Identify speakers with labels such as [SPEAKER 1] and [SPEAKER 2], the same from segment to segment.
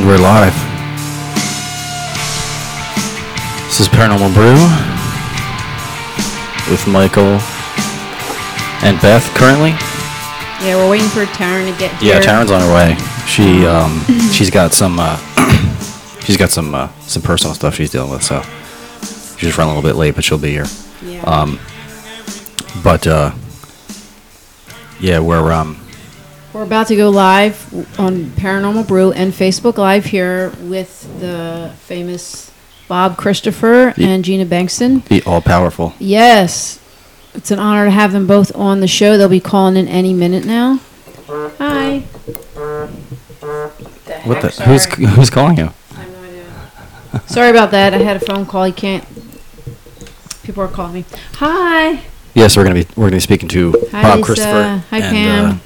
[SPEAKER 1] We're live.
[SPEAKER 2] This is Paranormal Brew with Michael and Beth currently.
[SPEAKER 3] Yeah, we're waiting for Taryn to get here.
[SPEAKER 2] Yeah, Taryn's on her way. She um, she's got some uh, she's got some uh, some personal stuff she's dealing with, so she's just running a little bit late, but she'll be here.
[SPEAKER 3] Yeah.
[SPEAKER 2] Um, but uh, yeah, we're um,
[SPEAKER 3] We're about to go live on Paranormal Brew and Facebook Live here with the famous Bob Christopher
[SPEAKER 2] Ye-
[SPEAKER 3] and Gina Bengtson.
[SPEAKER 2] the all powerful.
[SPEAKER 3] Yes, it's an honor to have them both on the show. They'll be calling in any minute now. Hi.
[SPEAKER 2] What the? Who's who's calling you?
[SPEAKER 3] I have no idea. Sorry about that. I had a phone call. You can't. People are calling me. Hi.
[SPEAKER 2] Yes, we're gonna be we're gonna be speaking to
[SPEAKER 3] Hi,
[SPEAKER 2] Bob
[SPEAKER 3] Lisa.
[SPEAKER 2] Christopher
[SPEAKER 3] Hi,
[SPEAKER 2] and
[SPEAKER 3] Pam.
[SPEAKER 2] Uh,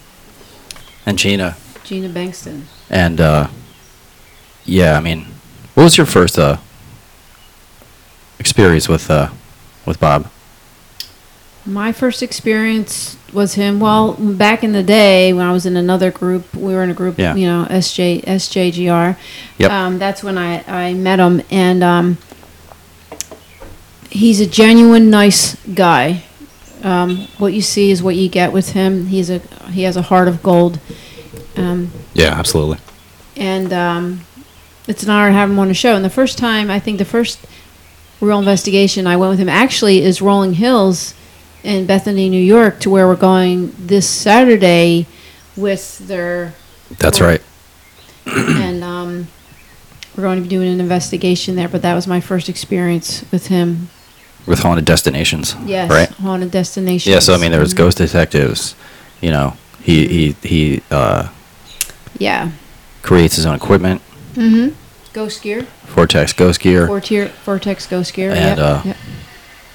[SPEAKER 2] and Gina.
[SPEAKER 3] Gina Bankston.
[SPEAKER 2] And uh, yeah, I mean, what was your first uh, experience with uh, with Bob?
[SPEAKER 3] My first experience was him. Well, back in the day when I was in another group, we were in a group,
[SPEAKER 2] Yeah.
[SPEAKER 3] you know, SJ SJGR.
[SPEAKER 2] Yep.
[SPEAKER 3] Um, that's when I I met him, and um, he's a genuine nice guy. Um, what you see is what you get with him. He's a he has a heart of gold, um,
[SPEAKER 2] Yeah, absolutely.
[SPEAKER 3] and um, it's an honor to have him on the show. And the first time, I think the first real investigation I went with him actually is Rolling Hills in Bethany, New York, to where we're going this Saturday with their
[SPEAKER 2] That's
[SPEAKER 3] Or-
[SPEAKER 2] right.
[SPEAKER 3] and um, we're going to be doing an investigation there. But that was my first experience with him.
[SPEAKER 2] With haunted destinations.
[SPEAKER 3] Yes, Mm-hmm.
[SPEAKER 2] Right.
[SPEAKER 3] haunted destination.
[SPEAKER 2] Yeah. So I mean, there was ghost detectives. You know, he he he uh,
[SPEAKER 3] Yeah.
[SPEAKER 2] creates his own equipment,
[SPEAKER 3] Mm-hmm. Ghost gear,
[SPEAKER 2] Vortex Ghost Gear,
[SPEAKER 3] Vortier, Vortex Ghost gear.
[SPEAKER 2] And,
[SPEAKER 3] yep,
[SPEAKER 2] uh,
[SPEAKER 3] yep.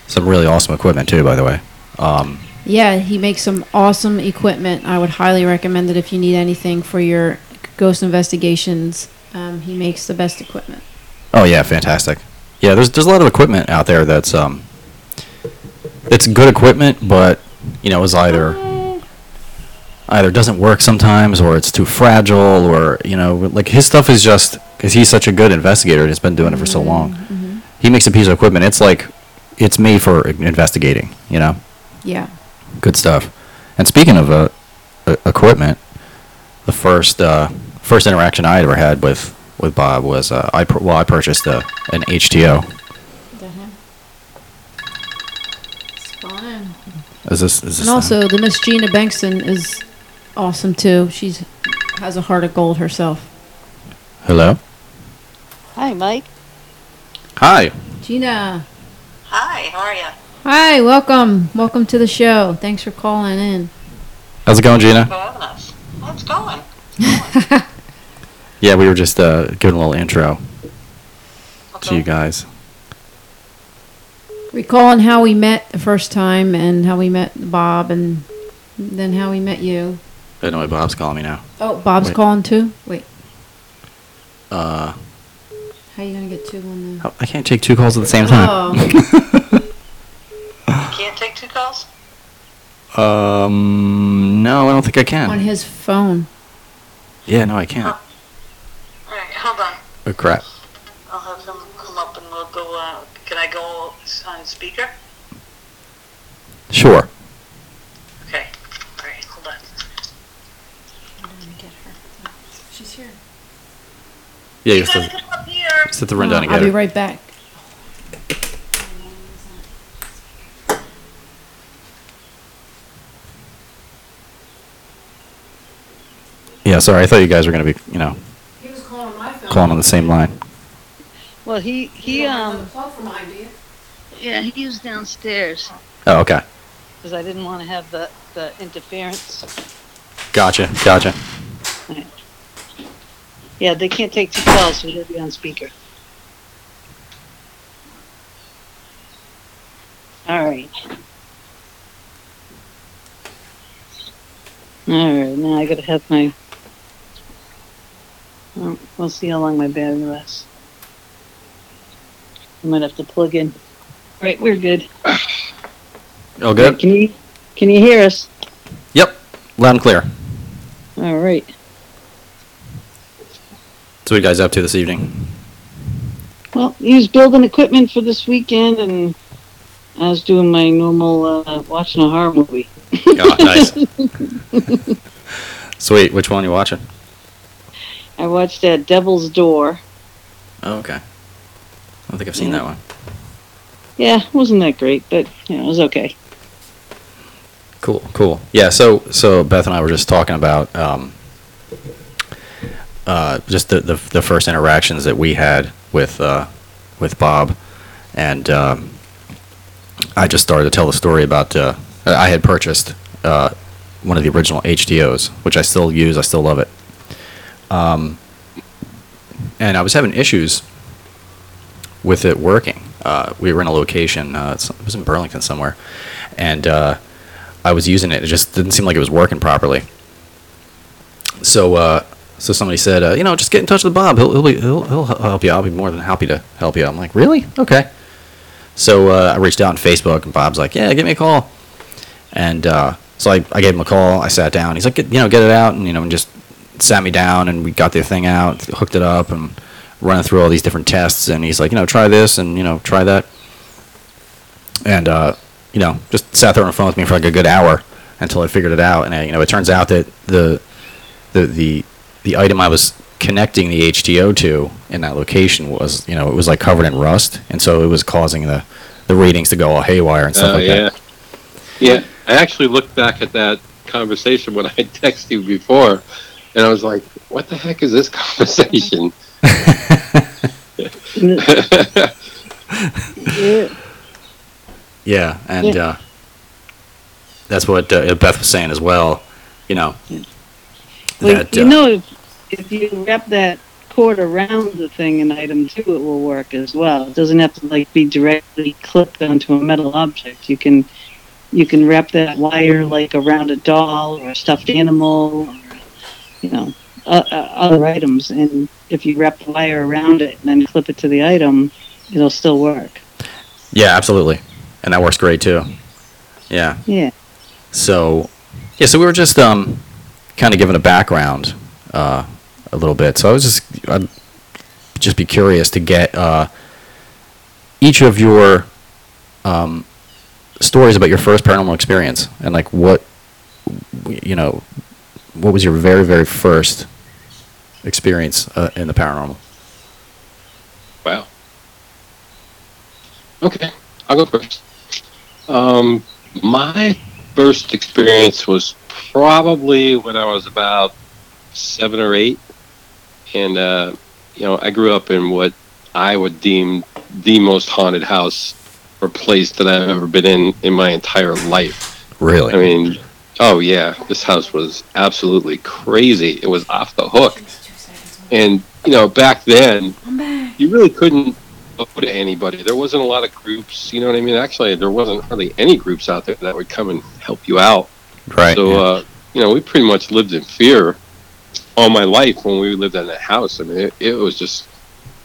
[SPEAKER 2] some really awesome equipment too, by the way. Um,
[SPEAKER 3] Yeah, he makes some awesome equipment. I would highly recommend it if you need anything for your ghost investigations. Um, he makes the best equipment.
[SPEAKER 2] Oh yeah, fantastic. Yeah, there's there's a lot of equipment out there that's um, it's good equipment, but you know, is either either doesn't work sometimes, or it's too fragile, or you know, like his stuff is just because he's such a good investigator and has been doing it for so long. He makes a piece of equipment. It's like it's made for investigating. You know,
[SPEAKER 3] Yeah.
[SPEAKER 2] good stuff. And speaking of uh, e- equipment, the first uh, first interaction I ever had with with Bob was uh, I pur- well I purchased a, an HTO.
[SPEAKER 3] It's fun.
[SPEAKER 2] Is this is this
[SPEAKER 3] And also, the Miss Gina Bankston is awesome too. She's has a heart of gold herself.
[SPEAKER 2] hello?
[SPEAKER 4] Hi, Mike.
[SPEAKER 2] Hi.
[SPEAKER 3] Gina,
[SPEAKER 4] Hi, how are you?
[SPEAKER 3] hi, welcome, welcome to the show. Thanks for calling in.
[SPEAKER 2] How's it going, Gina?
[SPEAKER 4] For having us. How's it going?
[SPEAKER 2] Yeah, we were just uh, giving a little intro to you
[SPEAKER 4] Okay.
[SPEAKER 2] guys.
[SPEAKER 3] Recalling how we met the first time and how we met Bob and then how we met you.
[SPEAKER 2] I know Bob's calling me now.
[SPEAKER 3] Oh, Bob's
[SPEAKER 2] Wait.
[SPEAKER 3] calling too. Wait,
[SPEAKER 2] Uh,
[SPEAKER 3] how you gonna get two on the?
[SPEAKER 2] how- I can't take two calls at the same
[SPEAKER 3] Oh.
[SPEAKER 2] time.
[SPEAKER 4] Can't take two calls?
[SPEAKER 2] um, no, I don't think I can.
[SPEAKER 3] Oh, On his phone.
[SPEAKER 2] yeah, no, I can't.
[SPEAKER 4] All right, hold on.
[SPEAKER 2] Oh crap.
[SPEAKER 4] I'll have him come up and we'll go. Uh, can I go on speaker?
[SPEAKER 2] Sure.
[SPEAKER 4] Okay. All right, hold on.
[SPEAKER 3] She's here.
[SPEAKER 2] Yeah, you
[SPEAKER 4] You
[SPEAKER 2] just
[SPEAKER 4] gotta
[SPEAKER 2] have,
[SPEAKER 4] come up here.
[SPEAKER 2] just have to run down and
[SPEAKER 3] I'll
[SPEAKER 2] get
[SPEAKER 3] be
[SPEAKER 2] it.
[SPEAKER 3] right back.
[SPEAKER 2] Yeah, sorry. I thought you guys were gonna be, you know,
[SPEAKER 3] He was calling my phone.
[SPEAKER 2] calling on the same line.
[SPEAKER 4] Well, he he um
[SPEAKER 3] plug for mine, do you?
[SPEAKER 4] yeah he was downstairs
[SPEAKER 2] Oh, okay.
[SPEAKER 4] because I didn't want to have the the interference.
[SPEAKER 2] Gotcha. Gotcha.
[SPEAKER 4] Yeah, they can't take two calls, so he'll be on speaker. All right. All right, now I gotta have my. Well, we'll see how long my battery lasts. I might have to plug in. All right, we're good.
[SPEAKER 2] All good.
[SPEAKER 4] Can you can you hear us?
[SPEAKER 2] Yep. Loud and clear.
[SPEAKER 4] All right.
[SPEAKER 2] So what you guys up to this evening?
[SPEAKER 5] Well, he was building equipment for this weekend, and I was doing my normal uh, watching a horror movie.
[SPEAKER 2] Oh, nice. Sweet. Which one you watching?
[SPEAKER 5] I watched that Devil's Door.
[SPEAKER 2] Oh, okay. I don't think I've seen that one.
[SPEAKER 5] Yeah, wasn't that great, but you know, it was okay.
[SPEAKER 2] Cool, cool. Yeah, so so Beth and I were just talking about um, uh, just the, the the first interactions that we had with uh, with Bob, and um, I just started to tell the story about uh, I had purchased uh, one of the original HDOs, which I still use. I still love it. Um, and I was having issues with it working. Uh, we were in a location. Uh, it's- it was in Burlington somewhere, and. Uh, I was using it. It just didn't seem like it was working properly. So, uh, so somebody said, uh, you know, just get in touch with Bob. He'll he'll, be, he'll he'll help you. I'll be more than happy to help you. I'm like, really? Okay. So uh, I reached out on Facebook, and Bob's like, yeah, give me a call. And uh, so I, I gave him a call. I sat down. He's like, get, you know, get it out, and you know, and just sat me down, and we got the thing out, hooked it up, and running through all these different tests. And he's like, you know, try this, and you know, try that and uh, you know just sat there on the phone with me for like a good hour until I figured it out. And I, you know, it turns out that the the the the item I was connecting the HTO to in that location was you know it was like covered in rust, and so it was causing the the readings to go all haywire and stuff
[SPEAKER 6] Oh
[SPEAKER 2] like
[SPEAKER 6] yeah.
[SPEAKER 2] that.
[SPEAKER 6] Yeah, I actually looked back at that conversation when I texted you before, and I was like, "What the heck is this conversation?"
[SPEAKER 5] Yeah.
[SPEAKER 2] Yeah, and Uh, that's what uh, Beth was saying as well. You know,
[SPEAKER 5] Well,
[SPEAKER 2] that,
[SPEAKER 5] you
[SPEAKER 2] uh,
[SPEAKER 5] know, if, if you wrap that cord around the thing in item two, it will work as well. It doesn't have to like be directly clipped onto a metal object. You can you can wrap that wire like around a doll or a stuffed animal, or, you know, uh, uh, other items. And if you wrap the wire around it and then clip it to the item, it'll still work.
[SPEAKER 2] yeah, absolutely, and that works great too. Yeah,
[SPEAKER 5] Yeah.
[SPEAKER 2] So, yeah, so we were just um, kind of given a background uh, a little bit. So I was just, I'd just be curious to get uh, each of your um, stories about your first paranormal experience and like what, you know, what was your very, very first experience uh, in the paranormal?
[SPEAKER 6] Wow. Okay, I'll go first. Um, my first experience was probably when I was about seven or eight, and uh, you know I grew up in what I would deem the most haunted house or place that I've ever been in in my entire life.
[SPEAKER 2] Really?
[SPEAKER 6] I mean, oh yeah, this house was absolutely crazy. It was off the hook. And you know, back then, you really couldn't go to anybody. There wasn't a lot of groups. You know what I mean? Actually, there wasn't hardly any groups out there that would come and help you out.
[SPEAKER 2] right.
[SPEAKER 6] so,
[SPEAKER 2] yeah.
[SPEAKER 6] uh, you know, we pretty much lived in fear all my life when we lived in that house. I mean, it, it was just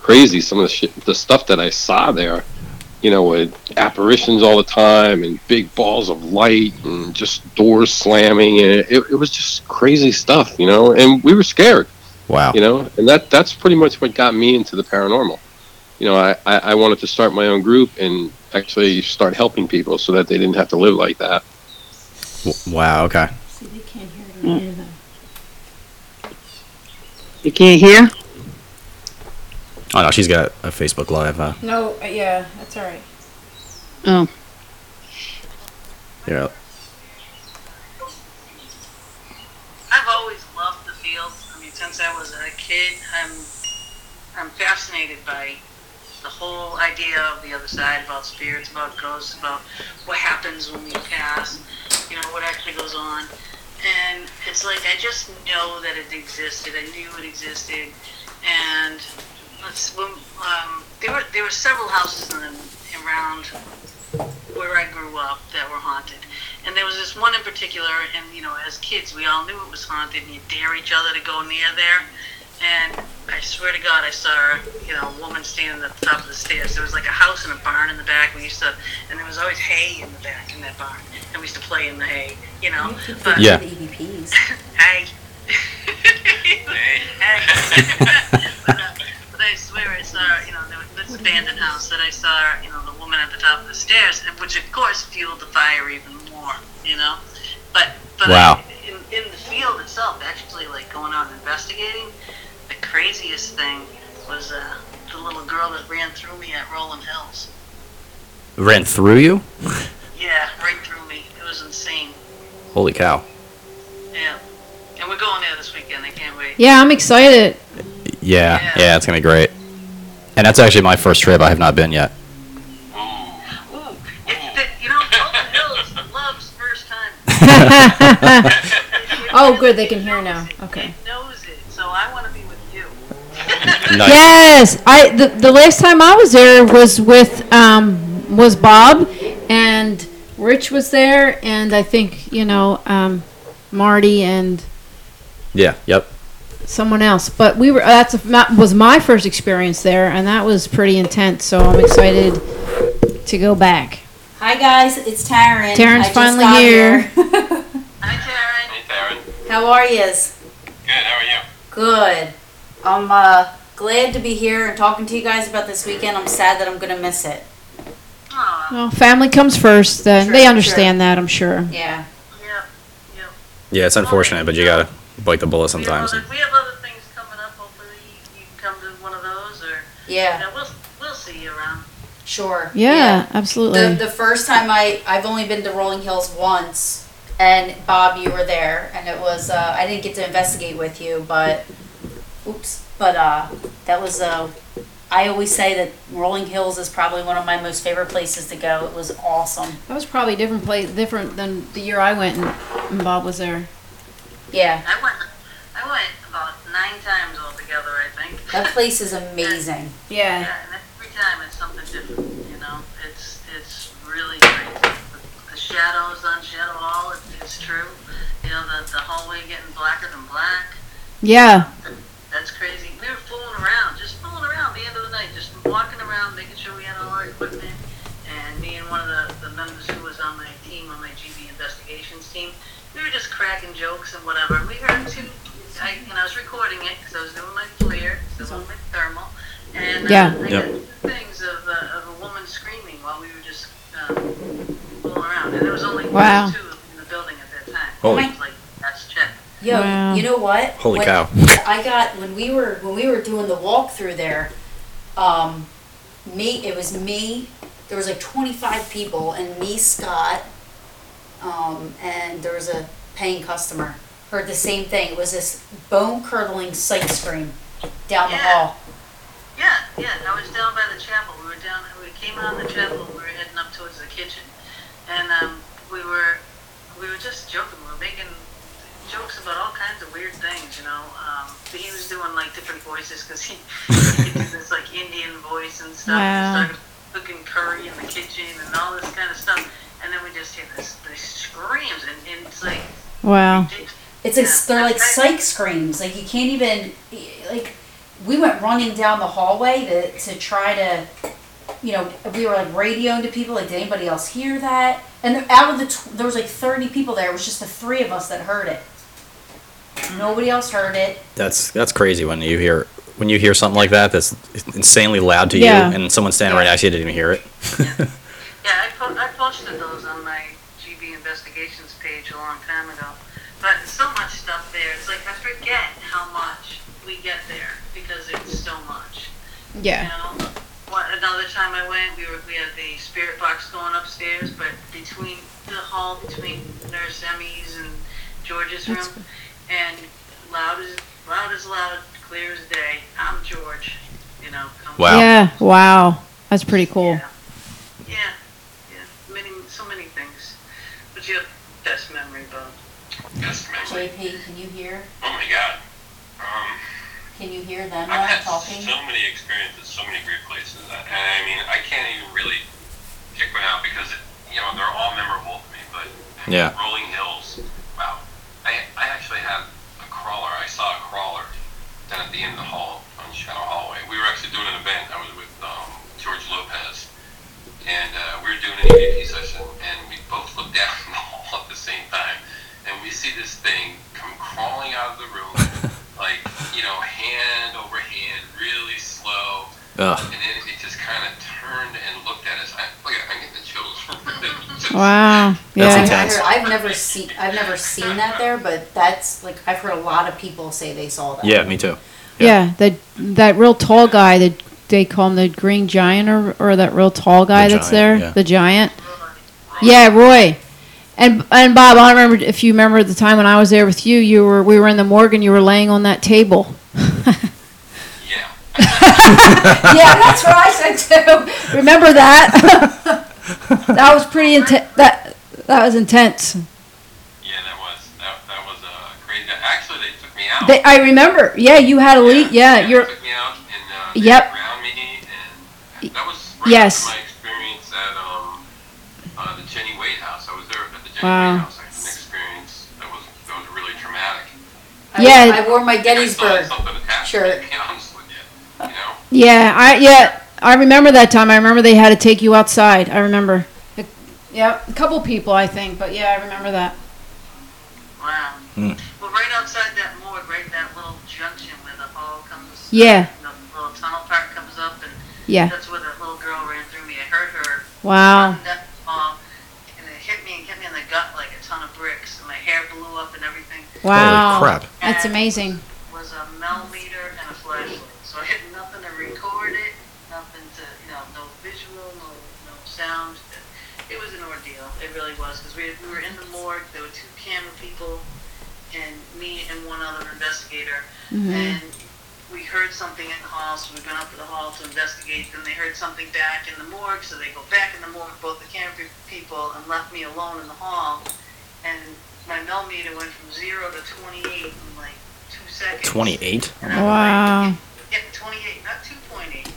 [SPEAKER 6] crazy. Some of the shit, the stuff that I saw there, you know, with apparitions all the time and big balls of light and just doors slamming, and it, it was just crazy stuff, you know. And we were scared
[SPEAKER 2] wow.
[SPEAKER 6] you know and that that's pretty much what got me into the paranormal you know I, I i wanted to start my own group and actually start helping people so that they didn't have to live like that
[SPEAKER 2] W- wow, okay.
[SPEAKER 3] See, they can't hear it on the air, though.
[SPEAKER 5] You can't hear?
[SPEAKER 2] Oh, no, she's got a Facebook Live. Uh,
[SPEAKER 3] No, uh, yeah, that's all right.
[SPEAKER 5] Oh,
[SPEAKER 2] yeah.
[SPEAKER 5] I've always loved the fields. I mean, since I was a kid, I'm I'm fascinated by the whole idea of the other side, about spirits, about ghosts, about what happens when we pass. You know, what actually goes on. And it's like I just know that it existed. I knew it existed. And let's, when, um, there were there were several houses in the, around where I grew up that were haunted. And there was this one in particular, and you know, as kids, we all knew it was haunted, and you dare each other to go near there. And I swear to God, I saw you know a woman standing at the top of the stairs. There was like a house and a barn in the back. We used to, and there was always hay in the back in that barn, and we used to play in the hay, you know. But
[SPEAKER 2] Yeah.
[SPEAKER 7] E
[SPEAKER 3] The EVPs.
[SPEAKER 5] Hey. hey. but,
[SPEAKER 4] earlier I saw, uh, you know, there was this abandoned house that I saw, you know, the woman at the top of the stairs, and which of course fueled the fire even more, you know. But but
[SPEAKER 2] Wow.
[SPEAKER 4] I, in, in the field itself, actually, like going out and investigating, the craziest thing was uh, the little girl that ran through me at Rolling Hills.
[SPEAKER 2] Ran through you?
[SPEAKER 4] Yeah, right through me. It was insane.
[SPEAKER 2] Holy cow.
[SPEAKER 4] Yeah. And we're going there this weekend. I can't wait.
[SPEAKER 3] Yeah, I'm excited.
[SPEAKER 2] Yeah,
[SPEAKER 4] Yeah.
[SPEAKER 2] yeah, it's gonna be great. And that's actually my first trip. I have not been yet.
[SPEAKER 4] Ooh, it's the, you know, Rolling Hills loves first time.
[SPEAKER 8] Oh, good, they can hear now. Okay.
[SPEAKER 4] It knows it, so I want to be with you.
[SPEAKER 2] Nice.
[SPEAKER 3] Yes, I the, the last time I was there was with um was Bob and Rich was there and I think you know um Marty and
[SPEAKER 2] Yeah. Yep.
[SPEAKER 3] someone else. But we were that's that was my first experience there and that was pretty intense. So I'm excited to go back.
[SPEAKER 7] Hi guys, it's Taryn.
[SPEAKER 3] Taryn's
[SPEAKER 7] I just
[SPEAKER 3] finally
[SPEAKER 7] got
[SPEAKER 3] here.
[SPEAKER 4] Hi, Karen.
[SPEAKER 6] Hey, Taryn.
[SPEAKER 7] How are yous?
[SPEAKER 6] Good. How are you?
[SPEAKER 7] Good. I'm uh, glad to be here and talking to you guys about this weekend. I'm sad that I'm gonna miss it.
[SPEAKER 4] Aw,
[SPEAKER 3] Well, family comes first. Then
[SPEAKER 7] Sure,
[SPEAKER 3] they
[SPEAKER 7] sure.
[SPEAKER 3] understand that I'm sure.
[SPEAKER 7] Yeah.
[SPEAKER 4] yeah.
[SPEAKER 2] Yeah, it's unfortunate, but you gotta bite the bullet sometimes.
[SPEAKER 4] We have, other, we have other things coming up. Hopefully, you can come to one of those, or you
[SPEAKER 7] Yeah.
[SPEAKER 4] know, we'll we'll see you around.
[SPEAKER 7] Sure.
[SPEAKER 3] Yeah, absolutely.
[SPEAKER 7] The, the first time I I've only been to Rolling Hills once, and Bob, you were there, and it was uh, I didn't get to investigate with you, but oops, but uh, that was uh, I always say that Rolling Hills is probably one of my most favorite places to go. It was awesome.
[SPEAKER 3] that was probably a different place different than the year I went and, and Bob was there.
[SPEAKER 7] Yeah.
[SPEAKER 4] I went. I went about nine times altogether, I think.
[SPEAKER 7] That place is amazing.
[SPEAKER 3] Yeah.
[SPEAKER 4] yeah, and every time it's something different. You know, it's it's really crazy. The, the shadows on Shadow Hall, it, it's true. You know, the the hallway getting blacker than black.
[SPEAKER 3] Yeah.
[SPEAKER 4] That's crazy. We were fooling around, just fooling around the end of the night, just walking around, making sure we had all our equipment. And me and one of the, the members who was on my team, on my GB investigations team, we were just cracking jokes and whatever. We heard two, I, and I was recording it because I was doing my FLIR, so doing my thermal. And uh,
[SPEAKER 3] Yeah.
[SPEAKER 4] I
[SPEAKER 2] Yep.
[SPEAKER 4] got two things of, uh, of a woman screaming while we were just um, fooling around. And there was only
[SPEAKER 3] Wow.
[SPEAKER 4] two in the building at that time.
[SPEAKER 2] Holy-
[SPEAKER 4] Like, that's check.
[SPEAKER 7] Yo,
[SPEAKER 3] Wow.
[SPEAKER 7] you know what?
[SPEAKER 2] Holy
[SPEAKER 7] When-
[SPEAKER 2] cow.
[SPEAKER 7] I got when we were when we were doing the walkthrough there, um, me it was me. There was like twenty five people and me, Scott, um, and there was a paying customer. Heard the same thing. It was this bone curdling sight scream down the
[SPEAKER 4] Yeah.
[SPEAKER 7] hall.
[SPEAKER 4] Yeah, yeah. I was down by the chapel. We were down. We came out of the chapel. We were heading up towards the kitchen, and um, we were we were just joking. We were making jokes about all kinds of weird things, you know. Um, but he was doing like different voices because he, he did this like Indian voice and stuff.
[SPEAKER 3] Wow.
[SPEAKER 4] And started cooking curry in the kitchen and all this kind of stuff. And then we just hear this these screams, and, and it's like
[SPEAKER 3] Wow.
[SPEAKER 7] It's like
[SPEAKER 4] Yeah.
[SPEAKER 7] they're like
[SPEAKER 4] That's
[SPEAKER 7] psych screams. Like you can't even like. We went running down the hallway to to try to, you know, we were like radioing to people. Like, did anybody else hear that? And there- out of the tw- there was like thirty people there. It was just the three of us that heard it. Nobody else heard it.
[SPEAKER 2] That's that's crazy when you hear when you hear something like that that's insanely loud to
[SPEAKER 3] Yeah.
[SPEAKER 2] you and someone standing right next to you didn't even hear it.
[SPEAKER 4] Yeah, I, po- I posted those on my GB investigations page a long time ago. But so much stuff there. It's like I forget how much we get there because it's so much. You
[SPEAKER 3] Yeah.
[SPEAKER 4] know, what, another time I went, we were we had the spirit box going upstairs, but between the hall between Nurse Emmy's and George's
[SPEAKER 3] That's
[SPEAKER 4] room, and loud as loud as loud, clear as day. I'm George. You know. come-
[SPEAKER 2] Wow.
[SPEAKER 3] Yeah. Wow. That's pretty cool.
[SPEAKER 4] yeah. Yeah. Yeah. Many, so many things. What's your best memory, Bob?
[SPEAKER 6] Yes, ma'am.
[SPEAKER 7] JP, can you hear?
[SPEAKER 6] Oh my God. Um,
[SPEAKER 7] Can you hear them
[SPEAKER 6] I've
[SPEAKER 7] now
[SPEAKER 6] had
[SPEAKER 7] talking?
[SPEAKER 6] so many experiences, so many great places, and I mean, I can't even really pick one out because it, you know they're all memorable to me. But
[SPEAKER 2] Yeah.
[SPEAKER 6] Rolling Hills. Wow. I I actually had a crawler. I saw a crawler down at the end of the hall on Shadow Hallway. We were actually doing an event. I was with um, George Lopez, and uh, we were doing an EVP session, and we both looked down the hall at the same time, and we see this thing come crawling out of the room, like you know, hand over hand, really slow.
[SPEAKER 2] Ugh.
[SPEAKER 6] and then it just kind of turned and looked at us. I, look, I get the chills.
[SPEAKER 3] Wow.
[SPEAKER 2] That's
[SPEAKER 3] Yeah.
[SPEAKER 2] intense.
[SPEAKER 7] I've, heard, I've never seen I've never seen that there, but that's like I've heard a lot of people say they saw that.
[SPEAKER 2] Yeah, me too.
[SPEAKER 3] Yeah. That that real tall guy that they call him the green giant or or that real tall guy
[SPEAKER 2] The
[SPEAKER 3] that's
[SPEAKER 2] giant,
[SPEAKER 3] there,
[SPEAKER 2] yeah.
[SPEAKER 3] the giant.
[SPEAKER 6] Right.
[SPEAKER 3] Yeah, Roy. And and Bob, I remember if you remember the time when I was there with you, you were we were in the Morgan, you were laying on that table.
[SPEAKER 6] Yeah.
[SPEAKER 7] yeah, that's what I said too.
[SPEAKER 3] Remember that? that was pretty intense. That that was intense.
[SPEAKER 6] Yeah, that was that, that was uh, crazy. Actually, they took me out.
[SPEAKER 3] They, I remember. Yeah, you had a leak. Yeah,
[SPEAKER 6] they
[SPEAKER 3] you're.
[SPEAKER 6] took me out and uh, they
[SPEAKER 3] Yep.
[SPEAKER 6] ground me, and that was right
[SPEAKER 3] Yes.
[SPEAKER 6] after my experience at um, uh, the Jenny Wade House. I was there at the Jenny
[SPEAKER 3] Wow.
[SPEAKER 6] Wade House. I had an experience that was that was really traumatic.
[SPEAKER 7] I-
[SPEAKER 3] Yeah.
[SPEAKER 7] I, wore my Gettysburg.
[SPEAKER 6] Something attached to
[SPEAKER 7] shirt.
[SPEAKER 6] me, to be honest with you. You know.
[SPEAKER 3] Yeah, I yeah I remember that time. I remember they had to take you outside. I remember. Yeah, a couple people, I think, but yeah, I remember that.
[SPEAKER 9] Wow.
[SPEAKER 2] Mm.
[SPEAKER 9] Well, right outside that morgue, right that little junction where the hall comes. uh,
[SPEAKER 3] Yeah.
[SPEAKER 9] The little tunnel part comes up, and
[SPEAKER 3] Yeah. Oh.
[SPEAKER 9] that's where that little girl ran through me. I heard her
[SPEAKER 3] Wow.
[SPEAKER 9] run that mall, and it hit me and hit me in the gut like a ton of bricks, and my hair blew up and everything.
[SPEAKER 2] Holy
[SPEAKER 3] Wow.
[SPEAKER 2] crap.
[SPEAKER 3] That's
[SPEAKER 9] And
[SPEAKER 3] amazing.
[SPEAKER 9] Was a mel meter and a flashlight, so I had nothing to record it, nothing to, you know, no visual, no no sound. It was an ordeal. It really was because we, we were in the morgue. There were two camera people, and me and one other investigator and we heard something in the hall, so we went up to the hall to investigate. Then they heard something back in the morgue, so they go back in the morgue, both the camera pe- people, and left me alone in the hall. And my mel meter went from zero to 28 in like two seconds.
[SPEAKER 2] 28?
[SPEAKER 3] Wow.
[SPEAKER 9] Yeah, 28, not 2.8.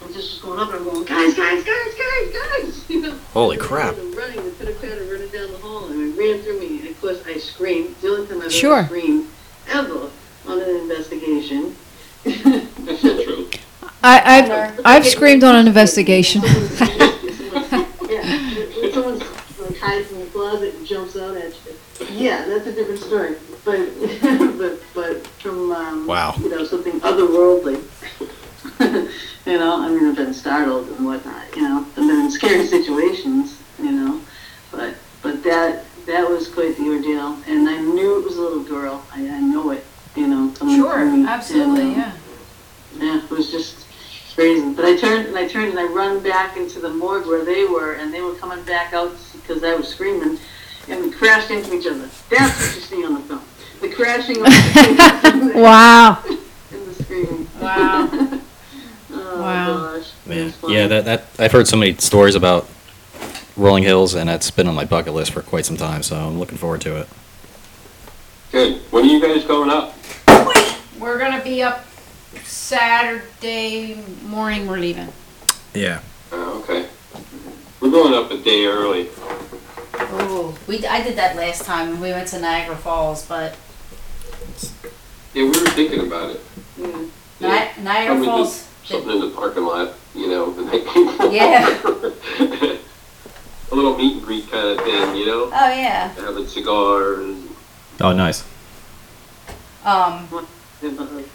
[SPEAKER 9] And this was going up, and I'm going, guys, guys, guys, guys, guys. You know,
[SPEAKER 2] Holy crap.
[SPEAKER 9] I'm running, the pitter patter running down the hall, and it ran through me. And of course, I screamed. The only time I've
[SPEAKER 3] Sure.
[SPEAKER 9] ever screamed ever on an investigation.
[SPEAKER 6] That's not true.
[SPEAKER 3] I, I've I've screamed on an investigation.
[SPEAKER 9] Yeah, when someone like, hides in the closet and jumps out at you. Yeah, that's a different story. But but but from um,
[SPEAKER 2] Wow.
[SPEAKER 9] you know something otherworldly. you know, I mean, I've been startled and whatnot. You know, I've been in scary situations. You know, but but that that was quite the ordeal, and I knew it was a little girl. I, I know it. You know, coming from me. And, um, yeah, it was just crazy. But I turned and I turned and I run back into the morgue where they were, and they were coming back out because I was screaming, and we crashed into each other. That's what you see on the film. The crashing of the
[SPEAKER 3] Wow.
[SPEAKER 9] and the screaming.
[SPEAKER 3] Wow.
[SPEAKER 9] Oh,
[SPEAKER 3] Wow.
[SPEAKER 9] gosh.
[SPEAKER 2] Man.
[SPEAKER 9] That's funny.
[SPEAKER 2] Yeah, that, that I've heard so many stories about Rolling Hills, and that's been on my bucket list for quite some time, so I'm looking forward to it.
[SPEAKER 6] Good. When are you guys going up?
[SPEAKER 3] We're gonna be up Saturday morning. We're leaving.
[SPEAKER 2] Yeah.
[SPEAKER 6] Oh, okay. We're going up a day early.
[SPEAKER 7] Ooh, we I did that last time when we went to Niagara Falls, but
[SPEAKER 6] Yeah, we were thinking about it.
[SPEAKER 7] Ni- Niagara
[SPEAKER 6] Probably
[SPEAKER 7] Falls.
[SPEAKER 6] just something in the parking lot, you know, the night before.
[SPEAKER 7] Yeah.
[SPEAKER 6] a little meet and greet kind of thing, you know?
[SPEAKER 7] Oh yeah.
[SPEAKER 6] Have a cigar and
[SPEAKER 2] Oh, nice.
[SPEAKER 7] Um,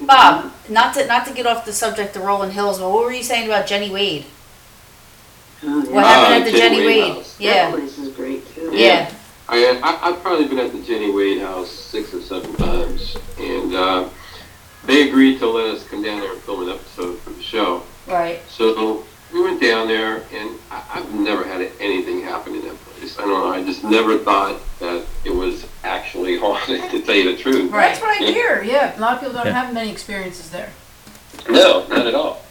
[SPEAKER 7] Bob, not to not to get off the subject of Rolling Hills, but what were you saying about Jenny Wade?
[SPEAKER 9] Oh, yeah.
[SPEAKER 7] What
[SPEAKER 6] Ah,
[SPEAKER 7] happened at the
[SPEAKER 6] Jenny
[SPEAKER 7] Jenny
[SPEAKER 6] Wade
[SPEAKER 7] Wade?
[SPEAKER 6] house.
[SPEAKER 9] That
[SPEAKER 7] Yeah.
[SPEAKER 9] place is great too.
[SPEAKER 7] Yeah.
[SPEAKER 6] I, I I've probably been at the Jenny Wade house six or seven times, and uh, they agreed to let us come down there and film an episode for the show.
[SPEAKER 7] Right.
[SPEAKER 6] So we went down there, and I, I've never had anything happen in that place. I don't know. I just never thought that it was actually haunted, to tell you the truth.
[SPEAKER 7] Right. That's
[SPEAKER 3] what
[SPEAKER 6] I
[SPEAKER 3] hear. Yeah, a lot of people
[SPEAKER 2] Yeah.
[SPEAKER 3] have many experiences there.
[SPEAKER 6] No, not at all.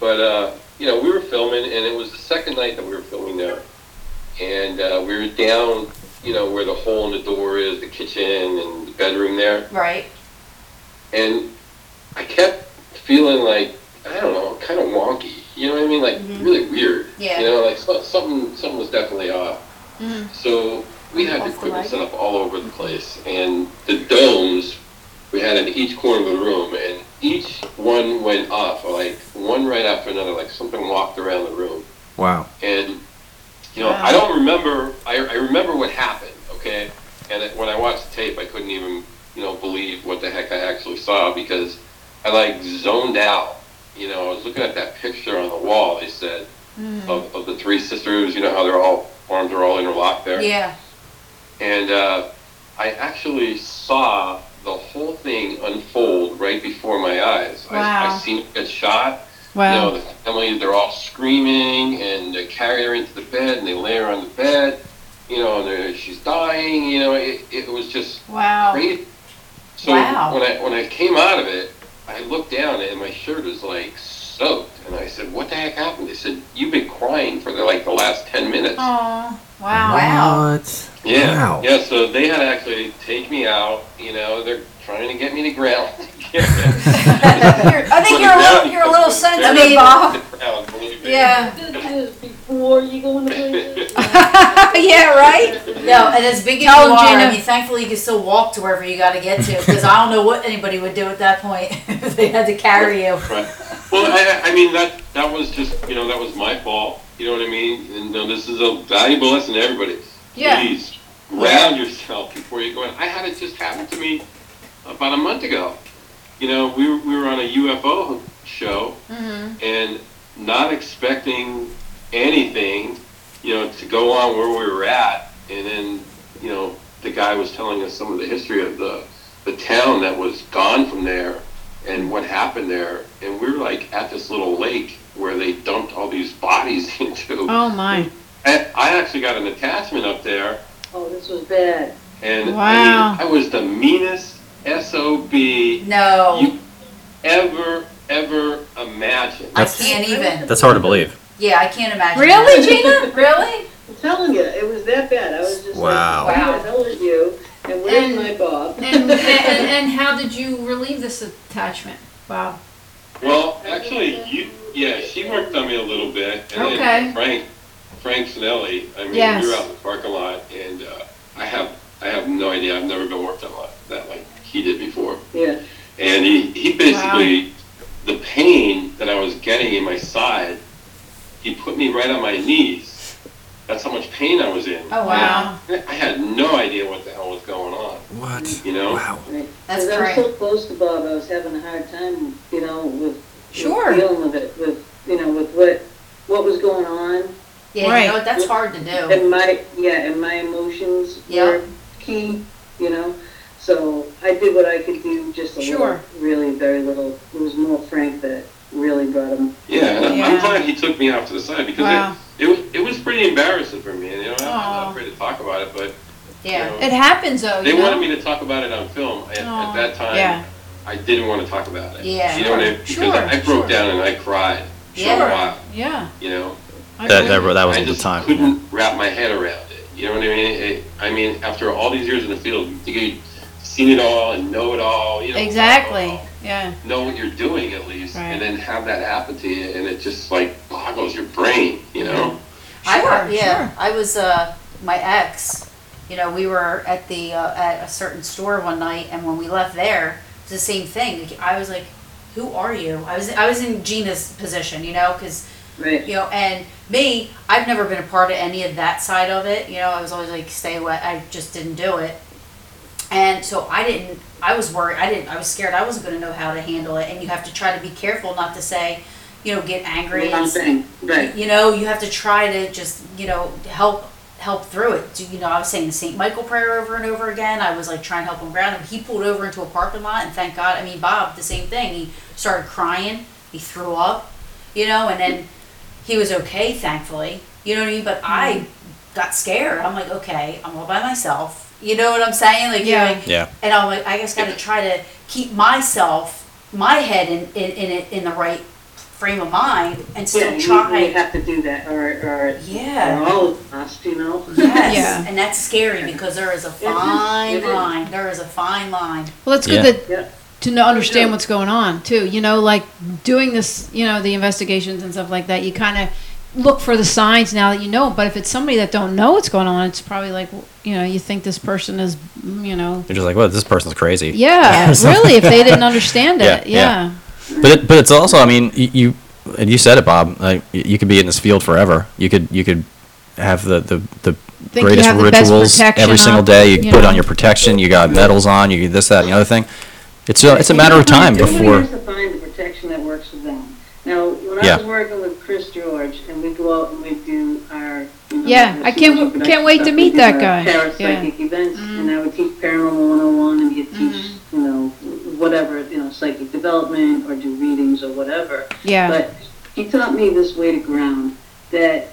[SPEAKER 6] But uh, you know, we were filming, and it was the second night that we were filming there, and uh, we were down, you know, where the hole in the door is, the kitchen and the bedroom there.
[SPEAKER 7] Right.
[SPEAKER 6] and I kept feeling like I don't know, kind of wonky. You know what I mean? Like really weird.
[SPEAKER 7] Yeah.
[SPEAKER 6] You know, like so, something something was definitely off. So we had
[SPEAKER 7] Off
[SPEAKER 6] the
[SPEAKER 7] the
[SPEAKER 6] equipment
[SPEAKER 7] light.
[SPEAKER 6] set up all over the place, and the domes we had in each corner of the room, and each one went off, like one right after another, like something walked around the room
[SPEAKER 2] Wow.
[SPEAKER 6] and you know I don't remember. I, I remember what happened, okay. And it, when I watched the tape, I couldn't even you know believe what the heck I actually saw because I like zoned out you know, I was looking at that picture on the wall. They said of, of the three sisters. You know how they're all arms are all interlocked there.
[SPEAKER 7] Yeah.
[SPEAKER 6] And uh, I actually saw the whole thing unfold right before my eyes. I,
[SPEAKER 3] Wow.
[SPEAKER 6] I seen a shot.
[SPEAKER 3] Wow.
[SPEAKER 6] You know, the family, they're all screaming and they carry her into the bed and they lay her on the bed, you know, and they're- she's dying, you know, it, it was just
[SPEAKER 3] Wow.
[SPEAKER 6] crazy. So
[SPEAKER 7] Wow.
[SPEAKER 6] when I when I came out of it, I looked down and my shirt was like soaked and I said, What the heck happened? They said, You've been crying for the, like the last ten minutes.
[SPEAKER 7] Oh.
[SPEAKER 3] Aw. Wow.
[SPEAKER 7] Wow.
[SPEAKER 10] What?
[SPEAKER 6] Yeah.
[SPEAKER 10] Wow.
[SPEAKER 6] Yeah, so they had to actually take me out, you know, they're trying to get me to ground.
[SPEAKER 7] You're- I think you're a little, you're a little sensitive, Bob.
[SPEAKER 6] Ground, believe me.
[SPEAKER 7] Yeah.
[SPEAKER 5] This is before you go into prison.
[SPEAKER 7] yeah, right? No, and as big as
[SPEAKER 3] Tell him,
[SPEAKER 7] you are, I
[SPEAKER 3] Gina.
[SPEAKER 7] mean, thankfully you can still walk to wherever you got to get to because I don't know what anybody would do at that point if they had to carry you.
[SPEAKER 6] Right. Well, I, I- I mean that that was just you know that was my fault. You know what I mean? And no, this is a valuable lesson to everybody.
[SPEAKER 3] Yeah.
[SPEAKER 6] Please round yourself before you go in. I had it just happen to me about a month ago. You know, we were, we were on a UFO show and not expecting anything, you know, to go on where we were at, and then you know the guy was telling us some of the history of the the town that was gone from there and what happened there. And we were like at this little lake where they dumped all these bodies into.
[SPEAKER 3] Oh my.
[SPEAKER 6] And I actually got an attachment up there,
[SPEAKER 5] Oh, this was bad.
[SPEAKER 6] and
[SPEAKER 3] Wow.
[SPEAKER 6] I, mean, I was the meanest sob you
[SPEAKER 7] No,
[SPEAKER 6] ever ever imagine.
[SPEAKER 7] I
[SPEAKER 2] That's-
[SPEAKER 7] can't even.
[SPEAKER 2] That's hard to believe.
[SPEAKER 7] Yeah, I can't imagine.
[SPEAKER 3] Really,
[SPEAKER 7] Gina? Really?
[SPEAKER 5] I'm telling you, it was that bad. I was just
[SPEAKER 10] Wow.
[SPEAKER 5] like, what the hell is you? And where's
[SPEAKER 3] And-
[SPEAKER 5] my Bob?
[SPEAKER 3] and, and, and how did you relieve this attachment? Wow.
[SPEAKER 6] Well, actually, you yeah, she worked on me a little bit, and
[SPEAKER 3] Okay.
[SPEAKER 6] then Frank Frank Sinelli. I mean,
[SPEAKER 3] Yes.
[SPEAKER 6] we were out in the parking lot, and uh, I have I have no idea. I've never been worked on like that like he did before.
[SPEAKER 5] Yeah.
[SPEAKER 6] And he, he basically, the pain that I was getting in my side, he put me right on my knees. That's how much pain I was in.
[SPEAKER 7] Oh wow,
[SPEAKER 6] I had no idea what the hell was going on,
[SPEAKER 10] What?
[SPEAKER 6] you know?
[SPEAKER 10] Wow.
[SPEAKER 7] that's
[SPEAKER 5] Because I was
[SPEAKER 7] great.
[SPEAKER 5] so close to Bob, I was having a hard time, you know, with
[SPEAKER 7] Sure.
[SPEAKER 5] with dealing with it, with you know, with what what was going on,
[SPEAKER 7] Yeah, you
[SPEAKER 3] Right.
[SPEAKER 7] know what? That's hard to do.
[SPEAKER 5] and my yeah, and my emotions
[SPEAKER 7] Oh. Yeah.
[SPEAKER 5] were key, you know. So I did what I could do, just a
[SPEAKER 3] Sure.
[SPEAKER 5] little, really very little. It was more Frank that really brought him.
[SPEAKER 6] Yeah, and I'm-
[SPEAKER 3] Yeah.
[SPEAKER 6] I'm glad he took me off to the side because
[SPEAKER 3] Wow.
[SPEAKER 6] it, it, was- it was pretty embarrassing for me. And, you know, I'm
[SPEAKER 3] Aw.
[SPEAKER 6] not afraid to talk about it, but
[SPEAKER 7] Yeah.
[SPEAKER 6] you know,
[SPEAKER 3] It happens though.
[SPEAKER 6] they
[SPEAKER 3] you know?
[SPEAKER 6] wanted me to talk about it on film. At,
[SPEAKER 3] Aw.
[SPEAKER 6] at that time,
[SPEAKER 3] Yeah.
[SPEAKER 6] I didn't want to talk about it.
[SPEAKER 7] Yeah.
[SPEAKER 6] You know what I mean? Because
[SPEAKER 3] Sure,
[SPEAKER 6] I broke
[SPEAKER 3] sure.
[SPEAKER 6] down and I cried for
[SPEAKER 7] Yeah.
[SPEAKER 6] a while,
[SPEAKER 3] Yeah.
[SPEAKER 6] you know?
[SPEAKER 3] I
[SPEAKER 2] That, that,
[SPEAKER 3] believe
[SPEAKER 2] that was
[SPEAKER 6] I
[SPEAKER 2] all the
[SPEAKER 6] just
[SPEAKER 2] time.
[SPEAKER 6] couldn't wrap my head around it. You know what I mean? It, I mean, after all these years in the field, you think you've seen it all and know it all. You know,
[SPEAKER 3] Exactly. Yeah.
[SPEAKER 6] Know what you're doing at least,
[SPEAKER 3] Right.
[SPEAKER 6] and then have that happen to you, and it just like boggles your brain. You know?
[SPEAKER 7] I
[SPEAKER 3] Sure,
[SPEAKER 7] was, yeah,
[SPEAKER 3] sure.
[SPEAKER 7] I was, uh, my ex, you know, we were at the, uh, at a certain store one night and when we left there, it's the same thing. Like, I was like, who are you? I was, I was in Gina's position, you know, cause,
[SPEAKER 5] Right.
[SPEAKER 7] you know, and me, I've never been a part of any of that side of it. You know, I was always like, stay away. I just didn't do it. And so I didn't, I was worried. I didn't, I was scared. I wasn't going to know how to handle it. And you have to try to be careful not to say, you know, get angry
[SPEAKER 5] One
[SPEAKER 7] and
[SPEAKER 5] thing. Right.
[SPEAKER 7] you know you have to try to just you know help help through it Do you know i was saying the st michael prayer over and over again i was like trying to help him ground him he pulled over into a parking lot and thank god i mean bob the same thing he started crying he threw up you know and then he was okay thankfully you know what i mean but i got scared i'm like okay i'm all by myself you know what i'm saying like you're
[SPEAKER 3] Yeah.
[SPEAKER 7] like,
[SPEAKER 2] Yeah.
[SPEAKER 7] and I'm like, I just got to try to keep myself, my head in in in, it, in the right frame of mind, and still
[SPEAKER 5] yeah,
[SPEAKER 7] try.
[SPEAKER 5] You, you have to do that, or or
[SPEAKER 7] Yeah.
[SPEAKER 5] or all is lost, you know.
[SPEAKER 7] Yes,
[SPEAKER 3] Yeah.
[SPEAKER 7] and that's scary because there is a
[SPEAKER 5] is,
[SPEAKER 7] fine
[SPEAKER 5] it is.
[SPEAKER 7] line. There is a fine line.
[SPEAKER 3] Well, it's good
[SPEAKER 2] Yeah.
[SPEAKER 3] that,
[SPEAKER 5] Yeah.
[SPEAKER 3] to know, understand what's going on too. You know, like doing this, you know, the investigations and stuff like that. You kind of look for the signs now that you know. But if it's somebody that don't know what's going on, it's probably like you know, you think this person is, mm, you know,
[SPEAKER 2] You're just like, well, this person's crazy.
[SPEAKER 3] yeah, really. If they didn't understand it,
[SPEAKER 2] Yeah, yeah.
[SPEAKER 3] yeah.
[SPEAKER 2] But it, but it's also, I mean, you, you and you said it, Bob. Like y- you could be in this field forever. You could you could have the the, the
[SPEAKER 3] you
[SPEAKER 2] greatest
[SPEAKER 3] have the best
[SPEAKER 2] rituals
[SPEAKER 3] protection
[SPEAKER 2] every single
[SPEAKER 3] up,
[SPEAKER 2] day. You,
[SPEAKER 3] you
[SPEAKER 2] put
[SPEAKER 3] know.
[SPEAKER 2] on your protection. You got medals on. You this that and the other thing. It's a, it's a matter of time
[SPEAKER 5] Everybody
[SPEAKER 2] before.
[SPEAKER 5] has to find the protection that works for them.
[SPEAKER 9] Now, when I
[SPEAKER 2] Yeah.
[SPEAKER 9] was working with Chris George, and we go out and we do our. you know,
[SPEAKER 3] Yeah,
[SPEAKER 9] our
[SPEAKER 3] I can't-
[SPEAKER 9] social production
[SPEAKER 3] can't wait to
[SPEAKER 9] stuff, we
[SPEAKER 3] meet
[SPEAKER 9] do
[SPEAKER 3] that
[SPEAKER 9] our
[SPEAKER 3] guy. Mm-hmm.
[SPEAKER 9] Parapsychic events, and I would teach Paranormal 101, and he'd teach, you know, whatever, you know, psychic development, or do readings, or whatever.
[SPEAKER 3] Yeah.
[SPEAKER 9] But he taught me this way to ground that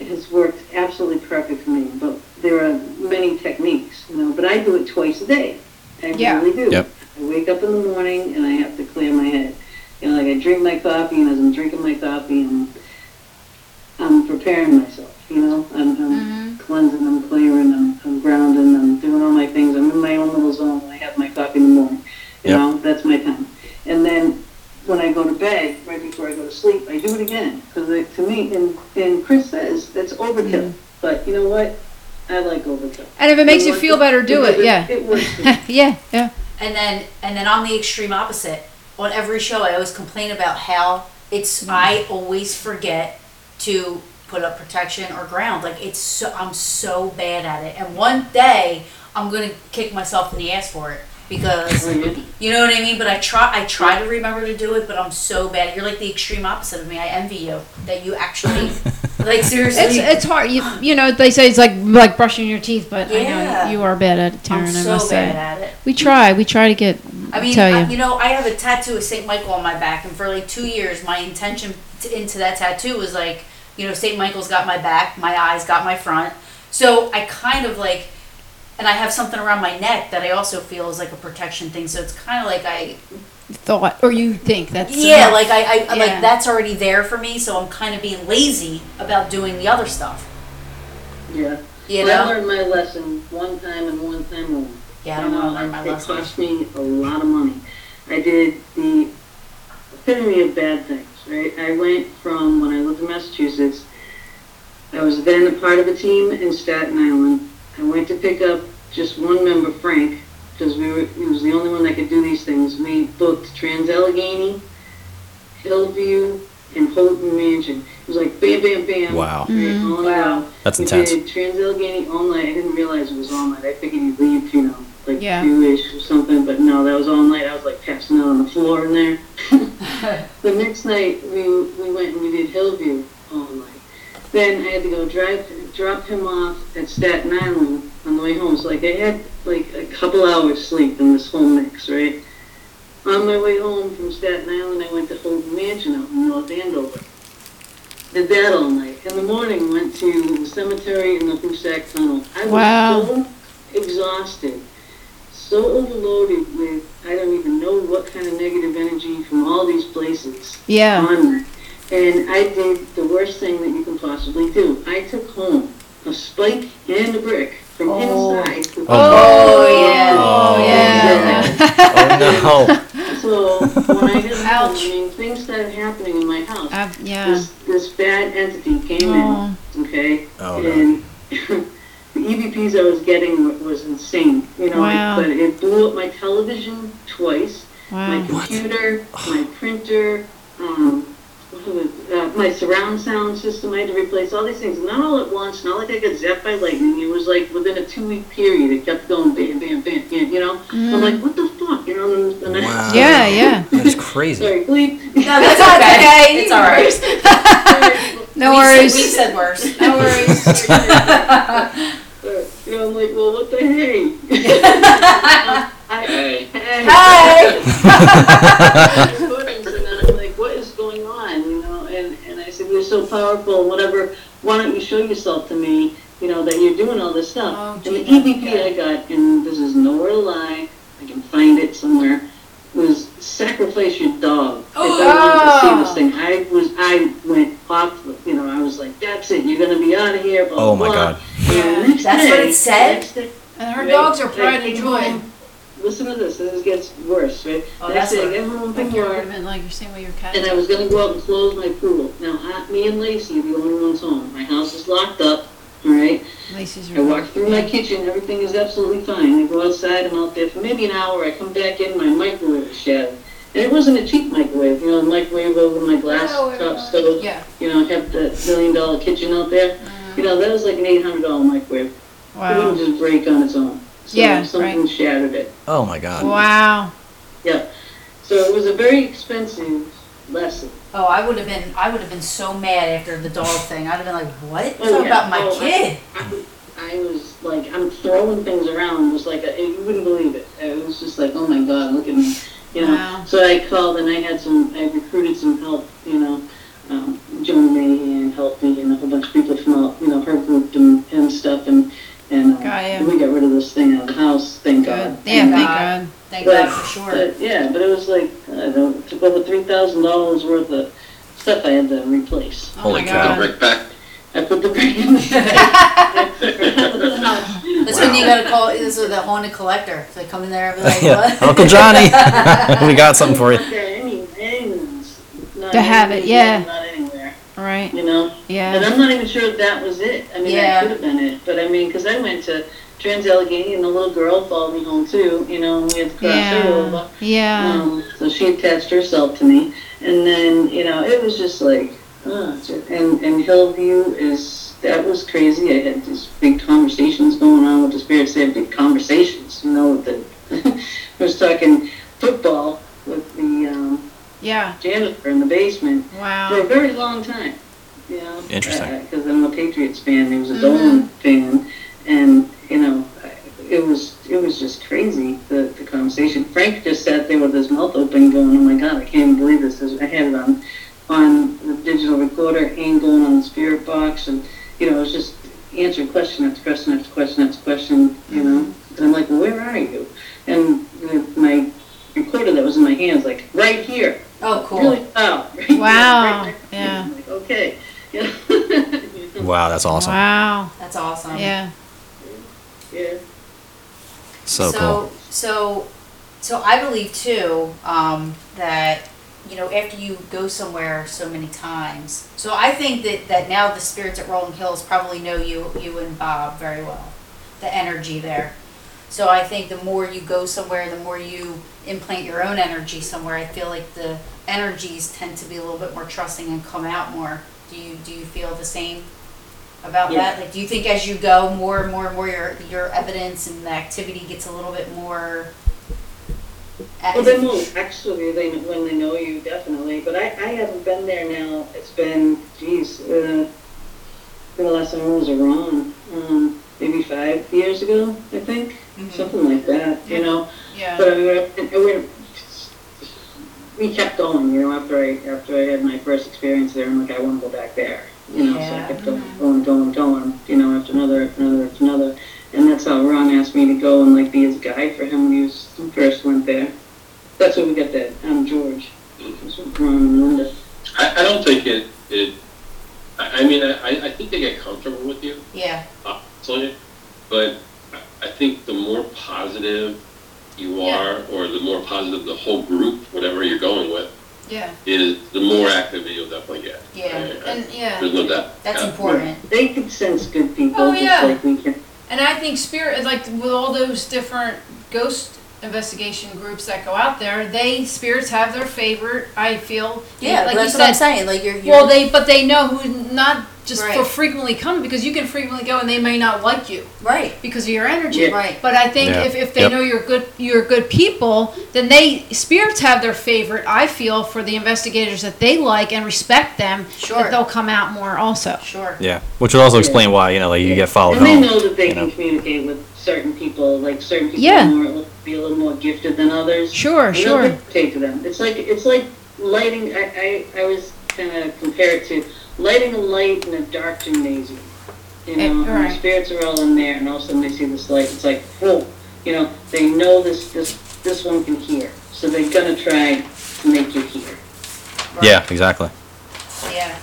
[SPEAKER 9] has worked absolutely perfect for me. But there are many techniques, you know. But I do it twice a day. I
[SPEAKER 3] Yeah.
[SPEAKER 9] really do.
[SPEAKER 2] Yep.
[SPEAKER 9] I wake up in the morning and I have to clear my head. You know, like I drink my coffee, and as I'm drinking my coffee, I'm I'm preparing myself. You know, I'm, I'm
[SPEAKER 3] Mm-hmm.
[SPEAKER 9] cleansing, I'm clearing, I'm, I'm grounding, I'm doing all my things. I'm in my own little zone. I have my coffee in the morning. You
[SPEAKER 2] Yep.
[SPEAKER 9] know, that's my time. And then when I go to bed, right before I go to sleep, I do it again because to me, and and Chris says that's overkill.
[SPEAKER 7] Mm-hmm.
[SPEAKER 9] But you know what? I like overkill.
[SPEAKER 3] And if it makes you
[SPEAKER 9] Because
[SPEAKER 3] feel better, do it. Yeah.
[SPEAKER 9] It works. for me.
[SPEAKER 3] yeah. Yeah.
[SPEAKER 7] And then and then I'm the extreme opposite. On every show, I always complain about how it's I always forget to put up protection or ground. Like it's so I'm so bad at it. And one day I'm gonna kick myself in the ass for it because you know what I mean. But I try I try to remember to do it, but I'm so bad. You're like the extreme opposite of me. I envy you that you actually like seriously.
[SPEAKER 3] It's it's hard. You, you know they say it's like like brushing your teeth, but I
[SPEAKER 7] Yeah.
[SPEAKER 3] know you are bad at it, Taryn.
[SPEAKER 7] I'm so
[SPEAKER 3] I must
[SPEAKER 7] bad
[SPEAKER 3] say.
[SPEAKER 7] at it.
[SPEAKER 3] We try. We try to get.
[SPEAKER 7] I mean,
[SPEAKER 3] tell you.
[SPEAKER 7] I, you know, I have a tattoo of St. Michael on my back, and for like two years, my intention to, into that tattoo was like, you know, St. Michael's got my back, my eyes got my front. So I kind of like, and I have something around my neck that I also feel is like a protection thing. So it's kind of like I,
[SPEAKER 3] thought or you think that's uh,
[SPEAKER 7] yeah,
[SPEAKER 3] enough.
[SPEAKER 7] like I, I I'm
[SPEAKER 3] Yeah.
[SPEAKER 7] like that's already there for me. So I'm kind of being lazy about doing the other stuff.
[SPEAKER 9] Yeah.
[SPEAKER 7] You
[SPEAKER 9] Well, I
[SPEAKER 7] know?
[SPEAKER 9] learned my lesson one time and one time only.
[SPEAKER 7] Yeah, I don't want to learn my
[SPEAKER 9] it
[SPEAKER 7] lesson.
[SPEAKER 9] cost me a lot of money. I did the epitome of bad things, right? I went from when I lived in Massachusetts, I was then a part of a team in Staten Island. I went to pick up just one member, Frank, because we were, he was the only one that could do these things. We booked Trans Allegheny, Hillview, and Houghton Mansion. It was like bam, bam, bam.
[SPEAKER 2] Wow.
[SPEAKER 9] right,
[SPEAKER 7] Mm-hmm.
[SPEAKER 9] all in a row.
[SPEAKER 2] That's
[SPEAKER 9] We
[SPEAKER 2] intense.
[SPEAKER 9] did Trans-Allegheny all night. I didn't realize it was all night. I figured you'd leave, you know, like
[SPEAKER 3] Yeah.
[SPEAKER 9] Jewish or something, but no, that was all night. I was like passing out on the floor in there. the next night, we we went and we did Hillview all night. Then I had to go drive, drop him off at Staten Island on the way home. So like I had like a couple hours sleep in this whole mix, right? On my way home from Staten Island, I went to Holden Mansion out in North Andover. Did that all night. In the morning, went to the cemetery in the Hoosac Tunnel. I was
[SPEAKER 3] Wow.
[SPEAKER 9] so exhausted, so overloaded with I don't even know what kind of negative energy from all these places
[SPEAKER 3] yeah
[SPEAKER 9] on me. And I did the worst thing that you can possibly do. I took home a spike and a brick from inside.
[SPEAKER 2] Oh,
[SPEAKER 7] yeah.
[SPEAKER 2] Oh,
[SPEAKER 3] yeah
[SPEAKER 2] Oh no.
[SPEAKER 9] So when I got home,
[SPEAKER 3] Ouch.
[SPEAKER 9] I mean, things started happening in my house.
[SPEAKER 3] I've- Um, yeah
[SPEAKER 9] This, this bad entity came
[SPEAKER 3] Oh.
[SPEAKER 9] in, okay?
[SPEAKER 2] Oh, no.
[SPEAKER 9] and the EVPs I was getting wa- was insane. You know,
[SPEAKER 3] Wow.
[SPEAKER 9] but it blew up my television twice, my
[SPEAKER 3] wow
[SPEAKER 9] computer, my printer, um, what was, uh, my surround sound system. I had to replace all these things, not all at once, not like I got zapped by lightning. It was like within a two week period, it kept going bam, bam, bam, bam, you know? I'm like, what the fuck? You know, and, and I-
[SPEAKER 2] Wow.
[SPEAKER 3] Mm. yeah yeah
[SPEAKER 2] That's crazy.
[SPEAKER 9] Sorry, bleep.
[SPEAKER 7] No, that's okay. It's all right.
[SPEAKER 3] no
[SPEAKER 7] We said-
[SPEAKER 3] worries
[SPEAKER 7] we said worse.
[SPEAKER 9] No worries. you know, I'm like, well, what the hey? I,
[SPEAKER 11] Hey.
[SPEAKER 7] Hi.
[SPEAKER 9] recordings and then I'm like, what is going on? You know, and, and I said, you're so powerful, whatever. Why don't you show yourself to me? You know that you're doing all this stuff.
[SPEAKER 7] Oh,
[SPEAKER 9] and the
[SPEAKER 7] gee,
[SPEAKER 9] EVP I
[SPEAKER 7] okay.
[SPEAKER 9] got, and this is nowhere to lie. I can find it somewhere. Was sacrifice your dog. If I wanted to see this thing, I was I went off. with- You know, I was like, that's it. You're gonna be out of here. Blah,
[SPEAKER 2] Oh my
[SPEAKER 9] blah.
[SPEAKER 2] god.
[SPEAKER 9] And the next
[SPEAKER 7] That's what
[SPEAKER 9] day-
[SPEAKER 7] it said?
[SPEAKER 9] next day-
[SPEAKER 3] and
[SPEAKER 9] right? I came home- Listen to this. This gets worse, right?
[SPEAKER 7] Oh,
[SPEAKER 9] Next
[SPEAKER 7] that's
[SPEAKER 9] day, I
[SPEAKER 7] what-
[SPEAKER 9] get home
[SPEAKER 3] like
[SPEAKER 9] from
[SPEAKER 3] you
[SPEAKER 9] work,
[SPEAKER 3] would been like you're saying what your cat
[SPEAKER 9] and I was gonna go out and close my pool. Now, I, me and Lacey are the only ones home. My house is locked up. All right.
[SPEAKER 3] Lacey's
[SPEAKER 9] I walk through my kitchen. Everything is absolutely fine. I go outside. I'm out there for maybe an hour. I come back in. My microwave is shattered. And it wasn't a cheap microwave. You know, a microwave over my glass top stove.
[SPEAKER 3] yeah
[SPEAKER 9] You know, I have that million dollar kitchen out there. You know, that was like an eight hundred dollar microwave. It
[SPEAKER 3] wow
[SPEAKER 9] wouldn't just break on its own. So
[SPEAKER 3] Yeah,
[SPEAKER 9] something shattered it.
[SPEAKER 2] Oh my god.
[SPEAKER 3] wow
[SPEAKER 9] So it was a very expensive
[SPEAKER 5] lesson.
[SPEAKER 7] Oh, I would have been, I would have been so mad after the dog thing. I'd have been like, what?
[SPEAKER 5] Oh,
[SPEAKER 7] Talk
[SPEAKER 5] yeah.
[SPEAKER 7] about my
[SPEAKER 5] Oh, I-
[SPEAKER 7] kid.
[SPEAKER 5] I was like, I'm throwing things around. It was like, a, you wouldn't believe it. It was just like, oh my god, look at me, you know.
[SPEAKER 7] Wow.
[SPEAKER 5] So I called and I had some, I recruited some help, you know. Um, Joan Mahan helped me and a whole bunch of people from, all, you know, her group and, and stuff, and and um,
[SPEAKER 3] Gaia.
[SPEAKER 5] we got rid of this thing out of the house. Thank
[SPEAKER 3] Good.
[SPEAKER 5] God.
[SPEAKER 3] Yeah,
[SPEAKER 5] And,
[SPEAKER 3] thank
[SPEAKER 7] God.
[SPEAKER 3] God.
[SPEAKER 7] Thank
[SPEAKER 5] But-
[SPEAKER 7] God for sure.
[SPEAKER 5] but, yeah, but it was like, I don't know, took over three thousand dollars worth of stuff I had to replace.
[SPEAKER 3] Oh
[SPEAKER 2] Holy
[SPEAKER 3] my
[SPEAKER 2] cow.
[SPEAKER 3] God.
[SPEAKER 6] Right back.
[SPEAKER 5] I put the brick in the house.
[SPEAKER 7] That's when you gotta call. This is the haunted collector. So they come in there and be like,
[SPEAKER 2] yeah,
[SPEAKER 7] what?
[SPEAKER 2] Uncle Johnny, we got something for you.
[SPEAKER 3] To have it, yeah.
[SPEAKER 5] Not anywhere,
[SPEAKER 3] All right.
[SPEAKER 5] you know. And
[SPEAKER 3] Yeah.
[SPEAKER 5] I'm not even sure if that was it. I mean,
[SPEAKER 7] Yeah.
[SPEAKER 5] that could have been it, but I mean, because I went to Trans Allegheny and the little girl followed me home too. You know, and we had to cross her over.
[SPEAKER 3] Yeah. Yeah.
[SPEAKER 5] Um, so she attached herself to me, and then you know it was just like, uh, and and Hillview is that was crazy. I had these big conversations going on with the spirits. They had big conversations, you know. With the I was talking football with the um,
[SPEAKER 3] Yeah.
[SPEAKER 5] janitor in the basement for a
[SPEAKER 7] Oh.
[SPEAKER 3] Wow.
[SPEAKER 5] very long time. You know,
[SPEAKER 2] Interesting.
[SPEAKER 5] Because I'm a Patriots fan. He was a Dolan fan, and you know, I- it was it was just crazy the, the conversation. Frank just sat there with his mouth open, going, "Oh my God, I can't even believe this." I had it on on the digital recorder and going on the spirit box, and you know, it was just answering question after question after question after question. You know,
[SPEAKER 3] Mm-hmm.
[SPEAKER 5] and I'm like, well, "Where are you?" And the, my recorder that was in my hands, like, "Right here."
[SPEAKER 7] Oh, cool.
[SPEAKER 5] Really? Oh, right.
[SPEAKER 3] Wow,
[SPEAKER 5] Right.
[SPEAKER 3] yeah.
[SPEAKER 5] Like, okay. Yeah.
[SPEAKER 2] Wow, that's awesome.
[SPEAKER 3] Wow.
[SPEAKER 7] That's awesome.
[SPEAKER 3] Yeah.
[SPEAKER 5] yeah.
[SPEAKER 2] So, cool.
[SPEAKER 7] so so so I believe too um, that you know after you go somewhere so many times. So I think that that now the spirits at Rolling Hills probably know you you and Bob very well. The energy there. So I think the more you go somewhere, the more you implant your own energy somewhere. I feel like the energies tend to be a little bit more trusting and come out more. Do you do you feel the same about
[SPEAKER 5] Yeah.
[SPEAKER 7] that? Like, do you think as you go more and more and more, your your evidence and the activity gets a little bit more?
[SPEAKER 5] Well, they know. Actually, they when they know you, definitely. But I, I haven't been there now. It's been, geez, uh, the last time I was around, um, maybe five years ago, I think, something like that. You know.
[SPEAKER 3] Mm-hmm. Yeah.
[SPEAKER 5] But I mean, I, I went, we kept going, you know, after I after I had my first experience there, I'm like, I want to go back there, you know. So I
[SPEAKER 7] Yeah.
[SPEAKER 5] kept going, going, going, going, you know, after another, after another, after another, and that's how Ron asked me to go and like be his guide for him when he was when he first went there. That's where we got that. I'm George. That's what Ron and Linda.
[SPEAKER 6] I, I don't think it, it I, I mean, I, I think they get comfortable with you.
[SPEAKER 7] Yeah.
[SPEAKER 6] honestly. But I- I think the more positive you are, or the more positive the whole group, whatever you're going with,
[SPEAKER 3] Yeah.
[SPEAKER 6] is the more active you'll definitely get.
[SPEAKER 7] Yeah.
[SPEAKER 6] I- I-
[SPEAKER 3] And yeah.
[SPEAKER 6] there's no doubt.
[SPEAKER 7] That's
[SPEAKER 6] Yeah.
[SPEAKER 7] important.
[SPEAKER 5] They could sense good people,
[SPEAKER 3] Oh,
[SPEAKER 5] just
[SPEAKER 3] yeah.
[SPEAKER 5] like we can.
[SPEAKER 3] And I think spirit, like with all those different ghost investigation groups that go out there, they spirits have their favorite. I feel,
[SPEAKER 7] Yeah,
[SPEAKER 3] like
[SPEAKER 7] that's
[SPEAKER 3] you
[SPEAKER 7] what
[SPEAKER 3] said.
[SPEAKER 7] I'm saying. Like you're, you're
[SPEAKER 3] Well, they but they know who not just
[SPEAKER 7] Right.
[SPEAKER 3] for frequently coming because you can frequently go and they may not like you
[SPEAKER 7] right,
[SPEAKER 3] because of your energy.
[SPEAKER 5] Yeah.
[SPEAKER 7] right.
[SPEAKER 3] But I think
[SPEAKER 2] Yeah.
[SPEAKER 3] if, if they
[SPEAKER 2] Yep.
[SPEAKER 3] know you're good you're good people, then they spirits have their favorite. I feel for the investigators that they like and respect them.
[SPEAKER 7] Sure.
[SPEAKER 3] That they'll come out more also.
[SPEAKER 7] Sure.
[SPEAKER 2] yeah, which would also explain why you know like you get followed
[SPEAKER 5] And they
[SPEAKER 2] home.
[SPEAKER 5] know that they
[SPEAKER 2] Oh, you
[SPEAKER 5] can
[SPEAKER 2] know.
[SPEAKER 5] communicate with certain people, like certain people
[SPEAKER 3] Yeah.
[SPEAKER 5] are more, be a little more gifted than others.
[SPEAKER 3] Sure,
[SPEAKER 5] You know,
[SPEAKER 3] sure.
[SPEAKER 5] dictate to them. It's like it's like lighting. I I, I was gonna compare it to lighting a light in a dark gymnasium. You know,
[SPEAKER 3] Eh,
[SPEAKER 5] and
[SPEAKER 3] alright.
[SPEAKER 5] the spirits are all in there, and all of a sudden they see this light. It's like whoa, you know, they know this this this one can hear, so they're gonna try to make you hear.
[SPEAKER 2] Yeah, exactly.
[SPEAKER 7] Yeah.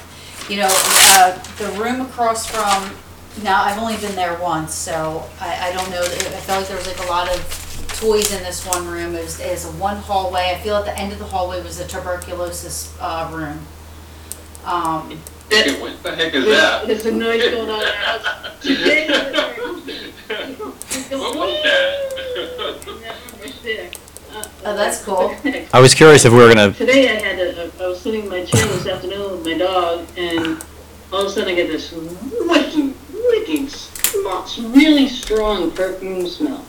[SPEAKER 7] You know, uh, the room across from, now I've only been there once, so I, I don't know, I felt like there was like a lot of toys in this one room. It was, it was a one hallway. I feel at the end of the hallway was the tuberculosis, uh, room. Um,
[SPEAKER 6] Hey, what the heck is that?
[SPEAKER 5] There's a noise going on in our house. Today was a-
[SPEAKER 6] What was that?
[SPEAKER 7] Oh, that's cool.
[SPEAKER 2] I was curious if we were gonna.
[SPEAKER 5] Today I had a, a, I was sitting in my chair this afternoon with my dog, and all of a sudden I get this wicked, wicked, strong, really strong perfume smell.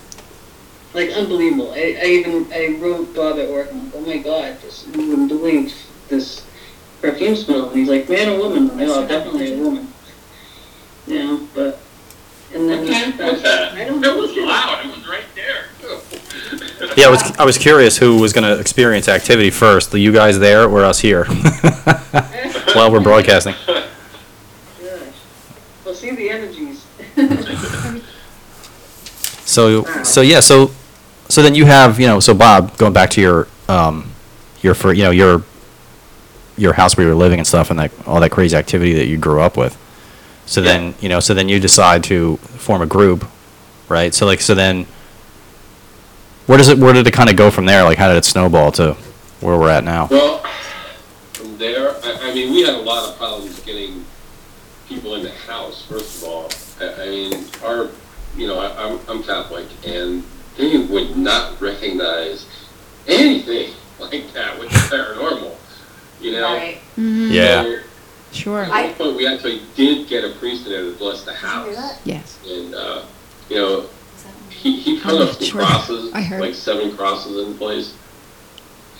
[SPEAKER 5] Like unbelievable. I, I even I wrote Bob at work. I'm like, oh my god, this you wouldn't believe this
[SPEAKER 9] perfume smell. And he's like, man or woman? I'm like, oh, definitely a woman. You know, but, and then. I don't know.
[SPEAKER 12] was loud. It was right there. too.
[SPEAKER 2] Yeah, I was, I was curious who was going to experience activity first, the you guys there or us here? While we're broadcasting.
[SPEAKER 9] oh Gosh. Well, see the energies.
[SPEAKER 2] So, so yeah, so, so then you have, you know, so Bob, going back to your, um, your, fir- you know, your, your house where you were living and stuff and that, all that crazy activity that you grew up with. So then, you know, so then you decide to form a group, right? So like, so then, where does it, where did it kind of go from there? Like, how did it snowball to where we're at now?
[SPEAKER 6] Well, from there, I, I mean, we had a lot of problems getting people in the house. First of all, I, I mean, our, you know, I, I'm, I'm Catholic, and they would not recognize anything like that with the paranormal. You know,
[SPEAKER 7] Right.
[SPEAKER 3] Mhm.
[SPEAKER 2] Yeah.
[SPEAKER 3] Sure.
[SPEAKER 6] At one point, we actually did get a priest in there to bless the house,
[SPEAKER 3] Yes.
[SPEAKER 6] and uh, you know, he, he put up some
[SPEAKER 3] Sure.
[SPEAKER 6] crosses,
[SPEAKER 3] I heard.
[SPEAKER 6] like seven crosses in place.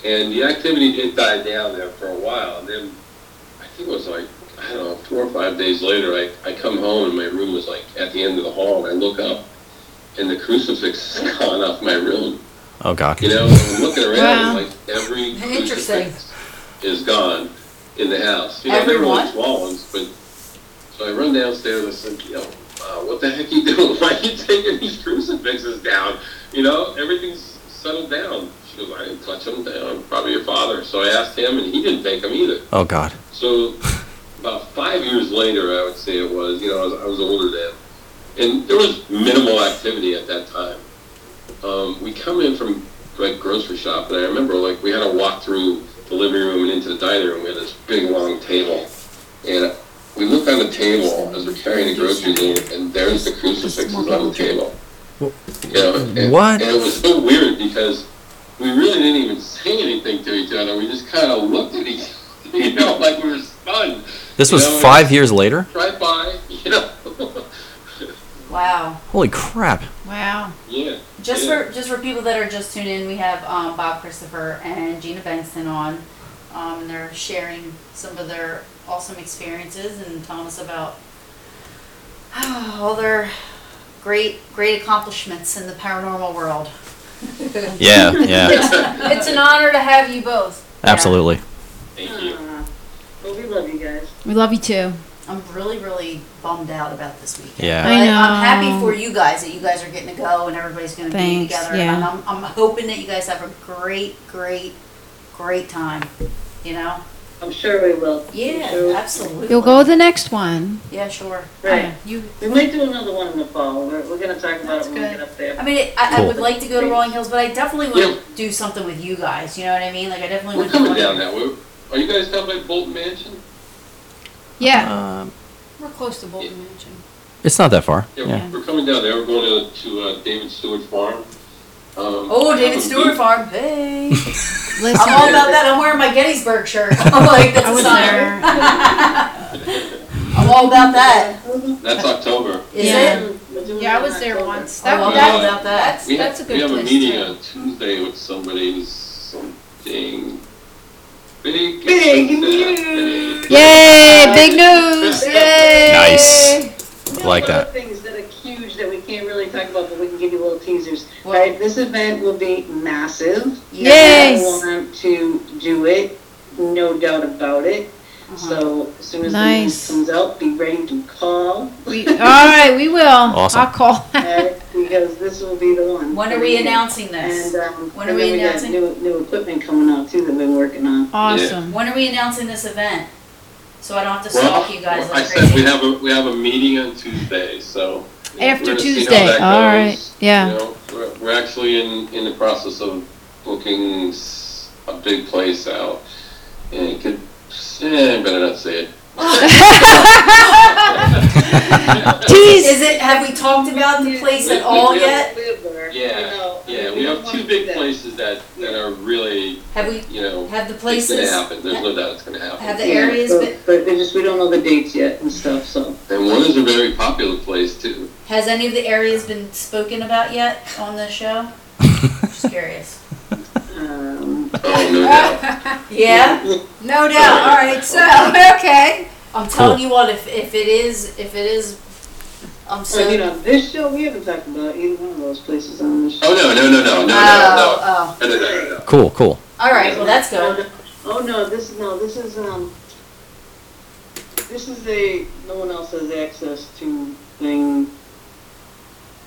[SPEAKER 6] And the activity did die down there for a while. And then I think it was like, I don't know, four or five days later, I, I come home and my room was like at the end of the hall. And I look up and the crucifix is gone off my room.
[SPEAKER 2] Oh God.
[SPEAKER 6] You know, I'm looking around
[SPEAKER 3] Wow.
[SPEAKER 6] like every
[SPEAKER 7] Interesting.
[SPEAKER 6] crucifix is gone in the house. You know,
[SPEAKER 7] Every
[SPEAKER 6] they were
[SPEAKER 7] one?
[SPEAKER 6] like small ones, but so I run downstairs. I said, "Yo, uh, what the heck you doing? Why you taking these crucifixes down? You know, everything's settled down." She goes, "I didn't touch them. I'm probably your father." So I asked him, and he didn't take them either.
[SPEAKER 2] Oh God.
[SPEAKER 6] So about five years later, I would say it was. You know, I was, I was older then, and there was minimal activity at that time. Um, we come in from like grocery shop, and I remember like we had to walk through the living room and into the dining room. We had this big long table, and we look on the table as we're carrying the groceries in, and there's the crucifixes on the table. You know, and,
[SPEAKER 2] What?
[SPEAKER 6] And it was so weird because we really didn't even say anything to each other. We just kind of looked at each other, you know, like we were stunned.
[SPEAKER 2] This
[SPEAKER 6] You
[SPEAKER 2] was
[SPEAKER 6] know, it
[SPEAKER 2] five years later.
[SPEAKER 6] Right by, you know.
[SPEAKER 7] Wow.
[SPEAKER 2] Holy crap!
[SPEAKER 7] Wow.
[SPEAKER 6] yeah.
[SPEAKER 7] Just
[SPEAKER 6] yeah.
[SPEAKER 7] for just for people that are just tuning in, we have um, Bob Christopher and Gina Benson on. Um, and they're sharing some of their awesome experiences and telling us about all their great great accomplishments in the paranormal world.
[SPEAKER 2] Yeah, yeah,
[SPEAKER 13] It's an honor to have you both.
[SPEAKER 2] absolutely.
[SPEAKER 6] Thank you.
[SPEAKER 9] Well, we love you guys.
[SPEAKER 3] We love you too.
[SPEAKER 7] I'm really really bummed out about this weekend.
[SPEAKER 2] Yeah,
[SPEAKER 3] I
[SPEAKER 7] But I'm happy
[SPEAKER 3] know.
[SPEAKER 7] for you guys that you guys are getting to go and everybody's going to be
[SPEAKER 3] Thanks,
[SPEAKER 7] together.
[SPEAKER 3] yeah.
[SPEAKER 7] And I'm, I'm hoping that you guys have a great, great, great time. You know?
[SPEAKER 9] I'm sure we will. I'm
[SPEAKER 7] Yeah,
[SPEAKER 9] sure.
[SPEAKER 7] absolutely.
[SPEAKER 3] You'll go to the next one.
[SPEAKER 7] Yeah, sure.
[SPEAKER 9] Right.
[SPEAKER 7] You.
[SPEAKER 9] We might do another one in the fall. We're, we're going to talk about
[SPEAKER 7] That's
[SPEAKER 9] it when
[SPEAKER 7] good.
[SPEAKER 9] we get up there.
[SPEAKER 7] I mean, it, I, I
[SPEAKER 2] Cool.
[SPEAKER 7] would like to go to Rolling Hills, but I definitely want
[SPEAKER 6] Yeah.
[SPEAKER 7] to do something with you guys. You know what I mean? Like, I definitely
[SPEAKER 6] We're
[SPEAKER 7] want to.
[SPEAKER 6] coming down now. We're, are you guys down by Bolton Mansion?
[SPEAKER 3] Yeah.
[SPEAKER 2] um,
[SPEAKER 13] We're close to Bolton Mansion.
[SPEAKER 2] it's not that far.
[SPEAKER 6] Yeah,
[SPEAKER 2] Yeah,
[SPEAKER 6] We're coming down there. We're going to, to uh, David Stewart Farm. Um,
[SPEAKER 7] Oh, David
[SPEAKER 6] have a
[SPEAKER 7] Stewart
[SPEAKER 6] big-
[SPEAKER 7] Farm. Hey.
[SPEAKER 3] Listen.
[SPEAKER 7] I'm all about that. I'm wearing my Gettysburg shirt. I'm like, that's
[SPEAKER 3] I
[SPEAKER 7] a
[SPEAKER 3] was
[SPEAKER 7] sign.
[SPEAKER 3] there.
[SPEAKER 7] I'm all about that.
[SPEAKER 6] That's October.
[SPEAKER 7] Is
[SPEAKER 3] Yeah.
[SPEAKER 7] it?
[SPEAKER 9] We're doing
[SPEAKER 13] Yeah, I
[SPEAKER 9] it in
[SPEAKER 13] was there
[SPEAKER 9] October.
[SPEAKER 13] once. That,
[SPEAKER 7] I'm all
[SPEAKER 13] that,
[SPEAKER 7] about that.
[SPEAKER 13] that's,
[SPEAKER 6] We
[SPEAKER 13] that's a
[SPEAKER 6] have, we
[SPEAKER 13] good
[SPEAKER 6] have a
[SPEAKER 13] place
[SPEAKER 6] meeting
[SPEAKER 13] too.
[SPEAKER 6] on Tuesday with somebody, something big.
[SPEAKER 9] Big
[SPEAKER 6] news.
[SPEAKER 3] Yay! Big news. Yay!
[SPEAKER 2] nice. I like
[SPEAKER 9] One of
[SPEAKER 2] that.
[SPEAKER 9] the things that are huge that we can't really talk about, but we can give you little teasers.
[SPEAKER 7] What?
[SPEAKER 9] Right, this event will be massive.
[SPEAKER 3] Yay.
[SPEAKER 9] I want to do it, no doubt about it.
[SPEAKER 7] Uh-huh.
[SPEAKER 9] So as soon as
[SPEAKER 3] Nice.
[SPEAKER 9] the news comes out, be ready to call
[SPEAKER 3] We, all right, we will.
[SPEAKER 2] Awesome.
[SPEAKER 3] I'll call.
[SPEAKER 9] uh, because this will be the one.
[SPEAKER 7] When are we announcing this?
[SPEAKER 9] And, um,
[SPEAKER 7] When
[SPEAKER 9] and
[SPEAKER 7] are we
[SPEAKER 9] then we got
[SPEAKER 7] announcing?
[SPEAKER 9] new, new equipment coming out too that we've been working on.
[SPEAKER 3] awesome.
[SPEAKER 7] When are we announcing this event? So I don't have to
[SPEAKER 6] Well,
[SPEAKER 7] stalk you guys
[SPEAKER 6] I
[SPEAKER 7] like
[SPEAKER 6] said we
[SPEAKER 7] crazy.
[SPEAKER 6] have a, we have a meeting on Tuesday, so. you know,
[SPEAKER 3] After
[SPEAKER 6] we're gonna see how
[SPEAKER 3] Tuesday,
[SPEAKER 6] that
[SPEAKER 3] all
[SPEAKER 6] goes.
[SPEAKER 3] right, yeah.
[SPEAKER 6] You know, we're, we're actually in, in the process of booking s- a big place out, and it could, eh, better not say it.
[SPEAKER 3] Tease.
[SPEAKER 7] Is it, have we talked about the place at
[SPEAKER 6] We-
[SPEAKER 7] all
[SPEAKER 6] we-
[SPEAKER 7] yet?
[SPEAKER 6] Yeah, yeah, we have two big places that, that are really,
[SPEAKER 7] Have we,
[SPEAKER 6] you know,
[SPEAKER 7] have the
[SPEAKER 6] it's gonna
[SPEAKER 7] places,
[SPEAKER 6] happen, there's no doubt it's gonna
[SPEAKER 7] have
[SPEAKER 6] happen.
[SPEAKER 7] the areas,
[SPEAKER 9] but,
[SPEAKER 7] but
[SPEAKER 9] but they just we don't know the dates yet and stuff. So
[SPEAKER 6] And one is a very popular place too.
[SPEAKER 7] has any of the areas been spoken about yet on the show? Just curious.
[SPEAKER 9] um,
[SPEAKER 6] Oh, no doubt.
[SPEAKER 7] Yeah?
[SPEAKER 8] No doubt. All right. So okay.
[SPEAKER 7] I'm telling you what, if, if it is, if it is, I'm so.
[SPEAKER 3] Uh,
[SPEAKER 5] Or, you know, this show, we haven't talked about either one of those places on this show.
[SPEAKER 6] Oh, no, no, no, no, no, no,
[SPEAKER 7] oh,
[SPEAKER 6] no, no, no, no, no.
[SPEAKER 2] Cool, cool.
[SPEAKER 7] oh. All right. Well, that's good.
[SPEAKER 5] Oh, no, this is, no, this is, um, this is a, no one else has access to thing,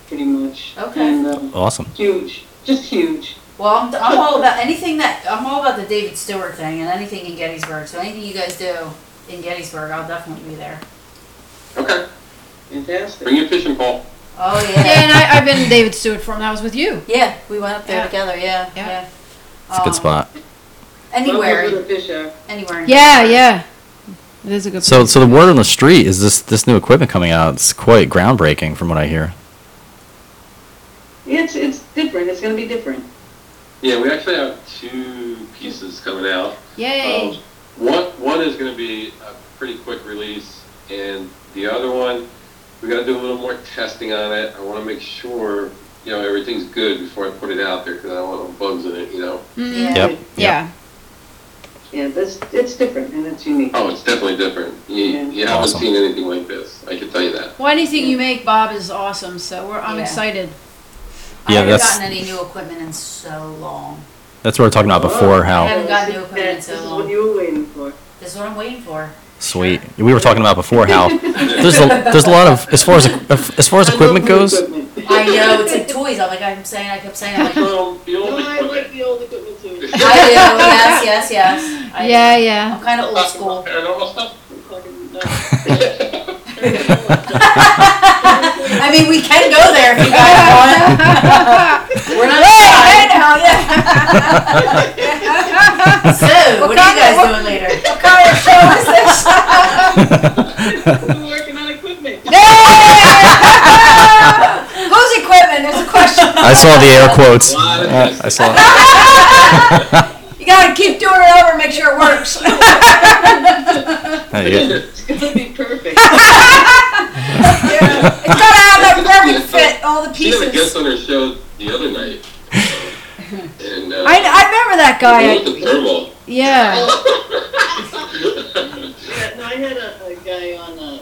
[SPEAKER 5] pretty much.
[SPEAKER 7] Okay.
[SPEAKER 5] And, um,
[SPEAKER 2] Awesome.
[SPEAKER 5] huge, just huge.
[SPEAKER 7] Well, I'm, I'm all about anything that I'm all about the David Stewart thing and anything in Gettysburg. So anything you guys do in Gettysburg, I'll definitely be there.
[SPEAKER 6] Okay,
[SPEAKER 5] Fantastic.
[SPEAKER 6] bring your fishing pole.
[SPEAKER 7] Oh
[SPEAKER 3] Yeah,
[SPEAKER 7] yeah,
[SPEAKER 3] and I, I've been to David Stewart for him. That was with you.
[SPEAKER 7] yeah. We went up there
[SPEAKER 3] Yeah.
[SPEAKER 7] together. Yeah,
[SPEAKER 3] Yeah.
[SPEAKER 7] yeah.
[SPEAKER 2] It's a
[SPEAKER 7] Um,
[SPEAKER 2] good spot.
[SPEAKER 5] Love
[SPEAKER 7] Anywhere,
[SPEAKER 5] those little fish are.
[SPEAKER 7] anywhere. in
[SPEAKER 3] Yeah,
[SPEAKER 7] Gettysburg.
[SPEAKER 3] yeah. It is a good.
[SPEAKER 2] So, so the word on the street is this this new equipment coming out. It's quite groundbreaking, from what I hear.
[SPEAKER 5] It's, it's different, it's gonna be different.
[SPEAKER 6] Yeah, we actually have two pieces coming out.
[SPEAKER 3] Yay.
[SPEAKER 6] Um, one one is going to be a pretty quick release, and the other one, we got to do a little more testing on it. I want to make sure you know everything's good before I put it out there because I don't want no bugs in it. You know.
[SPEAKER 3] Mm,
[SPEAKER 7] Yeah.
[SPEAKER 2] Yep.
[SPEAKER 3] Yeah.
[SPEAKER 5] Yeah, this, it's different and it's unique.
[SPEAKER 6] Oh, it's definitely different. You, you haven't
[SPEAKER 2] Awesome.
[SPEAKER 6] seen anything like this. I can tell you that.
[SPEAKER 3] Well, anything you make, Bob, is awesome. So we're, I'm
[SPEAKER 7] Yeah.
[SPEAKER 3] excited.
[SPEAKER 7] I
[SPEAKER 2] Yeah,
[SPEAKER 7] haven't
[SPEAKER 2] that's-
[SPEAKER 7] gotten any new equipment in so long.
[SPEAKER 2] That's what we are talking about before.
[SPEAKER 7] I
[SPEAKER 2] How
[SPEAKER 7] haven't gotten new
[SPEAKER 5] That-
[SPEAKER 7] equipment in
[SPEAKER 5] This
[SPEAKER 7] so
[SPEAKER 5] is what
[SPEAKER 7] long.
[SPEAKER 5] you were waiting for.
[SPEAKER 7] This is what I'm waiting for.
[SPEAKER 2] sweet we were talking about before. How
[SPEAKER 6] Um,
[SPEAKER 2] there's a there's a lot of as far as as far as
[SPEAKER 5] I love
[SPEAKER 2] equipment
[SPEAKER 5] new
[SPEAKER 2] goes.
[SPEAKER 5] equipment.
[SPEAKER 7] I know it's like toys. I'm like I'm saying. I kept saying. I'm like,
[SPEAKER 6] Well, the old
[SPEAKER 5] No, I like
[SPEAKER 6] equipment.
[SPEAKER 5] the old equipment too.
[SPEAKER 7] I do. Yes, yes, yes. I do.
[SPEAKER 3] yeah, yeah.
[SPEAKER 7] I'm kind of old school.
[SPEAKER 6] Paranormal stuff.
[SPEAKER 5] Fucking, no.
[SPEAKER 7] I mean, we can go there if you guys want. We're not
[SPEAKER 8] Hey, hey
[SPEAKER 7] shy.
[SPEAKER 8] now, yeah.
[SPEAKER 7] So, what are you guys doing later?
[SPEAKER 8] What kind of show is this?
[SPEAKER 5] We're working on equipment.
[SPEAKER 8] Hey! Whose equipment is the question?
[SPEAKER 2] I saw the air quotes.
[SPEAKER 6] A lot of
[SPEAKER 2] Uh, I
[SPEAKER 6] testing.
[SPEAKER 2] saw. It.
[SPEAKER 8] You gotta keep doing it over and make sure it works.
[SPEAKER 2] Uh, yeah.
[SPEAKER 5] It's gonna be perfect.
[SPEAKER 8] Yeah. It's gotta have that perfect fit, all the
[SPEAKER 6] She had a guest
[SPEAKER 8] pieces.
[SPEAKER 6] on her show the other night, and uh,
[SPEAKER 8] I, I remember that guy.
[SPEAKER 6] it was the thermal.
[SPEAKER 3] Yeah.
[SPEAKER 5] Yeah, no, I had a, a guy on, uh,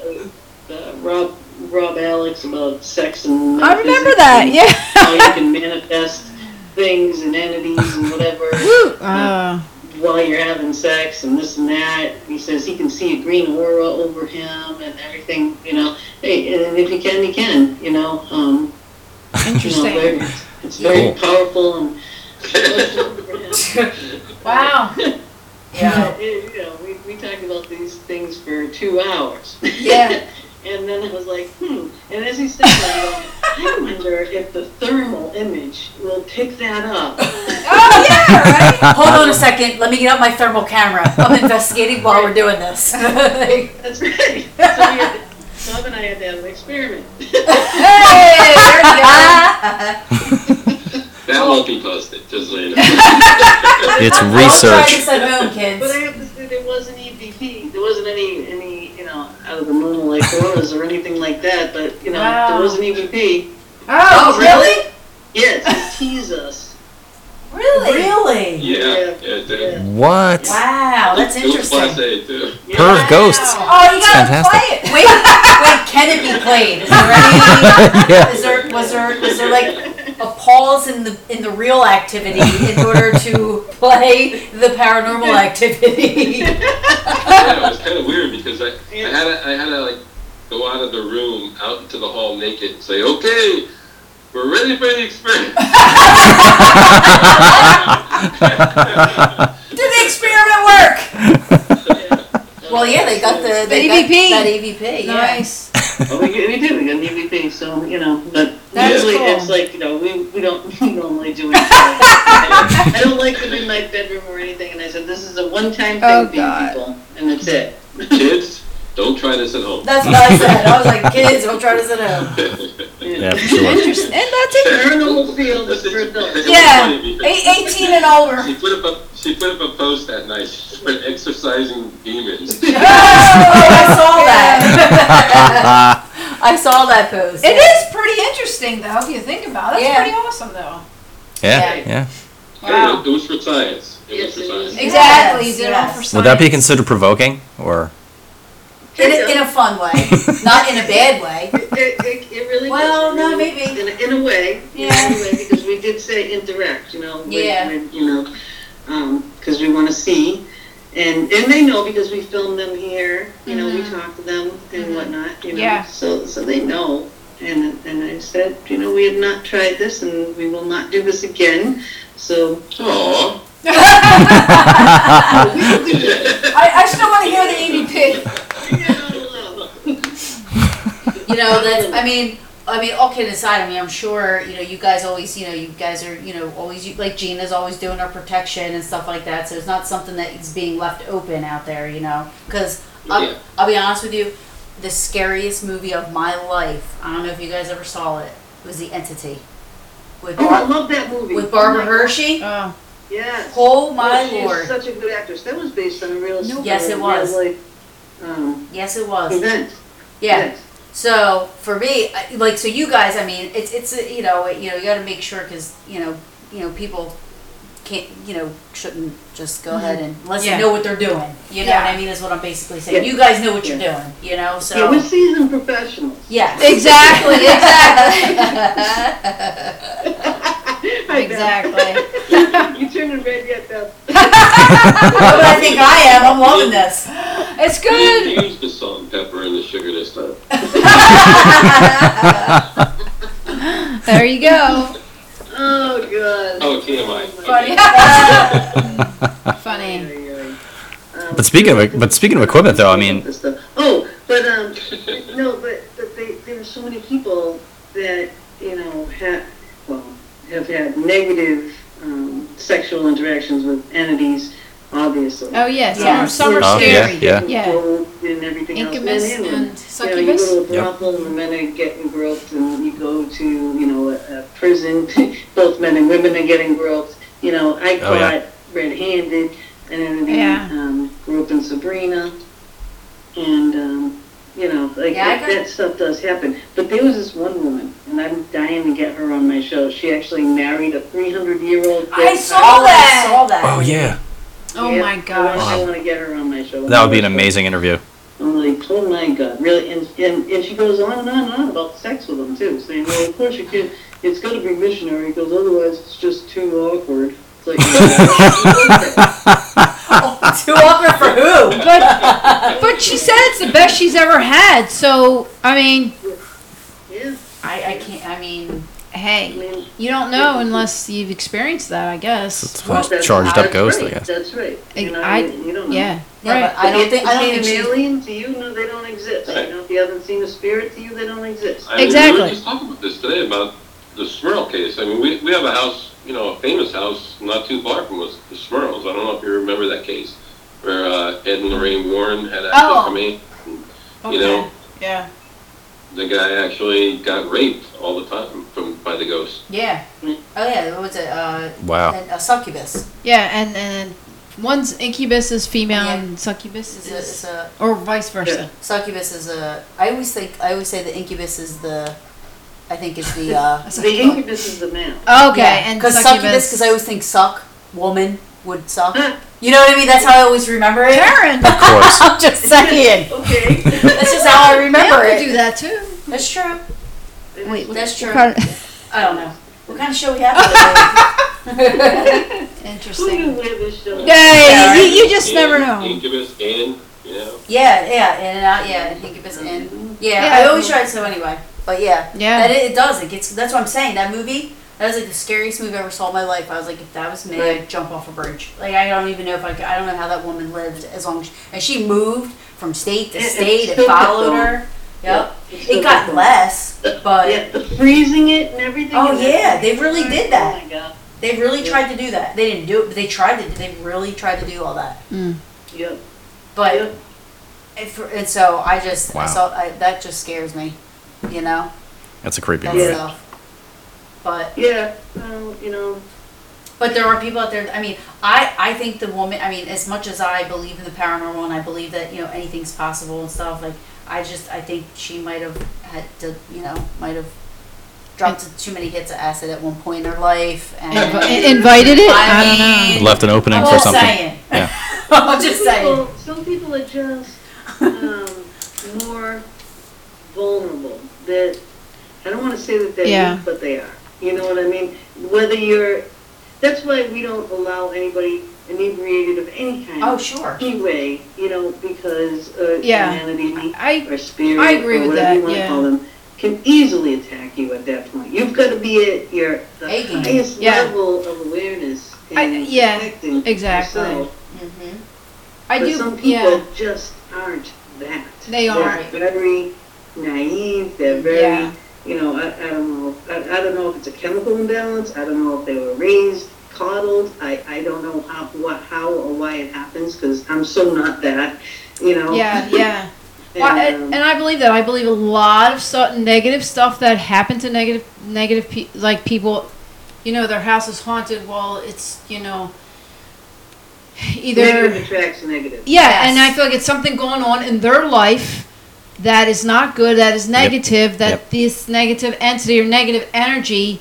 [SPEAKER 5] uh, Rob, Rob Alex about sex and.
[SPEAKER 8] I remember that.
[SPEAKER 5] metaphysics
[SPEAKER 8] Yeah.
[SPEAKER 5] and How "Oh, you can manifest things and entities and whatever
[SPEAKER 3] Uh,
[SPEAKER 5] while you're having sex and this and that. He says he can see a green aura over him and everything, you know. Hey, and if you can, you can, you know, um. you know,
[SPEAKER 3] interesting.
[SPEAKER 5] very- It's very
[SPEAKER 2] Cool.
[SPEAKER 5] powerful and. emotional for him.
[SPEAKER 7] Wow. Yeah.
[SPEAKER 5] Yeah, it- you know, we, we talked about these things for two hours.
[SPEAKER 8] Yeah.
[SPEAKER 5] and then I was like, hmm. And as he said that, I'm going, I wonder if the thermal image will pick that up.
[SPEAKER 8] Oh, yeah, right?
[SPEAKER 7] Hold on a second. Let me get out my thermal camera. I'm investigating while we're doing this.
[SPEAKER 5] That's right. So we had to, Bob and I had to have an experiment.
[SPEAKER 8] Hey, there you go.
[SPEAKER 6] That won't be posted, just so you know.
[SPEAKER 2] It's
[SPEAKER 7] I'll try
[SPEAKER 2] research.
[SPEAKER 7] this at home,
[SPEAKER 5] but I
[SPEAKER 7] kids.
[SPEAKER 5] have to say, there wasn't EVP. There wasn't any, any you know, out of the moon like auras or anything like that. But, you know,
[SPEAKER 7] Wow.
[SPEAKER 5] there wasn't EVP.
[SPEAKER 8] Oh, really?
[SPEAKER 5] Yes, he teased us.
[SPEAKER 7] Really? Really?
[SPEAKER 6] Yeah, yeah, it did.
[SPEAKER 5] Yeah.
[SPEAKER 2] What?
[SPEAKER 7] Wow, that's
[SPEAKER 6] It was Class
[SPEAKER 7] interesting.
[SPEAKER 6] A too.
[SPEAKER 2] Perv ghosts.
[SPEAKER 8] Oh, you gotta
[SPEAKER 2] fantastic.
[SPEAKER 8] play it.
[SPEAKER 7] Wait, wait, can it be played? Is there any?
[SPEAKER 2] yeah.
[SPEAKER 7] Is there was there was there like a pause in the in the real activity in order to play the paranormal activity?
[SPEAKER 6] yeah, it was kind of weird because I, I
[SPEAKER 5] Yeah.
[SPEAKER 6] had to, I had to like go out of the room, out into the hall naked, and say, "Okay, we're ready for the experience."
[SPEAKER 8] Did the experiment work?
[SPEAKER 7] Well, yeah, they got the they
[SPEAKER 3] The
[SPEAKER 7] got
[SPEAKER 3] EVP.
[SPEAKER 7] that EVP. Yeah.
[SPEAKER 3] Nice.
[SPEAKER 5] Well, we, we do, we got an EVP, so, you know, but
[SPEAKER 7] That's
[SPEAKER 5] usually
[SPEAKER 7] cool.
[SPEAKER 5] it's like, you know, we, we don't normally do it. I don't like to do my bedroom or anything, and I said, this is a one-time thing
[SPEAKER 3] Oh,
[SPEAKER 5] for
[SPEAKER 3] God.
[SPEAKER 5] you people, and that's it.
[SPEAKER 6] Kids, don't try this at home.
[SPEAKER 7] That's what I said. I was like, kids, don't try this at home.
[SPEAKER 2] Yeah, for sure.
[SPEAKER 3] Interesting. And that's it.
[SPEAKER 5] Paranormal field is for adults.
[SPEAKER 8] Yeah.
[SPEAKER 6] yeah.
[SPEAKER 8] A- 18 and older.
[SPEAKER 6] She put up a she put up a post that night. She put exercising demons.
[SPEAKER 7] Oh, I saw that. I saw that post.
[SPEAKER 8] It is pretty interesting, though, if you think about it. That's
[SPEAKER 7] Yeah.
[SPEAKER 8] pretty awesome, though.
[SPEAKER 2] Yeah.
[SPEAKER 6] Hey, it was for science.
[SPEAKER 5] Yes, it is.
[SPEAKER 7] Exactly,
[SPEAKER 8] Yes,
[SPEAKER 7] you did it all for
[SPEAKER 8] yes.
[SPEAKER 2] Would that be considered provoking or?
[SPEAKER 7] In a, in a fun way, not in a bad way.
[SPEAKER 5] It, it, it really
[SPEAKER 7] Well,
[SPEAKER 5] does.
[SPEAKER 7] no,
[SPEAKER 5] It really-
[SPEAKER 7] maybe.
[SPEAKER 5] In a, in a way.
[SPEAKER 7] Yeah.
[SPEAKER 5] In a way, because we did say indirect, you know. when-
[SPEAKER 7] Yeah.
[SPEAKER 5] when, you know, because we want to see. And, and they know because we filmed them here, you know, we talked to them and whatnot, you know.
[SPEAKER 8] Yeah.
[SPEAKER 5] So, so they know. And, and I said, you know, we have not tried this and we will not do this again. So,
[SPEAKER 6] Aw.
[SPEAKER 8] I, I still want to hear the E Amy Pig.
[SPEAKER 7] You know, that's, I mean, I mean, all kidding aside, I mean, I'm sure, you know, you guys always, you know, you guys are, you know, always, you- like Gina's always doing her protection and stuff like that, so it's not something that is being left open out there, you know? Because I'll,
[SPEAKER 6] Yeah.
[SPEAKER 7] I'll be honest with you, the scariest movie of my life, I don't know if you guys ever saw it, was The Entity. With,
[SPEAKER 5] oh, I
[SPEAKER 7] Bar-
[SPEAKER 5] love that movie.
[SPEAKER 7] with Barbara
[SPEAKER 5] Oh my-
[SPEAKER 7] Hershey.
[SPEAKER 8] Oh,
[SPEAKER 5] Yes.
[SPEAKER 7] Oh my
[SPEAKER 5] She's
[SPEAKER 7] lord.
[SPEAKER 5] such a good actress. That was based on a real story.
[SPEAKER 7] Yes, it was.
[SPEAKER 5] Real life, um,
[SPEAKER 7] Yes, it was.
[SPEAKER 5] event.
[SPEAKER 7] Yeah.
[SPEAKER 5] Yes.
[SPEAKER 7] So for me, I- like, so you guys, I mean, it's it's uh, you know, you know, you got to make sure because you know, you know, people can't, you know, shouldn't just go ahead and unless
[SPEAKER 8] Yeah.
[SPEAKER 7] they know what they're doing. You know
[SPEAKER 8] Yeah.
[SPEAKER 7] what I mean? Is what I'm basically saying.
[SPEAKER 5] Yeah.
[SPEAKER 7] You guys know what you're doing. You know,
[SPEAKER 5] Yeah,
[SPEAKER 7] so
[SPEAKER 5] we're seasoned professionals.
[SPEAKER 7] yeah,
[SPEAKER 3] Exactly,
[SPEAKER 8] exactly.
[SPEAKER 5] you turning red yet, though.
[SPEAKER 7] What do I think I am? I'm loving this.
[SPEAKER 8] It's
[SPEAKER 6] We
[SPEAKER 8] good.
[SPEAKER 6] didn't use the salt and pepper and the sugar this time.
[SPEAKER 3] There you go.
[SPEAKER 5] Oh, God.
[SPEAKER 6] Oh, TMI.
[SPEAKER 7] Funny.
[SPEAKER 3] Funny.
[SPEAKER 5] Um,
[SPEAKER 2] But speaking of but speaking of equipment though, I mean,
[SPEAKER 5] this stuff. Oh, but, um, no, but, but they, there are so many people that, you know, have, well, have had negative um, sexual interactions with entities, obviously.
[SPEAKER 3] Oh yes, some
[SPEAKER 7] Yeah.
[SPEAKER 3] are, some are
[SPEAKER 2] Oh, yeah,
[SPEAKER 3] scary.
[SPEAKER 2] yeah.
[SPEAKER 3] yeah.
[SPEAKER 5] And everything else.
[SPEAKER 3] Incubus
[SPEAKER 5] And
[SPEAKER 3] and
[SPEAKER 5] then- You, know, you
[SPEAKER 3] succubus.
[SPEAKER 5] go to a brothel and the men are getting groped, and you go to you know a, a prison, both men and women are getting groped. You know,
[SPEAKER 2] Oh,
[SPEAKER 5] I caught
[SPEAKER 2] yeah.
[SPEAKER 5] red-handed, and then the
[SPEAKER 8] Yeah.
[SPEAKER 5] um, groping Sabrina, and um, you know, like
[SPEAKER 7] Yeah, I
[SPEAKER 5] that,
[SPEAKER 7] got-
[SPEAKER 5] that stuff does happen. But there was this one woman, and I'm dying to get her on my show. She actually married a 300-year-old.
[SPEAKER 8] I saw
[SPEAKER 7] Oh, I
[SPEAKER 8] that.
[SPEAKER 7] saw that.
[SPEAKER 2] oh yeah,
[SPEAKER 3] Oh my gosh.
[SPEAKER 5] I want to get her on my show.
[SPEAKER 2] that would be an amazing interview.
[SPEAKER 5] I'm like, oh my god, really? And, and and she goes on and on and on about sex with him too, saying, well, of course you can. It's got to be missionary because otherwise it's just too awkward. It's like,
[SPEAKER 7] Too awkward for who?
[SPEAKER 3] But she said it's the best she's ever had. So I mean,
[SPEAKER 5] yeah,
[SPEAKER 7] I, I can't. I mean,
[SPEAKER 5] I
[SPEAKER 3] hey,
[SPEAKER 5] mean,
[SPEAKER 3] you don't know unless you've experienced that. I guess.
[SPEAKER 2] It's a
[SPEAKER 5] that's-
[SPEAKER 2] charged up
[SPEAKER 5] that's
[SPEAKER 2] ghost, I
[SPEAKER 5] right,
[SPEAKER 2] guess.
[SPEAKER 5] That's right. You know,
[SPEAKER 3] I-
[SPEAKER 5] I, mean, you don't know.
[SPEAKER 3] Yeah.
[SPEAKER 7] yeah,
[SPEAKER 3] Right.
[SPEAKER 7] but I don't think. I don't think
[SPEAKER 5] If
[SPEAKER 7] she.
[SPEAKER 5] you see an alien to you, no, they don't exist. You know, if you haven't seen a spirit to you, they don't exist.
[SPEAKER 6] I mean, We
[SPEAKER 3] Exactly.
[SPEAKER 6] were just talking about this today about the Smurl case. I mean, we, we have a house, you know, a famous house not too far from us, the Smurls. I don't know if you remember that case where uh, Ed and Lorraine Warren had actually
[SPEAKER 7] Oh.
[SPEAKER 6] come in.
[SPEAKER 8] Okay.
[SPEAKER 6] You know,
[SPEAKER 8] Yeah.
[SPEAKER 6] the guy actually got raped all the time from by the ghost.
[SPEAKER 7] Yeah. Oh yeah. What was it? Uh,
[SPEAKER 2] Wow.
[SPEAKER 7] a, a succubus.
[SPEAKER 3] Yeah, and and one's incubus is female
[SPEAKER 7] Yeah.
[SPEAKER 3] and succubus
[SPEAKER 7] It's
[SPEAKER 3] is,
[SPEAKER 7] a, it's a
[SPEAKER 3] or vice versa.
[SPEAKER 7] Succubus is a. I always think. I always say the incubus is the. I think is the. Uh,
[SPEAKER 5] The incubus is the male.
[SPEAKER 3] Okay, and
[SPEAKER 7] because
[SPEAKER 3] succubus. Mm.
[SPEAKER 7] succubus, because I always think suck woman would suck. You know what I mean? That's how I always remember it.
[SPEAKER 3] Karen,
[SPEAKER 2] Of course.
[SPEAKER 7] I'm just saying.
[SPEAKER 5] Okay.
[SPEAKER 7] That's just how I remember
[SPEAKER 3] yeah, we
[SPEAKER 7] it.
[SPEAKER 3] do that too.
[SPEAKER 7] That's true.
[SPEAKER 3] Wait, what-
[SPEAKER 7] That's true.
[SPEAKER 3] what kind
[SPEAKER 7] I don't know. What kind of show we have today?
[SPEAKER 3] of-
[SPEAKER 5] Who do you
[SPEAKER 3] Interesting.
[SPEAKER 5] wear this show?
[SPEAKER 3] Yeah, you,
[SPEAKER 7] Karen.
[SPEAKER 3] you just
[SPEAKER 6] And
[SPEAKER 3] never know.
[SPEAKER 6] Incubus and, you know.
[SPEAKER 7] yeah, yeah, in and out. Yeah, incubus in. Yeah,
[SPEAKER 3] Yeah.
[SPEAKER 7] I always try. So anyway, but yeah.
[SPEAKER 3] Yeah.
[SPEAKER 7] That it, it does. It gets. That's what I'm saying. That movie. That was like the scariest movie I ever saw in my life. I was like, if that was me, I'd jump off a bridge. Like I don't even know if I. Could, I don't know how that woman lived as long. As, and she moved from state to
[SPEAKER 5] It- it
[SPEAKER 7] state. It
[SPEAKER 5] still kept
[SPEAKER 7] followed
[SPEAKER 5] going.
[SPEAKER 7] her. Yep.
[SPEAKER 5] It's
[SPEAKER 7] It got
[SPEAKER 5] different.
[SPEAKER 7] less, but
[SPEAKER 5] Yeah, the freezing it and everything.
[SPEAKER 7] Oh,
[SPEAKER 5] and
[SPEAKER 7] yeah,
[SPEAKER 5] everything.
[SPEAKER 7] they really did that.
[SPEAKER 5] Oh my god.
[SPEAKER 7] they really tried to do that. They didn't do it, but they tried to. They really tried to do all that.
[SPEAKER 5] Yep.
[SPEAKER 7] But and, for, and so I just
[SPEAKER 2] Wow.
[SPEAKER 7] I saw I, that just scares me. You know
[SPEAKER 2] That's a creepy
[SPEAKER 7] that
[SPEAKER 2] movie.
[SPEAKER 7] stuff. But
[SPEAKER 5] Yeah, well, you know,
[SPEAKER 7] But there are people out there. I mean, I I think the woman. I mean, as much as I believe in the paranormal and I believe that you know anything's possible and stuff, like I just I think she might have had to you know might have dropped too many hits of acid at one point in their life. And
[SPEAKER 3] Invi- invited it? I don't know.
[SPEAKER 7] mean,
[SPEAKER 2] Left an opening
[SPEAKER 7] I'm
[SPEAKER 2] for
[SPEAKER 7] just
[SPEAKER 2] something.
[SPEAKER 7] saying.
[SPEAKER 2] Yeah.
[SPEAKER 7] I'm just saying.
[SPEAKER 5] People, some people are just um, more vulnerable. That I don't want to say that they're
[SPEAKER 3] Yeah.
[SPEAKER 5] weak, but they are. You know what I mean? Whether you're, that's why we don't allow anybody inebriated of any kind
[SPEAKER 7] Oh, sure.
[SPEAKER 5] anyway. You know, because uh,
[SPEAKER 3] Yeah.
[SPEAKER 5] humanity
[SPEAKER 3] I
[SPEAKER 5] or spirit
[SPEAKER 3] I agree
[SPEAKER 5] or
[SPEAKER 3] with
[SPEAKER 5] whatever you
[SPEAKER 3] that,
[SPEAKER 5] want
[SPEAKER 3] yeah.
[SPEAKER 5] to call them can easily attack you at that point. You've got to be at your the
[SPEAKER 7] A game.
[SPEAKER 5] highest
[SPEAKER 3] Yeah.
[SPEAKER 5] level of awareness and
[SPEAKER 3] I- yeah,
[SPEAKER 5] protecting
[SPEAKER 3] exactly.
[SPEAKER 5] yourself.
[SPEAKER 7] Mm-hmm.
[SPEAKER 3] I
[SPEAKER 5] But
[SPEAKER 3] do.
[SPEAKER 5] Some people
[SPEAKER 3] yeah.
[SPEAKER 5] just aren't that.
[SPEAKER 3] They
[SPEAKER 5] They're
[SPEAKER 3] aren't.
[SPEAKER 5] very naive. They're very,
[SPEAKER 3] Yeah.
[SPEAKER 5] you know, I, I don't know. I, I don't know if it's a chemical imbalance. I don't know if they were raised coddled. I, I don't know how what how or why it happens because I'm so not that. You know.
[SPEAKER 3] Yeah. Yeah.
[SPEAKER 5] And,
[SPEAKER 3] Well,
[SPEAKER 5] um,
[SPEAKER 3] and, and I believe that. I believe a lot of stuff, negative stuff that happened to negative, negative pe- like people. You know, their house is haunted. Well, it's you know, either
[SPEAKER 5] negative attracts negative.
[SPEAKER 3] yeah,
[SPEAKER 7] Yes.
[SPEAKER 3] and I feel like it's something going on in their life that is not good, that is negative, that
[SPEAKER 2] Yep.
[SPEAKER 3] this negative entity or negative energy,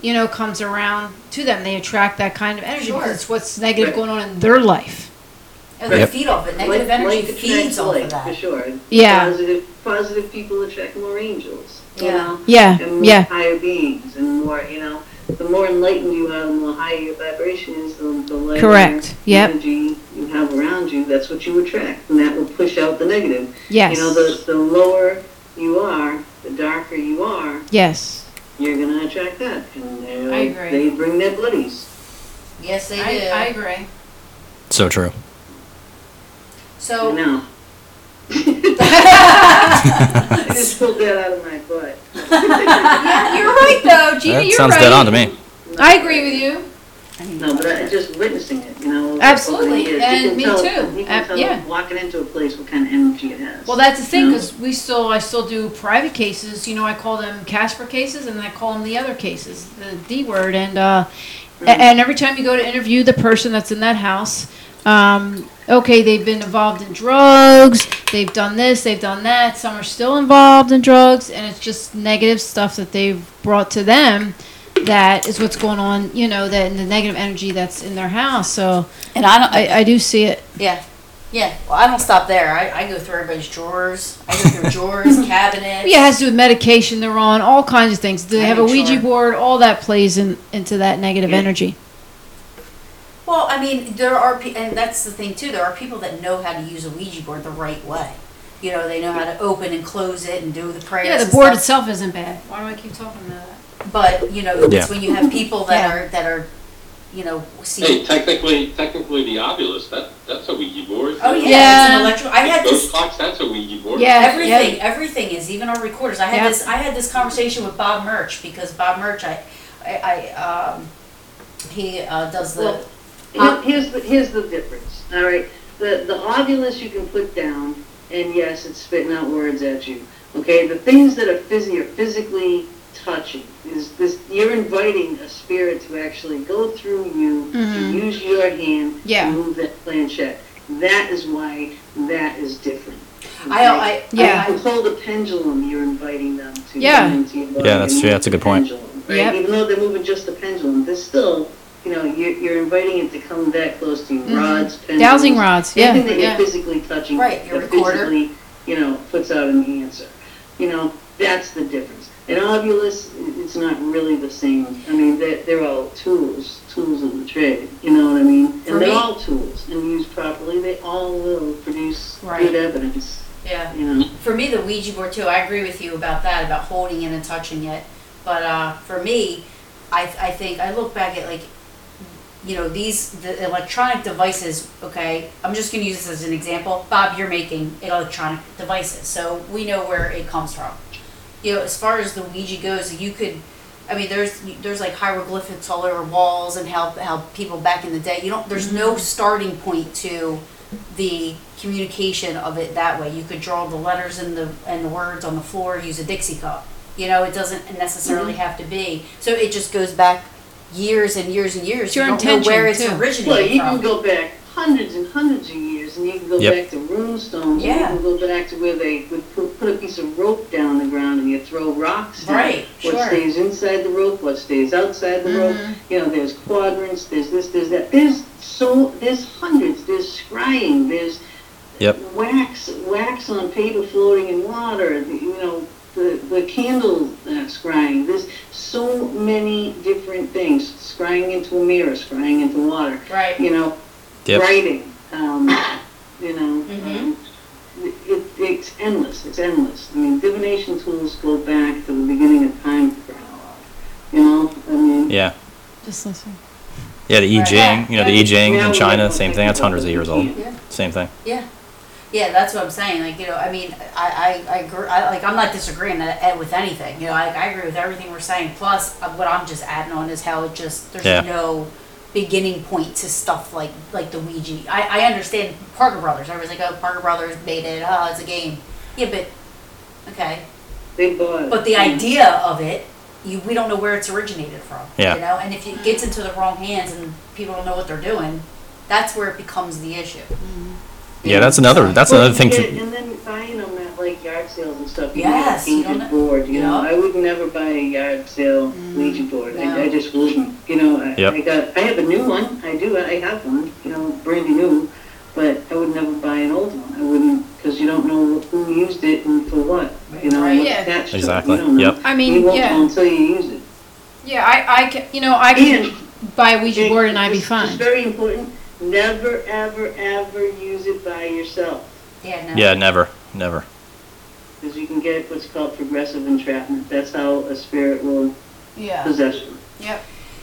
[SPEAKER 3] you know, comes around to them. They attract that kind of energy
[SPEAKER 7] Sure.
[SPEAKER 3] because it's what's negative
[SPEAKER 5] Right.
[SPEAKER 3] going on in their life.
[SPEAKER 7] And they
[SPEAKER 2] Yep.
[SPEAKER 7] feed off it. Negative
[SPEAKER 5] Like-
[SPEAKER 7] energy
[SPEAKER 5] like
[SPEAKER 7] feeds
[SPEAKER 5] attracts
[SPEAKER 7] off
[SPEAKER 5] like,
[SPEAKER 7] of
[SPEAKER 5] For
[SPEAKER 7] that.
[SPEAKER 5] sure.
[SPEAKER 3] Yeah.
[SPEAKER 5] Positive positive people attract more angels. You
[SPEAKER 7] Yeah.
[SPEAKER 5] know?
[SPEAKER 3] Yeah,
[SPEAKER 5] and more higher beings and more you know the more enlightened you are the more higher your vibration is the, the lighter
[SPEAKER 3] Correct. Yep.
[SPEAKER 5] energy you have around you that's what you attract and that will push out the negative
[SPEAKER 3] yes,
[SPEAKER 5] you know the, the lower you are the darker you are
[SPEAKER 3] yes.
[SPEAKER 5] you're going to attract that and they're
[SPEAKER 3] I
[SPEAKER 5] like-
[SPEAKER 3] agree.
[SPEAKER 5] they bring their buddies
[SPEAKER 7] Yes, they do.
[SPEAKER 3] agree.
[SPEAKER 2] So true.
[SPEAKER 5] you
[SPEAKER 7] so,
[SPEAKER 5] know I just pulled that out of my butt
[SPEAKER 7] yeah,
[SPEAKER 3] You're right though, Gina.
[SPEAKER 2] That
[SPEAKER 3] you're
[SPEAKER 2] sounds
[SPEAKER 3] right.
[SPEAKER 2] dead on to me.
[SPEAKER 3] I agree with you.
[SPEAKER 5] No, but I, just witnessing it, you know. over
[SPEAKER 3] Absolutely,
[SPEAKER 5] the years, you
[SPEAKER 3] and
[SPEAKER 5] can
[SPEAKER 3] me
[SPEAKER 5] tell-
[SPEAKER 3] too.
[SPEAKER 5] You can
[SPEAKER 3] Uh,
[SPEAKER 5] tell
[SPEAKER 3] yeah.
[SPEAKER 5] walking into a place what kind of energy it has.
[SPEAKER 3] Well, that's the thing
[SPEAKER 5] No.
[SPEAKER 3] because we still, I still do private cases. You know, I call them Casper cases, and I call them the other cases, the D word. And uh, a-
[SPEAKER 7] Mm-hmm.
[SPEAKER 5] Mhm.
[SPEAKER 3] and every time you go to interview the person that's in that house, um, okay, they've been involved in drugs, they've done this, they've done that. Some are still involved in drugs, and it's just negative stuff that they've brought to them. That is what's going on. You know, that the negative energy that's in their house. So
[SPEAKER 7] and I don't,
[SPEAKER 3] I, I do see it.
[SPEAKER 7] Yeah. Yeah. Well, I don't stop there. I, I go through everybody's drawers. I go through drawers, cabinets.
[SPEAKER 3] Yeah, it has to do with medication they're on, all kinds of things. Do they
[SPEAKER 7] I
[SPEAKER 3] have a
[SPEAKER 7] am
[SPEAKER 3] Ouija
[SPEAKER 7] sure.
[SPEAKER 3] board? All that plays in, into that negative energy.
[SPEAKER 7] Well, I mean, there are, pe- and that's the thing too. There are people that know how to use a Ouija board the right way. You know, they know how to open and close it and do the prayers.
[SPEAKER 3] Yeah, the
[SPEAKER 7] and
[SPEAKER 3] board
[SPEAKER 7] stuff.
[SPEAKER 3] itself isn't bad. Why do I keep talking about that?
[SPEAKER 7] But you know,
[SPEAKER 2] Yeah.
[SPEAKER 7] it's when you have people that
[SPEAKER 3] Yeah.
[SPEAKER 7] are that are, you know, see.
[SPEAKER 6] Hey, technically, technically the obulus, that, that's a Ouija board.
[SPEAKER 7] Oh yeah,
[SPEAKER 3] Yeah.
[SPEAKER 7] It's an electrical. I had
[SPEAKER 6] Those
[SPEAKER 7] this.
[SPEAKER 6] clocks, that's a Ouija board.
[SPEAKER 3] Yeah.
[SPEAKER 7] Everything, everything is even our recorders. I had
[SPEAKER 3] Yeah.
[SPEAKER 7] this. I had this conversation with Bob Murch because Bob Murch, I, I, I um, he uh, does the.
[SPEAKER 5] Well, Here- Here's the, here's the difference, all right? The, the ovulus you can put down, and yes, it's spitting out words at you, okay? The things that are phys- you're physically touching, is this, you're inviting a spirit to actually go through you, to
[SPEAKER 3] Mhm.
[SPEAKER 5] use your hand,
[SPEAKER 3] Yeah.
[SPEAKER 5] to move that planchette. That is why that is different.
[SPEAKER 7] I,
[SPEAKER 5] okay?
[SPEAKER 7] I,
[SPEAKER 3] Yeah.
[SPEAKER 5] If you hold a pendulum, you're inviting them to.
[SPEAKER 3] Yeah.
[SPEAKER 5] come into your body
[SPEAKER 2] Yeah, that's-
[SPEAKER 5] and
[SPEAKER 2] yeah,
[SPEAKER 5] move
[SPEAKER 2] that's a good
[SPEAKER 5] the
[SPEAKER 2] point.
[SPEAKER 5] pendulum, right?
[SPEAKER 3] Yep.
[SPEAKER 5] Even though they're moving just the pendulum, they're still, you know, you're, you're inviting it to come that close to you.
[SPEAKER 3] Mhm.
[SPEAKER 5] Rods, pendulums.
[SPEAKER 3] Dowsing rods. Yeah.
[SPEAKER 5] Anything that
[SPEAKER 3] yeah.
[SPEAKER 5] you're physically touching.
[SPEAKER 7] Right, your
[SPEAKER 5] that
[SPEAKER 7] recorder.
[SPEAKER 5] physically, You know, puts out an answer. You know, that's the difference. An ovulus, it's not really the same. I mean, they're, they're all tools, tools of the trade. You know what I mean?
[SPEAKER 7] For
[SPEAKER 5] And they're
[SPEAKER 7] me-
[SPEAKER 5] all tools, and used properly, they all will produce
[SPEAKER 7] Right.
[SPEAKER 5] good evidence,
[SPEAKER 7] yeah.
[SPEAKER 5] you know?
[SPEAKER 7] For me, the Ouija board too. I agree with you about that, about holding it and touching it. But uh, for me, I, I think I look back at like, you know, these the electronic devices. Okay, I'm just going to use this as an example. Bob, you're making electronic devices, so we know where it comes from. You know, as far as the Ouija goes, you could. I mean, there's there's like hieroglyphics all over walls, and how how people back in the day. You don't. There's
[SPEAKER 3] Mm-hmm.
[SPEAKER 7] no starting point to the communication of it that way. You could draw the letters and the and the words on the floor, use a Dixie cup. You know, it doesn't necessarily
[SPEAKER 3] Mm-hmm.
[SPEAKER 7] have to be. So it just goes back years and years and years.
[SPEAKER 3] It's your
[SPEAKER 7] you don't know where it's
[SPEAKER 3] intention, too.
[SPEAKER 5] Well,
[SPEAKER 7] originated
[SPEAKER 5] you can
[SPEAKER 7] from.
[SPEAKER 5] go back hundreds and hundreds of years, and you can go
[SPEAKER 2] Yep.
[SPEAKER 5] back to runestones.
[SPEAKER 7] Yeah.
[SPEAKER 5] You can go back to where they would pu- put a piece of rope down the ground and you throw rocks. down.
[SPEAKER 7] Right.
[SPEAKER 5] What
[SPEAKER 7] Sure. Mm-hmm.
[SPEAKER 5] stays inside the rope, what stays outside the rope. You know, there's quadrants, there's this, there's that. There's so, there's hundreds, there's scrying, there's
[SPEAKER 2] Yep.
[SPEAKER 5] wax, wax on paper floating in water, the- you know, the, the candle uh, scrying. There's so many different things. Scrying into a mirror, scrying into water,
[SPEAKER 7] Right.
[SPEAKER 5] you know,
[SPEAKER 2] Yep.
[SPEAKER 5] writing, um, you know. uh,
[SPEAKER 7] Mhm.
[SPEAKER 5] It, it, it's endless. It's endless. I mean, divination tools go back to the beginning of time for how You know, I mean,
[SPEAKER 2] Yeah.
[SPEAKER 3] Just listen.
[SPEAKER 2] Yeah, the I Ching, you know, the I Ching
[SPEAKER 5] Now
[SPEAKER 2] in
[SPEAKER 5] we
[SPEAKER 2] China,
[SPEAKER 5] have
[SPEAKER 2] same thing. That's hundreds of years old. Same thing.
[SPEAKER 7] Yeah, that's what I'm saying. Like, you know, I mean, I, I, I, agree, I like, I'm not disagreeing that- eh, with anything. You know, like, I agree with everything we're saying. Plus, uh, what I'm just adding on is how it just, there's
[SPEAKER 2] Yeah.
[SPEAKER 7] no beginning point to stuff like, like the Ouija. I, I understand Parker Brothers. Everybody's like, oh, Parker Brothers made it. Oh, it's a game. Yeah, but, okay.
[SPEAKER 5] They bought.
[SPEAKER 7] But the idea of it, you, we don't know where it's originated from.
[SPEAKER 2] Yeah.
[SPEAKER 7] You know, and if it gets into the wrong hands and people don't know what they're doing, that's where it becomes the issue.
[SPEAKER 2] Yeah, that's another. That's
[SPEAKER 5] Well,
[SPEAKER 2] another thing.
[SPEAKER 5] yeah,
[SPEAKER 2] To,
[SPEAKER 5] And then buying them at like yard sales and stuff. you
[SPEAKER 7] Yes,
[SPEAKER 5] get a
[SPEAKER 7] you don't
[SPEAKER 5] Ouija
[SPEAKER 7] know-
[SPEAKER 5] board, you know.
[SPEAKER 7] Yeah.
[SPEAKER 5] I would never buy a yard sale
[SPEAKER 3] Mm,
[SPEAKER 5] Ouija board.
[SPEAKER 7] No.
[SPEAKER 5] I, I just wouldn't. You know, I,
[SPEAKER 2] Yep.
[SPEAKER 5] I got. I have a new one. I do. I have one. You know, brand new. But I would never buy an old one. I wouldn't because you don't know who used it and for what. You know,
[SPEAKER 7] Right.
[SPEAKER 5] what's
[SPEAKER 8] Yeah.
[SPEAKER 5] attached to it.
[SPEAKER 2] Exactly.
[SPEAKER 5] You don't know.
[SPEAKER 2] Yep.
[SPEAKER 3] I
[SPEAKER 5] you
[SPEAKER 3] mean,
[SPEAKER 5] won't know
[SPEAKER 3] yeah,
[SPEAKER 5] until you use it.
[SPEAKER 3] yeah. I, I, can, you know, I
[SPEAKER 5] And
[SPEAKER 3] can buy a Ouija board and I'd be
[SPEAKER 5] it's- It's
[SPEAKER 3] fine.
[SPEAKER 5] very important. Never, ever, ever use it by yourself.
[SPEAKER 7] Yeah, no.
[SPEAKER 2] yeah, never, never.
[SPEAKER 5] Because you can get what's called progressive entrapment. That's how a spirit will
[SPEAKER 8] Yeah.
[SPEAKER 5] possess you.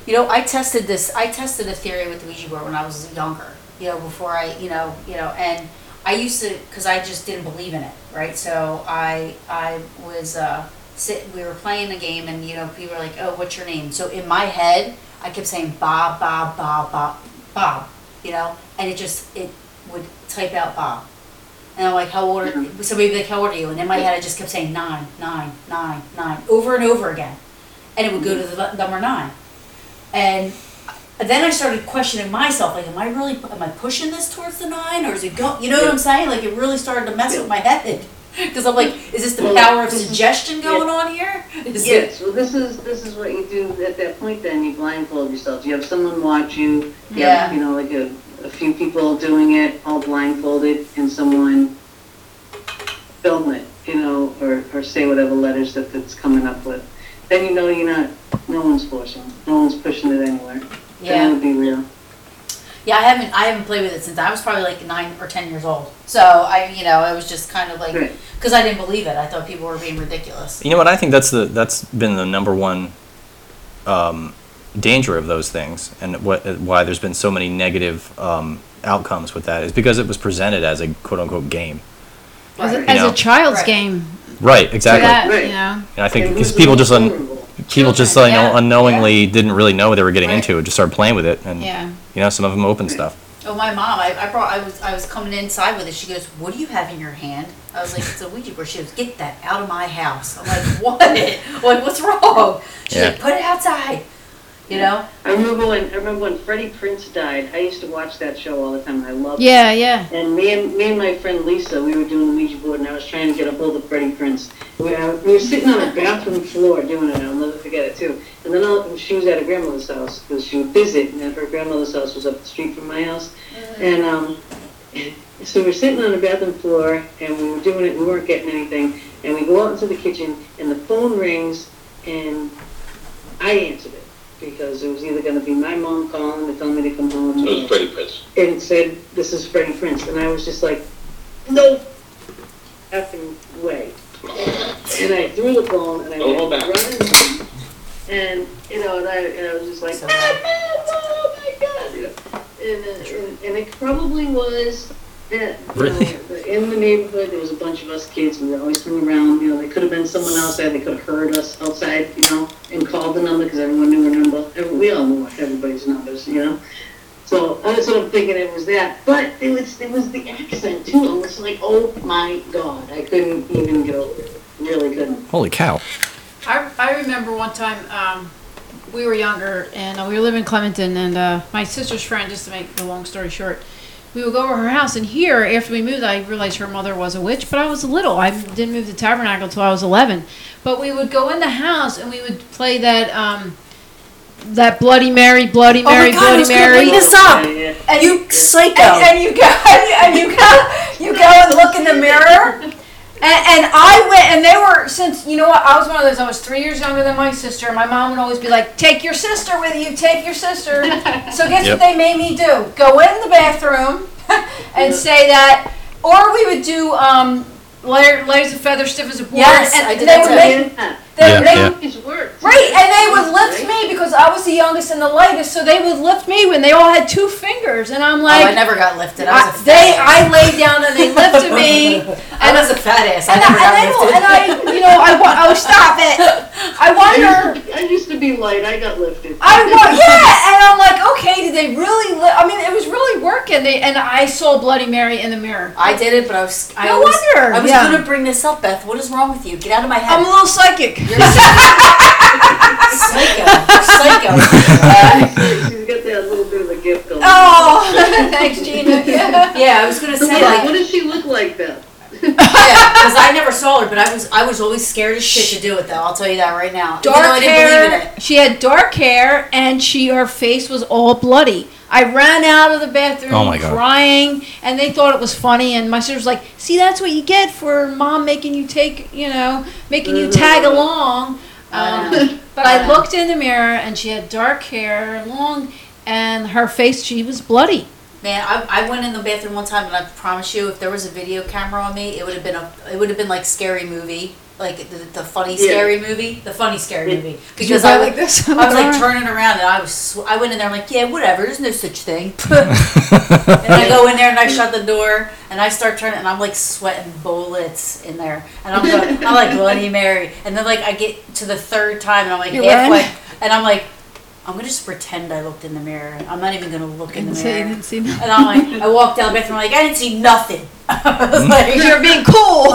[SPEAKER 7] You know, I tested this. I tested a theory with the Ouija board when I was younger. You know, before I, you know, you know, and I used to because I just didn't believe in it, right? So I, I was uh, sit. We were playing a game, and you know, people were like, "Oh, what's your name?" So in my head, I kept saying Bob, Bob, Bob, Bob, Bob. You know, and it just it would type out Bob. And I'm like, how old are somebody would be like, how old are you? And in my head I just kept saying nine, nine, nine, nine, over and over again. And it would go to the the number nine. And then I started questioning myself, like, am I really, am I pushing this towards the nine, or is it go? You know what I'm saying? Like, it really started to mess with my head, because I'm like, is this the
[SPEAKER 5] Well,
[SPEAKER 7] power of
[SPEAKER 5] this is-
[SPEAKER 7] suggestion going on here? Is it-
[SPEAKER 5] Yes, well, this is, this is what you do at that point then, you blindfold yourself. You have someone watch you. You
[SPEAKER 7] Yeah.
[SPEAKER 5] have, You know, like a, a few people doing it, all blindfolded, and someone film it, you know, or, or say whatever letters that it's coming up with. Then you know you're not, no one's forcing, no one's pushing it anywhere. Then it
[SPEAKER 7] Yeah,
[SPEAKER 5] would be real.
[SPEAKER 7] yeah. I haven't, I haven't played with it since I was probably like nine or ten years old. So I, you know, I was just kind of like,
[SPEAKER 5] Right.
[SPEAKER 7] because I didn't believe it. I thought people were being ridiculous.
[SPEAKER 2] You know what? I think that's the that's been the number one um, danger of those things, and what why there's been so many negative um, outcomes with that is because it was presented as a quote unquote game.
[SPEAKER 3] As
[SPEAKER 7] Right.
[SPEAKER 3] a, as
[SPEAKER 2] You know.
[SPEAKER 3] a child's
[SPEAKER 7] Right.
[SPEAKER 3] game,
[SPEAKER 2] Right. Exactly.
[SPEAKER 3] that
[SPEAKER 5] Right.
[SPEAKER 3] you know,
[SPEAKER 2] And I think
[SPEAKER 5] And
[SPEAKER 2] because
[SPEAKER 5] who's
[SPEAKER 2] people
[SPEAKER 5] the
[SPEAKER 2] just
[SPEAKER 5] most
[SPEAKER 2] un-
[SPEAKER 5] vulnerable?
[SPEAKER 2] people just
[SPEAKER 7] Children,
[SPEAKER 2] you know
[SPEAKER 7] yeah,
[SPEAKER 2] unknowingly didn't really know what they were getting
[SPEAKER 7] Right.
[SPEAKER 2] into and just started playing with it, and
[SPEAKER 3] yeah.
[SPEAKER 2] you know some of them open stuff.
[SPEAKER 7] Oh, my mom! I, I brought. I was. I was coming inside with it. She goes, "What do you have in your hand?" I was like, "It's a Ouija board." She goes, "Get that out of my house!" I'm like, "What? I'm like, what's wrong?" She's
[SPEAKER 2] Yeah.
[SPEAKER 7] like, "Put it outside." You know?
[SPEAKER 5] I remember when I remember when Freddie Prince died. I used to watch that show all the time. and I loved it.
[SPEAKER 3] Yeah, yeah.
[SPEAKER 5] And me and me and my friend Lisa, we were doing the Ouija board, and I was trying to get a hold of Freddie Prince. We were, we were sitting on a bathroom floor doing it. and I'll never forget it too. And then all, she was at her grandmother's house because she would visit, and her grandmother's house was up the street from my house. And um, so we were sitting on the bathroom floor, and we were doing it. We weren't getting anything, and we go out into the kitchen, and the phone rings, and I answered it because it was either going to be my mom calling to tell me to come home.
[SPEAKER 6] So
[SPEAKER 5] or-
[SPEAKER 6] it's Freddie Prince.
[SPEAKER 5] and said, "This is Freddie Prince," and I was just like, "No effing way!" And I threw the phone and I
[SPEAKER 6] Don't hold
[SPEAKER 5] went
[SPEAKER 6] back.
[SPEAKER 5] running, and you know, and I, and I was just like,
[SPEAKER 7] So-
[SPEAKER 5] "Ah, man, "Oh my god!" You know, and, uh, and, and it probably was that you
[SPEAKER 2] Really?
[SPEAKER 5] know, in the neighborhood there was a bunch of us kids. We were always coming around. You know, they could have been someone outside. They could have heard us outside. You know, and called the number because everyone knew our number. Every- We all knew everybody's numbers. You know. So I was sort of thinking it was that, but it was it was the accent too. I was like, oh my god, I couldn't even get over it. Really couldn't.
[SPEAKER 2] Holy cow!
[SPEAKER 3] I, I remember one time um, we were younger and uh, we were living in Clementon and uh, my sister's friend, just to make the long story short, we would go over her house. And here, after we moved, I realized her mother was a witch, but I was little. I didn't move to Tabernacle until I was 11. But we would go in the house and we would play that um, that Bloody Mary, Bloody
[SPEAKER 7] Oh my
[SPEAKER 3] Mary,
[SPEAKER 7] God, I
[SPEAKER 3] Bloody
[SPEAKER 7] was gonna
[SPEAKER 3] Mary.
[SPEAKER 7] bring this up.
[SPEAKER 5] Yeah,
[SPEAKER 7] And you psycho.
[SPEAKER 8] and, and you go and you go you go and look in the mirror and, and i went and they were since you know what i was one of those i was three years younger than my sister and my mom would always be like take your sister with you take your sister so guess what
[SPEAKER 2] Yep.
[SPEAKER 8] they made me do go in the bathroom and say that or we would do um layer, layers of feather stiff as a board
[SPEAKER 7] Yes,
[SPEAKER 8] and
[SPEAKER 7] I did
[SPEAKER 8] they
[SPEAKER 7] that
[SPEAKER 8] would
[SPEAKER 7] too.
[SPEAKER 8] make
[SPEAKER 5] yeah.
[SPEAKER 8] they,
[SPEAKER 2] Yeah,
[SPEAKER 8] they
[SPEAKER 2] yeah.
[SPEAKER 5] It's worked.
[SPEAKER 8] Right, and they would lift me because I was the youngest and the lightest, so they would lift me when they all had two fingers, and I'm
[SPEAKER 7] oh,
[SPEAKER 8] like,
[SPEAKER 7] I never got lifted. I
[SPEAKER 8] I,
[SPEAKER 7] was a
[SPEAKER 8] they, I laid down and they lifted me, and
[SPEAKER 7] I was a fat ass. I
[SPEAKER 8] and I,
[SPEAKER 7] never got
[SPEAKER 8] and, they, will-
[SPEAKER 7] lifted.
[SPEAKER 8] and I, you know, I wa- oh stop it, I
[SPEAKER 5] I
[SPEAKER 8] wonder,
[SPEAKER 5] used, to, I used to be light. I got lifted.
[SPEAKER 8] I wa- yeah, and I'm like, okay, did they really? Li- I mean, it was really working. They and I saw Bloody Mary in the mirror.
[SPEAKER 7] I did it, but I was. I
[SPEAKER 8] No
[SPEAKER 7] was,
[SPEAKER 8] wonder,
[SPEAKER 7] I was
[SPEAKER 8] yeah.
[SPEAKER 7] gonna bring this up, Beth. What is wrong with you? Get out of my
[SPEAKER 8] I'm
[SPEAKER 7] head.
[SPEAKER 8] a little psychic.
[SPEAKER 7] You're psycho. psycho. Uh,
[SPEAKER 5] She's got that little bit of a gift going.
[SPEAKER 8] Oh, thanks, Gina. Yeah.
[SPEAKER 7] yeah, I was gonna
[SPEAKER 5] So
[SPEAKER 7] say
[SPEAKER 5] what,
[SPEAKER 7] like
[SPEAKER 5] what does she look like, Beth?
[SPEAKER 7] because I never saw her, but I was I was always scared as shit to do it though. I'll tell you that right now. Even though I
[SPEAKER 8] dark
[SPEAKER 7] didn't believe in
[SPEAKER 8] hair.
[SPEAKER 7] it.
[SPEAKER 8] She had dark hair, and she her face was all bloody. I ran out of the bathroom
[SPEAKER 2] Oh my God.
[SPEAKER 8] crying, and they thought it was funny. And my sister was like, "See, that's what you get for mom making you take, you know, making you tag along."
[SPEAKER 7] Uh-huh. I
[SPEAKER 8] Um,
[SPEAKER 7] know.
[SPEAKER 8] but I looked in the mirror, and she had dark hair, long, and her face she was bloody.
[SPEAKER 7] Man, I, I went in the bathroom one time, and I promise you, if there was a video camera on me, it would have been a it would have been like scary movie, like the, the funny
[SPEAKER 5] Yeah.
[SPEAKER 7] scary movie, the funny scary
[SPEAKER 5] Yeah.
[SPEAKER 7] movie.
[SPEAKER 8] She was
[SPEAKER 7] Because I
[SPEAKER 8] like
[SPEAKER 7] was,
[SPEAKER 8] this.
[SPEAKER 7] I was like turning around, and I was sw- I went in there, I'm like, yeah, whatever, there's no such thing. and I go in there and I shut the door, and I start turning, and I'm like sweating bullets in there, and I'm going, I'm like Bloody Mary, and then like I get to the third time, and I'm like
[SPEAKER 3] You
[SPEAKER 7] halfway,
[SPEAKER 3] ran?
[SPEAKER 7] and I'm like. I'm gonna just pretend I looked in the mirror. I'm not even gonna look in the
[SPEAKER 3] So you
[SPEAKER 7] mirror.
[SPEAKER 3] didn't see that.
[SPEAKER 7] And I'm like, I walked down the bathroom, like, I didn't see nothing. I was like,
[SPEAKER 8] You're being cool.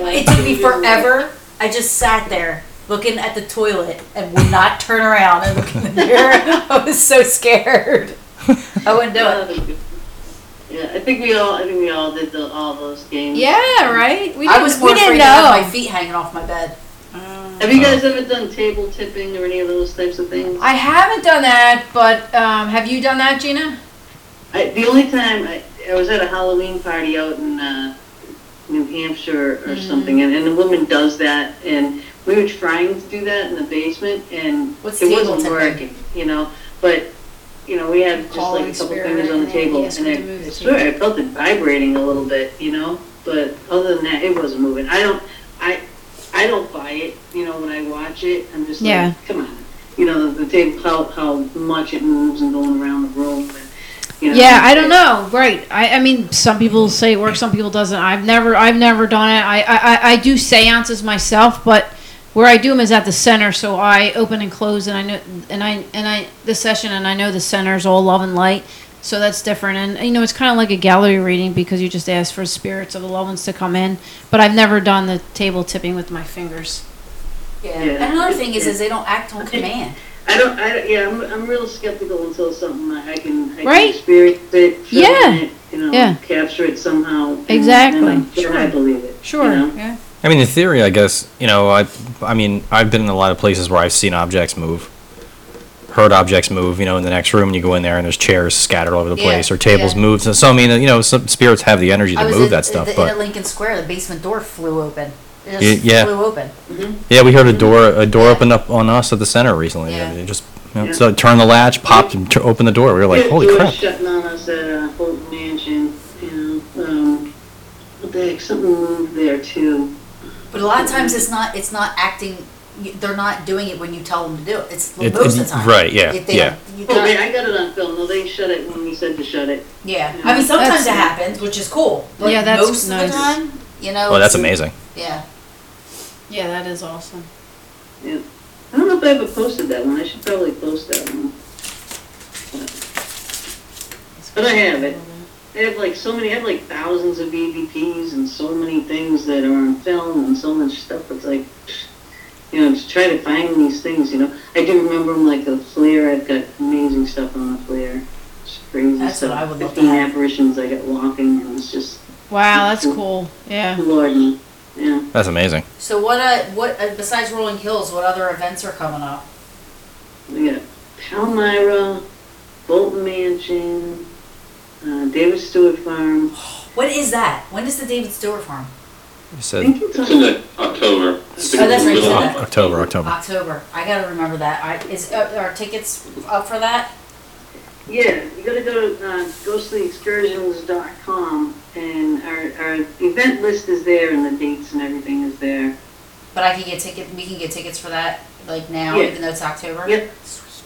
[SPEAKER 7] it took me forever. I just sat there looking at the toilet and would not turn around and look in the mirror. I was so scared. I wouldn't do it.
[SPEAKER 5] Yeah, I think we all. I think we all did the, all those games.
[SPEAKER 8] yeah, right. We
[SPEAKER 7] I
[SPEAKER 8] didn't-
[SPEAKER 7] was
[SPEAKER 8] we
[SPEAKER 7] more
[SPEAKER 8] didn't
[SPEAKER 7] afraid
[SPEAKER 8] know.
[SPEAKER 7] to have my feet hanging off my bed.
[SPEAKER 5] Have you guys ever done table tipping or any of those types of things?
[SPEAKER 8] I haven't done that, but um, have you done that, Gina?
[SPEAKER 5] I, the only time I, I was at a Halloween party out in uh, New Hampshire or something, and, and the woman does that, and we were trying to do that in the basement, and
[SPEAKER 7] What's
[SPEAKER 5] it
[SPEAKER 7] table
[SPEAKER 5] wasn't
[SPEAKER 7] tipping?
[SPEAKER 5] working, you know. But you know, we had just
[SPEAKER 8] Calling
[SPEAKER 5] like a couple
[SPEAKER 8] spirit
[SPEAKER 5] fingers on
[SPEAKER 8] and then
[SPEAKER 5] the table,
[SPEAKER 8] ask
[SPEAKER 5] and
[SPEAKER 8] them
[SPEAKER 5] I,
[SPEAKER 8] to move
[SPEAKER 5] I
[SPEAKER 8] the
[SPEAKER 5] swear I felt it vibrating a little bit, you know. But other than that, it wasn't moving. I don't, I, I don't buy it, you know. When I watch it, I'm just
[SPEAKER 3] Yeah.
[SPEAKER 5] like, come on, you know, the table how how much it moves and going around the room. And, you know,
[SPEAKER 3] Yeah, I don't know. Right. I, I mean, some people say it works, some people doesn't. I've never I've never done it. I, I, I- I do seances myself, but where I do them is at the center, so I open and close, and I know and I and I the session, and I know the center's all love and light, so that's different. And you know, it's kind of like a gallery reading because you just ask for spirits of the loved ones to come in. But I've never done the table tipping with my fingers.
[SPEAKER 7] Yeah.
[SPEAKER 5] Yeah.
[SPEAKER 7] And another thing is, is they don't act on command.
[SPEAKER 5] I don't, I don't, yeah, I'm, I'm real skeptical until something I, I can, I
[SPEAKER 3] Right.
[SPEAKER 5] can experience it, feel
[SPEAKER 3] Yeah.
[SPEAKER 5] it, you know,
[SPEAKER 3] Yeah.
[SPEAKER 5] capture it somehow. and-
[SPEAKER 3] Exactly.
[SPEAKER 5] And I, sure. I believe it.
[SPEAKER 3] Sure.
[SPEAKER 5] You know?
[SPEAKER 3] Yeah.
[SPEAKER 2] I mean, in theory, I guess you know. I, I mean, I've been in a lot of places where I've seen objects move, heard objects move. You know, in the next room, you go in there and there's chairs scattered all over the
[SPEAKER 7] Yeah,
[SPEAKER 2] place or tables
[SPEAKER 7] yeah.
[SPEAKER 2] moved. So, so I mean, you know, some spirits have the energy
[SPEAKER 7] I
[SPEAKER 2] to
[SPEAKER 7] was
[SPEAKER 2] move
[SPEAKER 7] in,
[SPEAKER 2] that stuff.
[SPEAKER 7] in,
[SPEAKER 2] but
[SPEAKER 7] in Lincoln Square, the basement door flew open. It
[SPEAKER 2] Y-
[SPEAKER 7] just
[SPEAKER 2] yeah.
[SPEAKER 7] flew open.
[SPEAKER 2] yeah, we heard a door a door opened up on us at the center recently.
[SPEAKER 7] Yeah.
[SPEAKER 2] And it just you know,
[SPEAKER 5] Yeah.
[SPEAKER 2] so turned the latch, popped, and t- opened the door. We were like,
[SPEAKER 5] Yeah,
[SPEAKER 2] holy
[SPEAKER 5] George
[SPEAKER 2] crap!
[SPEAKER 5] shutting on us at uh, Holton Mansion, you know, um, what the heck, something moved there too.
[SPEAKER 7] But a lot of times it's not it's not acting. you- They're not doing it when you tell them to do it. It's
[SPEAKER 2] It-
[SPEAKER 7] most of
[SPEAKER 2] it-
[SPEAKER 7] the time.
[SPEAKER 2] right, yeah,
[SPEAKER 7] If they
[SPEAKER 2] yeah.
[SPEAKER 7] don't- you
[SPEAKER 5] Oh,
[SPEAKER 7] don't-
[SPEAKER 5] they, I got it on film, no, they shut it when we said to shut it.
[SPEAKER 7] yeah. I mean, sometimes it
[SPEAKER 3] That's-
[SPEAKER 7] happens, which is cool. But
[SPEAKER 3] Yeah, that's
[SPEAKER 7] most of
[SPEAKER 3] nice.
[SPEAKER 7] the time, you know.
[SPEAKER 2] Oh, that's
[SPEAKER 7] it's-
[SPEAKER 2] amazing.
[SPEAKER 7] Yeah.
[SPEAKER 3] Yeah, that is awesome.
[SPEAKER 5] I don't know if I ever posted that one, I should probably post that one. But I have it. I have like so many, I have like thousands of EVPs and so many things that are on film and so much stuff. It's like, you know, just try to find these things, you know. I do remember them like the Flair. I've got amazing stuff on the Flair. It's crazy
[SPEAKER 7] That's what I
[SPEAKER 5] stuff.
[SPEAKER 7] would love to
[SPEAKER 5] Fifteen
[SPEAKER 7] have.
[SPEAKER 5] apparitions I got walking, and it was just
[SPEAKER 3] Wow, that's cool. Yeah.
[SPEAKER 5] Lord, and- yeah.
[SPEAKER 2] That's amazing.
[SPEAKER 7] So what? Uh, what uh, besides Rolling Hills, what other events are coming up?
[SPEAKER 5] We got Palmyra, Bolton Mansion, uh, David Stewart Farm.
[SPEAKER 7] What is that? When is the David Stewart Farm?
[SPEAKER 2] You
[SPEAKER 5] I
[SPEAKER 2] said
[SPEAKER 5] think it's
[SPEAKER 6] It's
[SPEAKER 5] on
[SPEAKER 6] in the October. I think
[SPEAKER 7] Oh,
[SPEAKER 6] it's
[SPEAKER 7] that's right,
[SPEAKER 6] middle
[SPEAKER 7] you
[SPEAKER 6] of
[SPEAKER 7] said
[SPEAKER 2] October, October.
[SPEAKER 7] October. I gotta remember that. I, is uh, are tickets up for that?
[SPEAKER 5] Yeah, you gotta go to uh, ghostlyexcursions.com and our, our event list is there and the dates and everything is there.
[SPEAKER 7] But I can get ticket. We can get tickets for that like now,
[SPEAKER 5] Yeah.
[SPEAKER 7] even though it's October.
[SPEAKER 5] Yep.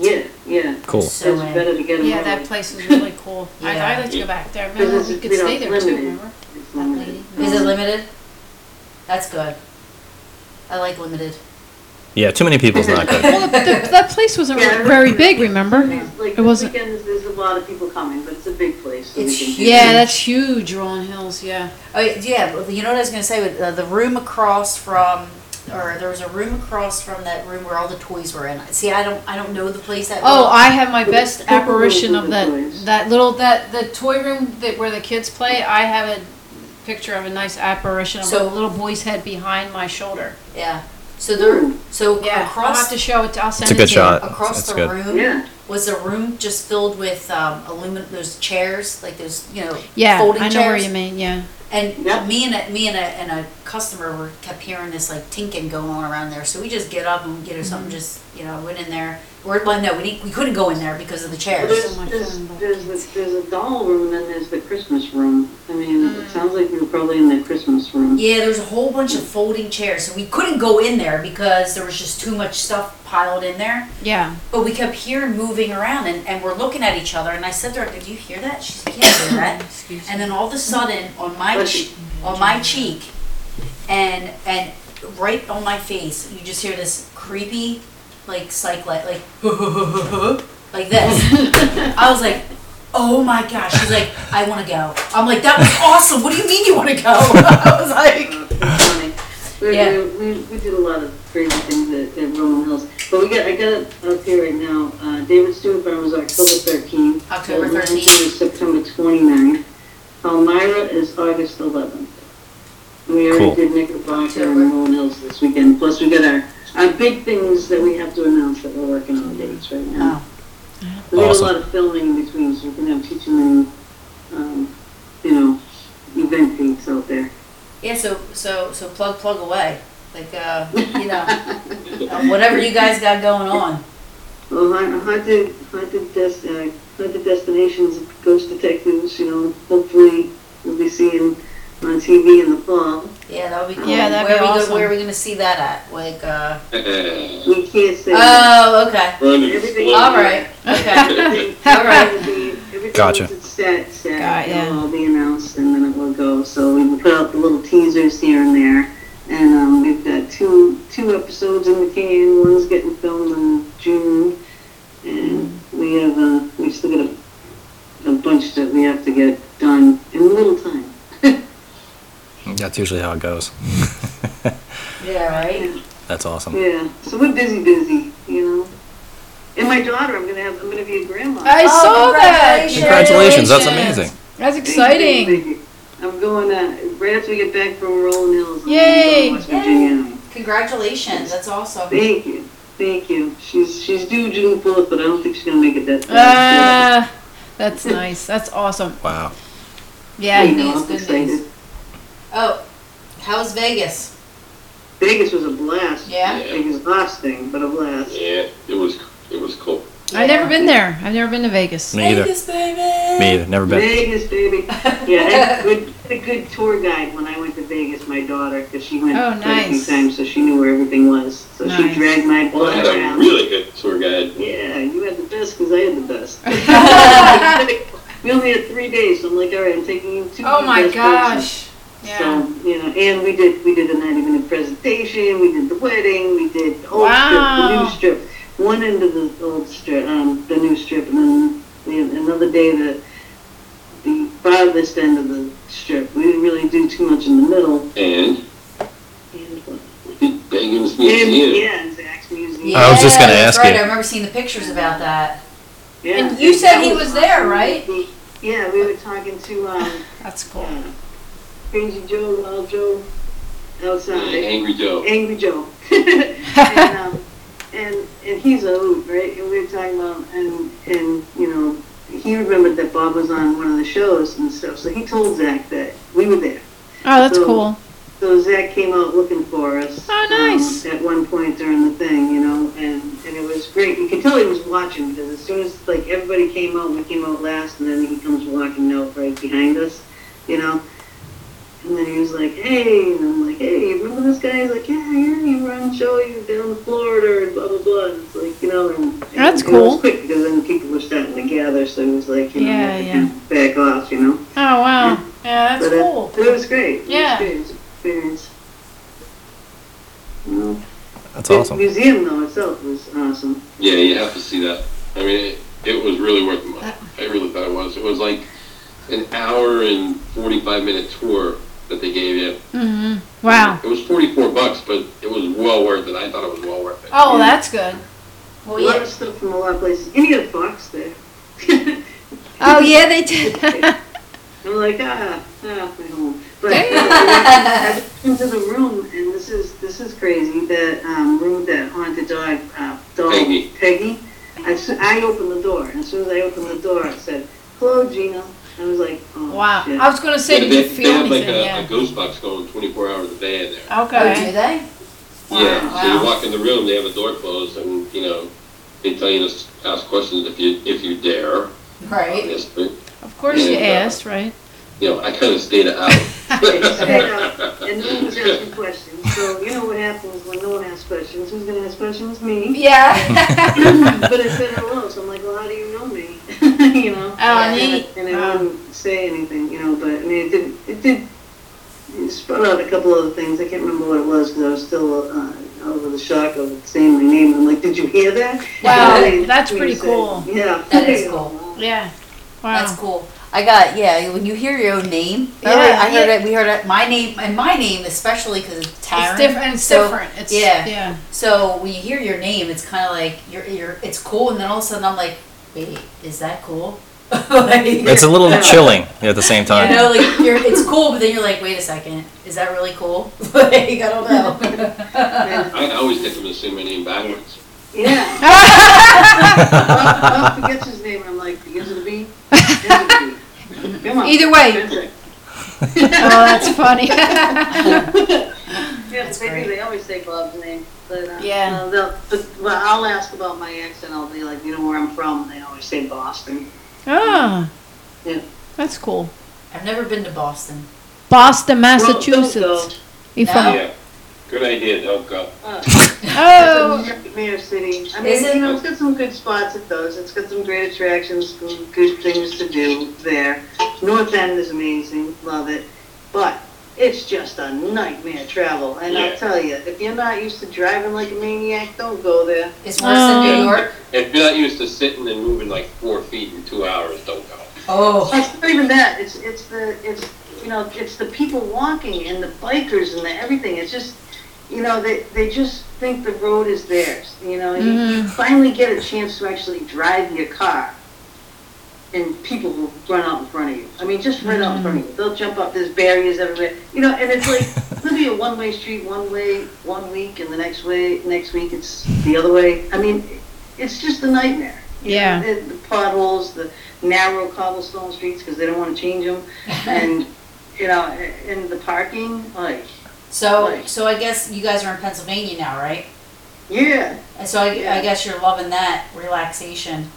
[SPEAKER 5] Yeah, yeah.
[SPEAKER 2] Cool.
[SPEAKER 7] So
[SPEAKER 5] it's better to get them
[SPEAKER 3] Yeah,
[SPEAKER 5] all.
[SPEAKER 3] that place was really cool. I'd,
[SPEAKER 7] Yeah.
[SPEAKER 3] I'd like to go back there.
[SPEAKER 5] Because
[SPEAKER 3] Remember,
[SPEAKER 5] it's-
[SPEAKER 3] we could
[SPEAKER 5] we
[SPEAKER 3] stay
[SPEAKER 5] don't
[SPEAKER 3] there too,
[SPEAKER 5] limit it.
[SPEAKER 3] remember?
[SPEAKER 5] It's
[SPEAKER 3] That
[SPEAKER 5] limited.
[SPEAKER 3] lady.
[SPEAKER 7] Is it limited? That's good. I like limited.
[SPEAKER 2] Yeah, too many people's not good.
[SPEAKER 3] Well, the, the, that place wasn't
[SPEAKER 5] Yeah.
[SPEAKER 3] very big, remember?
[SPEAKER 5] It's Like
[SPEAKER 3] It
[SPEAKER 5] this
[SPEAKER 3] wasn't-
[SPEAKER 5] weekend, there's a lot of people coming, but it's a big place. so we
[SPEAKER 7] It's
[SPEAKER 5] can do
[SPEAKER 3] Yeah,
[SPEAKER 5] it.
[SPEAKER 3] that's huge, Rolling Hills, yeah.
[SPEAKER 7] Oh yeah, well, you know what I was gonna say with uh, the room across from, or there was a room across from that room where all the toys were in. See, I don't, I don't know the place that.
[SPEAKER 3] Oh,
[SPEAKER 7] well.
[SPEAKER 3] I have my best
[SPEAKER 5] People
[SPEAKER 3] apparition
[SPEAKER 5] will
[SPEAKER 3] of
[SPEAKER 5] do the
[SPEAKER 3] that
[SPEAKER 5] toys.
[SPEAKER 3] that little that the toy room that where the kids play. I have a picture of a nice apparition of
[SPEAKER 7] So-
[SPEAKER 3] a little boy's head behind my shoulder.
[SPEAKER 7] yeah. So there, so
[SPEAKER 3] Yeah, I'll have
[SPEAKER 7] across
[SPEAKER 3] to show it. To, I'll send
[SPEAKER 2] a
[SPEAKER 3] it
[SPEAKER 2] good
[SPEAKER 3] to
[SPEAKER 2] shot.
[SPEAKER 7] across
[SPEAKER 2] Uh, That's
[SPEAKER 7] the
[SPEAKER 2] good.
[SPEAKER 7] room
[SPEAKER 5] Yeah,
[SPEAKER 7] was a room just filled with um, aluminum, those chairs, like those, you know,
[SPEAKER 3] You. Yeah,
[SPEAKER 7] folding
[SPEAKER 3] I know
[SPEAKER 7] chairs.
[SPEAKER 3] where you mean. Yeah,
[SPEAKER 7] And
[SPEAKER 5] Yeah.
[SPEAKER 7] me and a, me and a, and a customer were kept hearing this like tinking going on around there. So we just get up and get her something.
[SPEAKER 3] Mm-hmm.
[SPEAKER 7] Just you know, went in there. We're, well, no, we didn't, we couldn't go in there because of the
[SPEAKER 5] Well,
[SPEAKER 7] chairs.
[SPEAKER 5] there's,
[SPEAKER 3] much
[SPEAKER 5] there's,
[SPEAKER 3] fun, but-
[SPEAKER 5] there's, the- there's a doll room and then there's the Christmas room. I mean, it sounds like you were probably in the Christmas room.
[SPEAKER 7] Yeah, there's a whole bunch of folding chairs, so we couldn't go in there because there was just too much stuff piled in there.
[SPEAKER 3] yeah.
[SPEAKER 7] But we kept hearing moving around, and, and we're looking at each other. And I said to her, "Did you hear that?" She's like, "Yeah, I heard that."
[SPEAKER 3] Excuse me.
[SPEAKER 7] And then all of a sudden, on my
[SPEAKER 5] Bless you.
[SPEAKER 7] che- on my cheek, and and right on my face, you just hear this creepy, like psych light, like like this. I was like, oh my gosh. She's like, I want to go. I'm like, that was awesome. What do you mean you want to go? I was like,
[SPEAKER 5] It's funny. We,
[SPEAKER 7] Yeah.
[SPEAKER 5] we, we, we did a lot of crazy things at, at Rolling Hills. But we got, I got it up here right now. Uh, David Stewart Farm was October 13th.
[SPEAKER 7] October
[SPEAKER 5] Golden
[SPEAKER 7] 13th.
[SPEAKER 5] Mansion is September 29th. Palmyra is August 11th. We already
[SPEAKER 2] Cool.
[SPEAKER 5] did Knickerbocker
[SPEAKER 7] October.
[SPEAKER 5] and Rolling Hills this weekend. Plus, we got our, our big things that we have to announce that we're working on dates right now.
[SPEAKER 7] Oh.
[SPEAKER 5] We had
[SPEAKER 2] Awesome.
[SPEAKER 5] a lot of filming in between, so we can have teaching and, um, you know, event dates out there.
[SPEAKER 7] yeah. So so so plug plug away. Like uh, you know, uh, whatever you guys got going on.
[SPEAKER 5] Well, hun- haunted, haunted, des- uh, haunted destinations, ghost detectives, you know, hopefully we'll be seeing on TV in the fall.
[SPEAKER 7] Yeah, that would be cool.
[SPEAKER 3] Yeah, that'd be
[SPEAKER 7] where are we go-
[SPEAKER 3] awesome.
[SPEAKER 7] Where are we gonna see that at? Like uh.
[SPEAKER 6] the-
[SPEAKER 5] We can't say.
[SPEAKER 7] Oh, okay.
[SPEAKER 6] We're under the
[SPEAKER 5] Everything-
[SPEAKER 6] floor.
[SPEAKER 7] All right. Okay.
[SPEAKER 5] Everything-
[SPEAKER 7] All right.
[SPEAKER 5] everything will be- everything
[SPEAKER 2] Gotcha.
[SPEAKER 5] is Set, set,
[SPEAKER 3] Got ya.
[SPEAKER 5] it'll all be announced and then it will go. So we will put out the little teasers here and there. And, um, we've got two, two episodes in the can, one's getting filmed in June. And we have, uh, we still got a, a bunch that we have to get done in a little time.
[SPEAKER 2] That's usually how it goes.
[SPEAKER 7] Yeah, right.
[SPEAKER 2] That's awesome.
[SPEAKER 5] Yeah, so we're busy, busy, you know. And my daughter, I'm gonna have, I'm gonna be a grandma.
[SPEAKER 3] I saw that.
[SPEAKER 2] Congratulations, that's amazing.
[SPEAKER 3] That's
[SPEAKER 5] Thank you,
[SPEAKER 3] exciting.
[SPEAKER 5] thank you. I'm going uh, right after we get back from Rolling Hills. I'm gonna
[SPEAKER 3] Yay.
[SPEAKER 5] go to West Virginia.
[SPEAKER 7] Congratulations. That's awesome.
[SPEAKER 5] Thank you, thank you. She's she's due June fourth, but I don't think she's gonna make it that far.
[SPEAKER 3] Ah, that's nice. That's awesome.
[SPEAKER 2] Wow.
[SPEAKER 3] Yeah,
[SPEAKER 5] you
[SPEAKER 3] you
[SPEAKER 5] know,
[SPEAKER 3] think
[SPEAKER 5] I'm
[SPEAKER 3] it's good
[SPEAKER 5] excited.
[SPEAKER 3] news.
[SPEAKER 7] Oh, how's Vegas?
[SPEAKER 5] Vegas was a blast.
[SPEAKER 7] Yeah?
[SPEAKER 6] Yeah.
[SPEAKER 5] It was exhausting, but a blast.
[SPEAKER 6] Yeah, it was, it was cool.
[SPEAKER 3] I've never been there. I've never been to Vegas.
[SPEAKER 2] Me either.
[SPEAKER 7] Vegas, baby.
[SPEAKER 2] Me either. Never been.
[SPEAKER 5] Vegas, baby. Yeah, I had a good, had a good tour guide when I went to Vegas, my daughter, because she went
[SPEAKER 3] Oh,
[SPEAKER 5] quite a few
[SPEAKER 3] nice.
[SPEAKER 5] times, so she knew where everything was. So
[SPEAKER 3] Nice.
[SPEAKER 5] she dragged my
[SPEAKER 6] Well, I
[SPEAKER 5] butt
[SPEAKER 6] had a
[SPEAKER 5] around.
[SPEAKER 6] really good tour guide.
[SPEAKER 5] Yeah, you had the best because I had the best. we only had three days, so I'm like, all right, I'm taking you to.
[SPEAKER 3] Oh
[SPEAKER 5] the
[SPEAKER 3] my
[SPEAKER 5] best
[SPEAKER 3] gosh.
[SPEAKER 5] person."
[SPEAKER 3] Yeah.
[SPEAKER 5] So you know, and we did we did a 90 minute presentation. We did the wedding. We did old
[SPEAKER 3] Wow.
[SPEAKER 5] strip, the new strip, one end of the old strip, um, the new strip, and then you know, another day the the farthest end of the strip. We didn't really do too much in the middle.
[SPEAKER 6] And
[SPEAKER 5] And,
[SPEAKER 6] we did
[SPEAKER 5] and
[SPEAKER 6] Begging's Museum.
[SPEAKER 5] yeah, Zach's museum.
[SPEAKER 2] I was just gonna
[SPEAKER 7] that's
[SPEAKER 2] ask
[SPEAKER 7] right.
[SPEAKER 2] you.
[SPEAKER 7] I remember seeing the pictures about that.
[SPEAKER 5] Yeah.
[SPEAKER 8] And you said he
[SPEAKER 5] that
[SPEAKER 8] was there,
[SPEAKER 5] awesome.
[SPEAKER 8] right?
[SPEAKER 5] Yeah, we were talking to um,
[SPEAKER 7] That's cool.
[SPEAKER 5] Crazy Joe, Wild Joe, outside.
[SPEAKER 1] Angry Joe.
[SPEAKER 5] Angry Joe. and, um, and and he's a hoot, right? And we were talking about and and you know he remembered that Bob was on one of the shows and stuff, so he told Zach that we were there.
[SPEAKER 3] Oh, that's
[SPEAKER 5] So-
[SPEAKER 3] cool.
[SPEAKER 5] So Zach came out looking for us.
[SPEAKER 3] Oh, nice.
[SPEAKER 5] um, at one point during the thing, you know, and, and it was great. You could tell he was watching because as soon as like everybody came out, we came out last, and then he comes walking out right behind us, you know. And then he was like, "Hey," and I'm like, "Hey, you remember this guy?" He's like, "Yeah, yeah, you were on show, you were down in Florida, and blah blah blah." And it's like, you know, and, and
[SPEAKER 3] That's
[SPEAKER 5] it was
[SPEAKER 3] cool.
[SPEAKER 5] quick because then people were starting to gather, so it was like, you know,
[SPEAKER 3] Yeah,
[SPEAKER 5] you
[SPEAKER 3] yeah.
[SPEAKER 5] kind of back off, you know.
[SPEAKER 3] Oh wow, yeah, that's
[SPEAKER 5] But, uh,
[SPEAKER 3] cool.
[SPEAKER 5] It was great. It was
[SPEAKER 3] Yeah.
[SPEAKER 5] great. It was an experience. You know,
[SPEAKER 2] That's
[SPEAKER 5] the
[SPEAKER 2] awesome.
[SPEAKER 5] Museum though itself was awesome.
[SPEAKER 6] Yeah, you have to see that. I mean, it, it was really worth the money. I really thought it was. It was like an hour and 45 minute tour that they gave you.
[SPEAKER 3] hmm Wow.
[SPEAKER 6] It was 44 bucks, but it was well worth it. I thought it was well worth it.
[SPEAKER 3] Oh, well, that's good.
[SPEAKER 5] A
[SPEAKER 7] Well,
[SPEAKER 5] lot
[SPEAKER 7] yeah.
[SPEAKER 5] of stuff from a lot of places. And you get a fox there. I'm
[SPEAKER 8] Oh yeah, they did.
[SPEAKER 5] like, ah, ah, my home. But I went into the room, and this is this is crazy. That um, room that haunted dog, uh, doll
[SPEAKER 6] Peggy.
[SPEAKER 5] Peggy. I, s- I opened the door, and as soon as I opened the door, I said, "Hello, Gina." I was like, "Oh
[SPEAKER 3] Wow.
[SPEAKER 5] shit."
[SPEAKER 8] I was gonna say,
[SPEAKER 6] Yeah,
[SPEAKER 8] did
[SPEAKER 6] they,
[SPEAKER 8] you feel
[SPEAKER 6] they had like
[SPEAKER 8] anything?
[SPEAKER 6] a,
[SPEAKER 3] yeah.
[SPEAKER 6] a ghost box going 24 hours a day in there.
[SPEAKER 7] Oh,
[SPEAKER 3] Okay.
[SPEAKER 7] do they?
[SPEAKER 6] Yeah, so
[SPEAKER 7] Wow.
[SPEAKER 6] you walk in the room, they have the door closed, and you know they tell you to s- ask questions if you if you dare.
[SPEAKER 7] Right.
[SPEAKER 6] Yes, but
[SPEAKER 3] Of course you asked, right?
[SPEAKER 6] you know I kind of stayed out.
[SPEAKER 5] And no one was asking questions, so you know what happens when no one asks questions. Who's gonna ask questions? Me.
[SPEAKER 7] Yeah.
[SPEAKER 5] but I said hello, so I'm like, well, how do you know me? you
[SPEAKER 3] Oh,
[SPEAKER 5] know.
[SPEAKER 7] Yeah.
[SPEAKER 3] neat.
[SPEAKER 5] And I wouldn't say anything, you know. But I mean, it did. It did. It spun out a couple other things. I can't remember what it was because I was still uh, over the shock of saying my name. I'm like, did you hear that?
[SPEAKER 3] Wow,
[SPEAKER 5] And they-
[SPEAKER 3] that's
[SPEAKER 5] they
[SPEAKER 3] pretty
[SPEAKER 5] said,
[SPEAKER 3] cool.
[SPEAKER 5] Yeah,
[SPEAKER 7] That is cool.
[SPEAKER 3] Yeah.
[SPEAKER 7] That's
[SPEAKER 3] Wow.
[SPEAKER 7] cool. I got yeah. When you hear your own name,
[SPEAKER 3] Yeah,
[SPEAKER 7] Remember, I heard
[SPEAKER 3] yeah.
[SPEAKER 7] it. We heard it. My name and my name especially because it's Taryn.
[SPEAKER 3] It's different. It's
[SPEAKER 7] So-
[SPEAKER 3] different. It's
[SPEAKER 7] yeah.
[SPEAKER 3] yeah.
[SPEAKER 7] So when you hear your name, it's kind of like you're you're. It's cool, and then all of a sudden I'm like, wait, is that cool? like,
[SPEAKER 2] It's a little chilling at the same
[SPEAKER 7] You
[SPEAKER 2] time.
[SPEAKER 7] know, like you're. It's cool, but then you're like, wait a second, is that really cool? like I don't know.
[SPEAKER 6] I always get them to say my name backwards.
[SPEAKER 5] Yeah. Bob forgets his name, and I'm like, begins with a B. Ends with a B. Come on.
[SPEAKER 8] Either way.
[SPEAKER 5] That's it.
[SPEAKER 3] Oh, that's funny.
[SPEAKER 5] Yeah,
[SPEAKER 7] That's
[SPEAKER 5] they do.
[SPEAKER 7] great.
[SPEAKER 5] They always say Bob's name. But, uh,
[SPEAKER 3] Yeah.
[SPEAKER 5] uh, they'll, but, well, I'll ask about my accent. I'll be like, you know where I'm from? They always say Boston.
[SPEAKER 3] Ah.
[SPEAKER 5] Yeah.
[SPEAKER 3] That's cool.
[SPEAKER 7] I've never been to Boston.
[SPEAKER 3] Boston,
[SPEAKER 5] Well, don't
[SPEAKER 3] Massachusetts.
[SPEAKER 5] go.
[SPEAKER 3] You
[SPEAKER 7] No.
[SPEAKER 3] from?
[SPEAKER 6] Yeah, good idea. Don't go.
[SPEAKER 5] Uh,
[SPEAKER 3] Oh,
[SPEAKER 5] It's a Mayor City. I
[SPEAKER 7] Is
[SPEAKER 5] mean,
[SPEAKER 7] it-
[SPEAKER 5] you know, it's got some good spots at those. It's got some great attractions, good good things to do there. North End is amazing. Love it. But it's just a nightmare travel. And
[SPEAKER 6] Yeah.
[SPEAKER 5] I'll tell you, if you're not used to driving like a maniac, don't go there.
[SPEAKER 7] It's worse than New
[SPEAKER 3] Um,
[SPEAKER 7] York.
[SPEAKER 6] If you're not used to sitting and moving like four feet in two hours, don't go.
[SPEAKER 7] Oh,
[SPEAKER 5] It's not even that. It's it's the it's you know it's the people walking and the bikers and the everything. It's just you know they they just think the road is theirs. You know you,
[SPEAKER 3] Mm-hmm.
[SPEAKER 5] you finally get a chance to actually drive your car, and people will run out in front of you. I mean just right out in front of you. They'll jump up. There's barriers everywhere. You know, and it's like literally a one way street, one way one week, and the next way next week it's the other way. I mean, it's just a nightmare. you
[SPEAKER 3] Yeah.
[SPEAKER 5] know, The, the potholes, the narrow cobblestone streets because they don't want to change them, and you know, and the parking, like,
[SPEAKER 7] so so I guess you guys are in Pennsylvania now, right?
[SPEAKER 5] yeah,
[SPEAKER 7] And so I, I
[SPEAKER 5] Yeah.
[SPEAKER 7] guess you're loving that relaxation.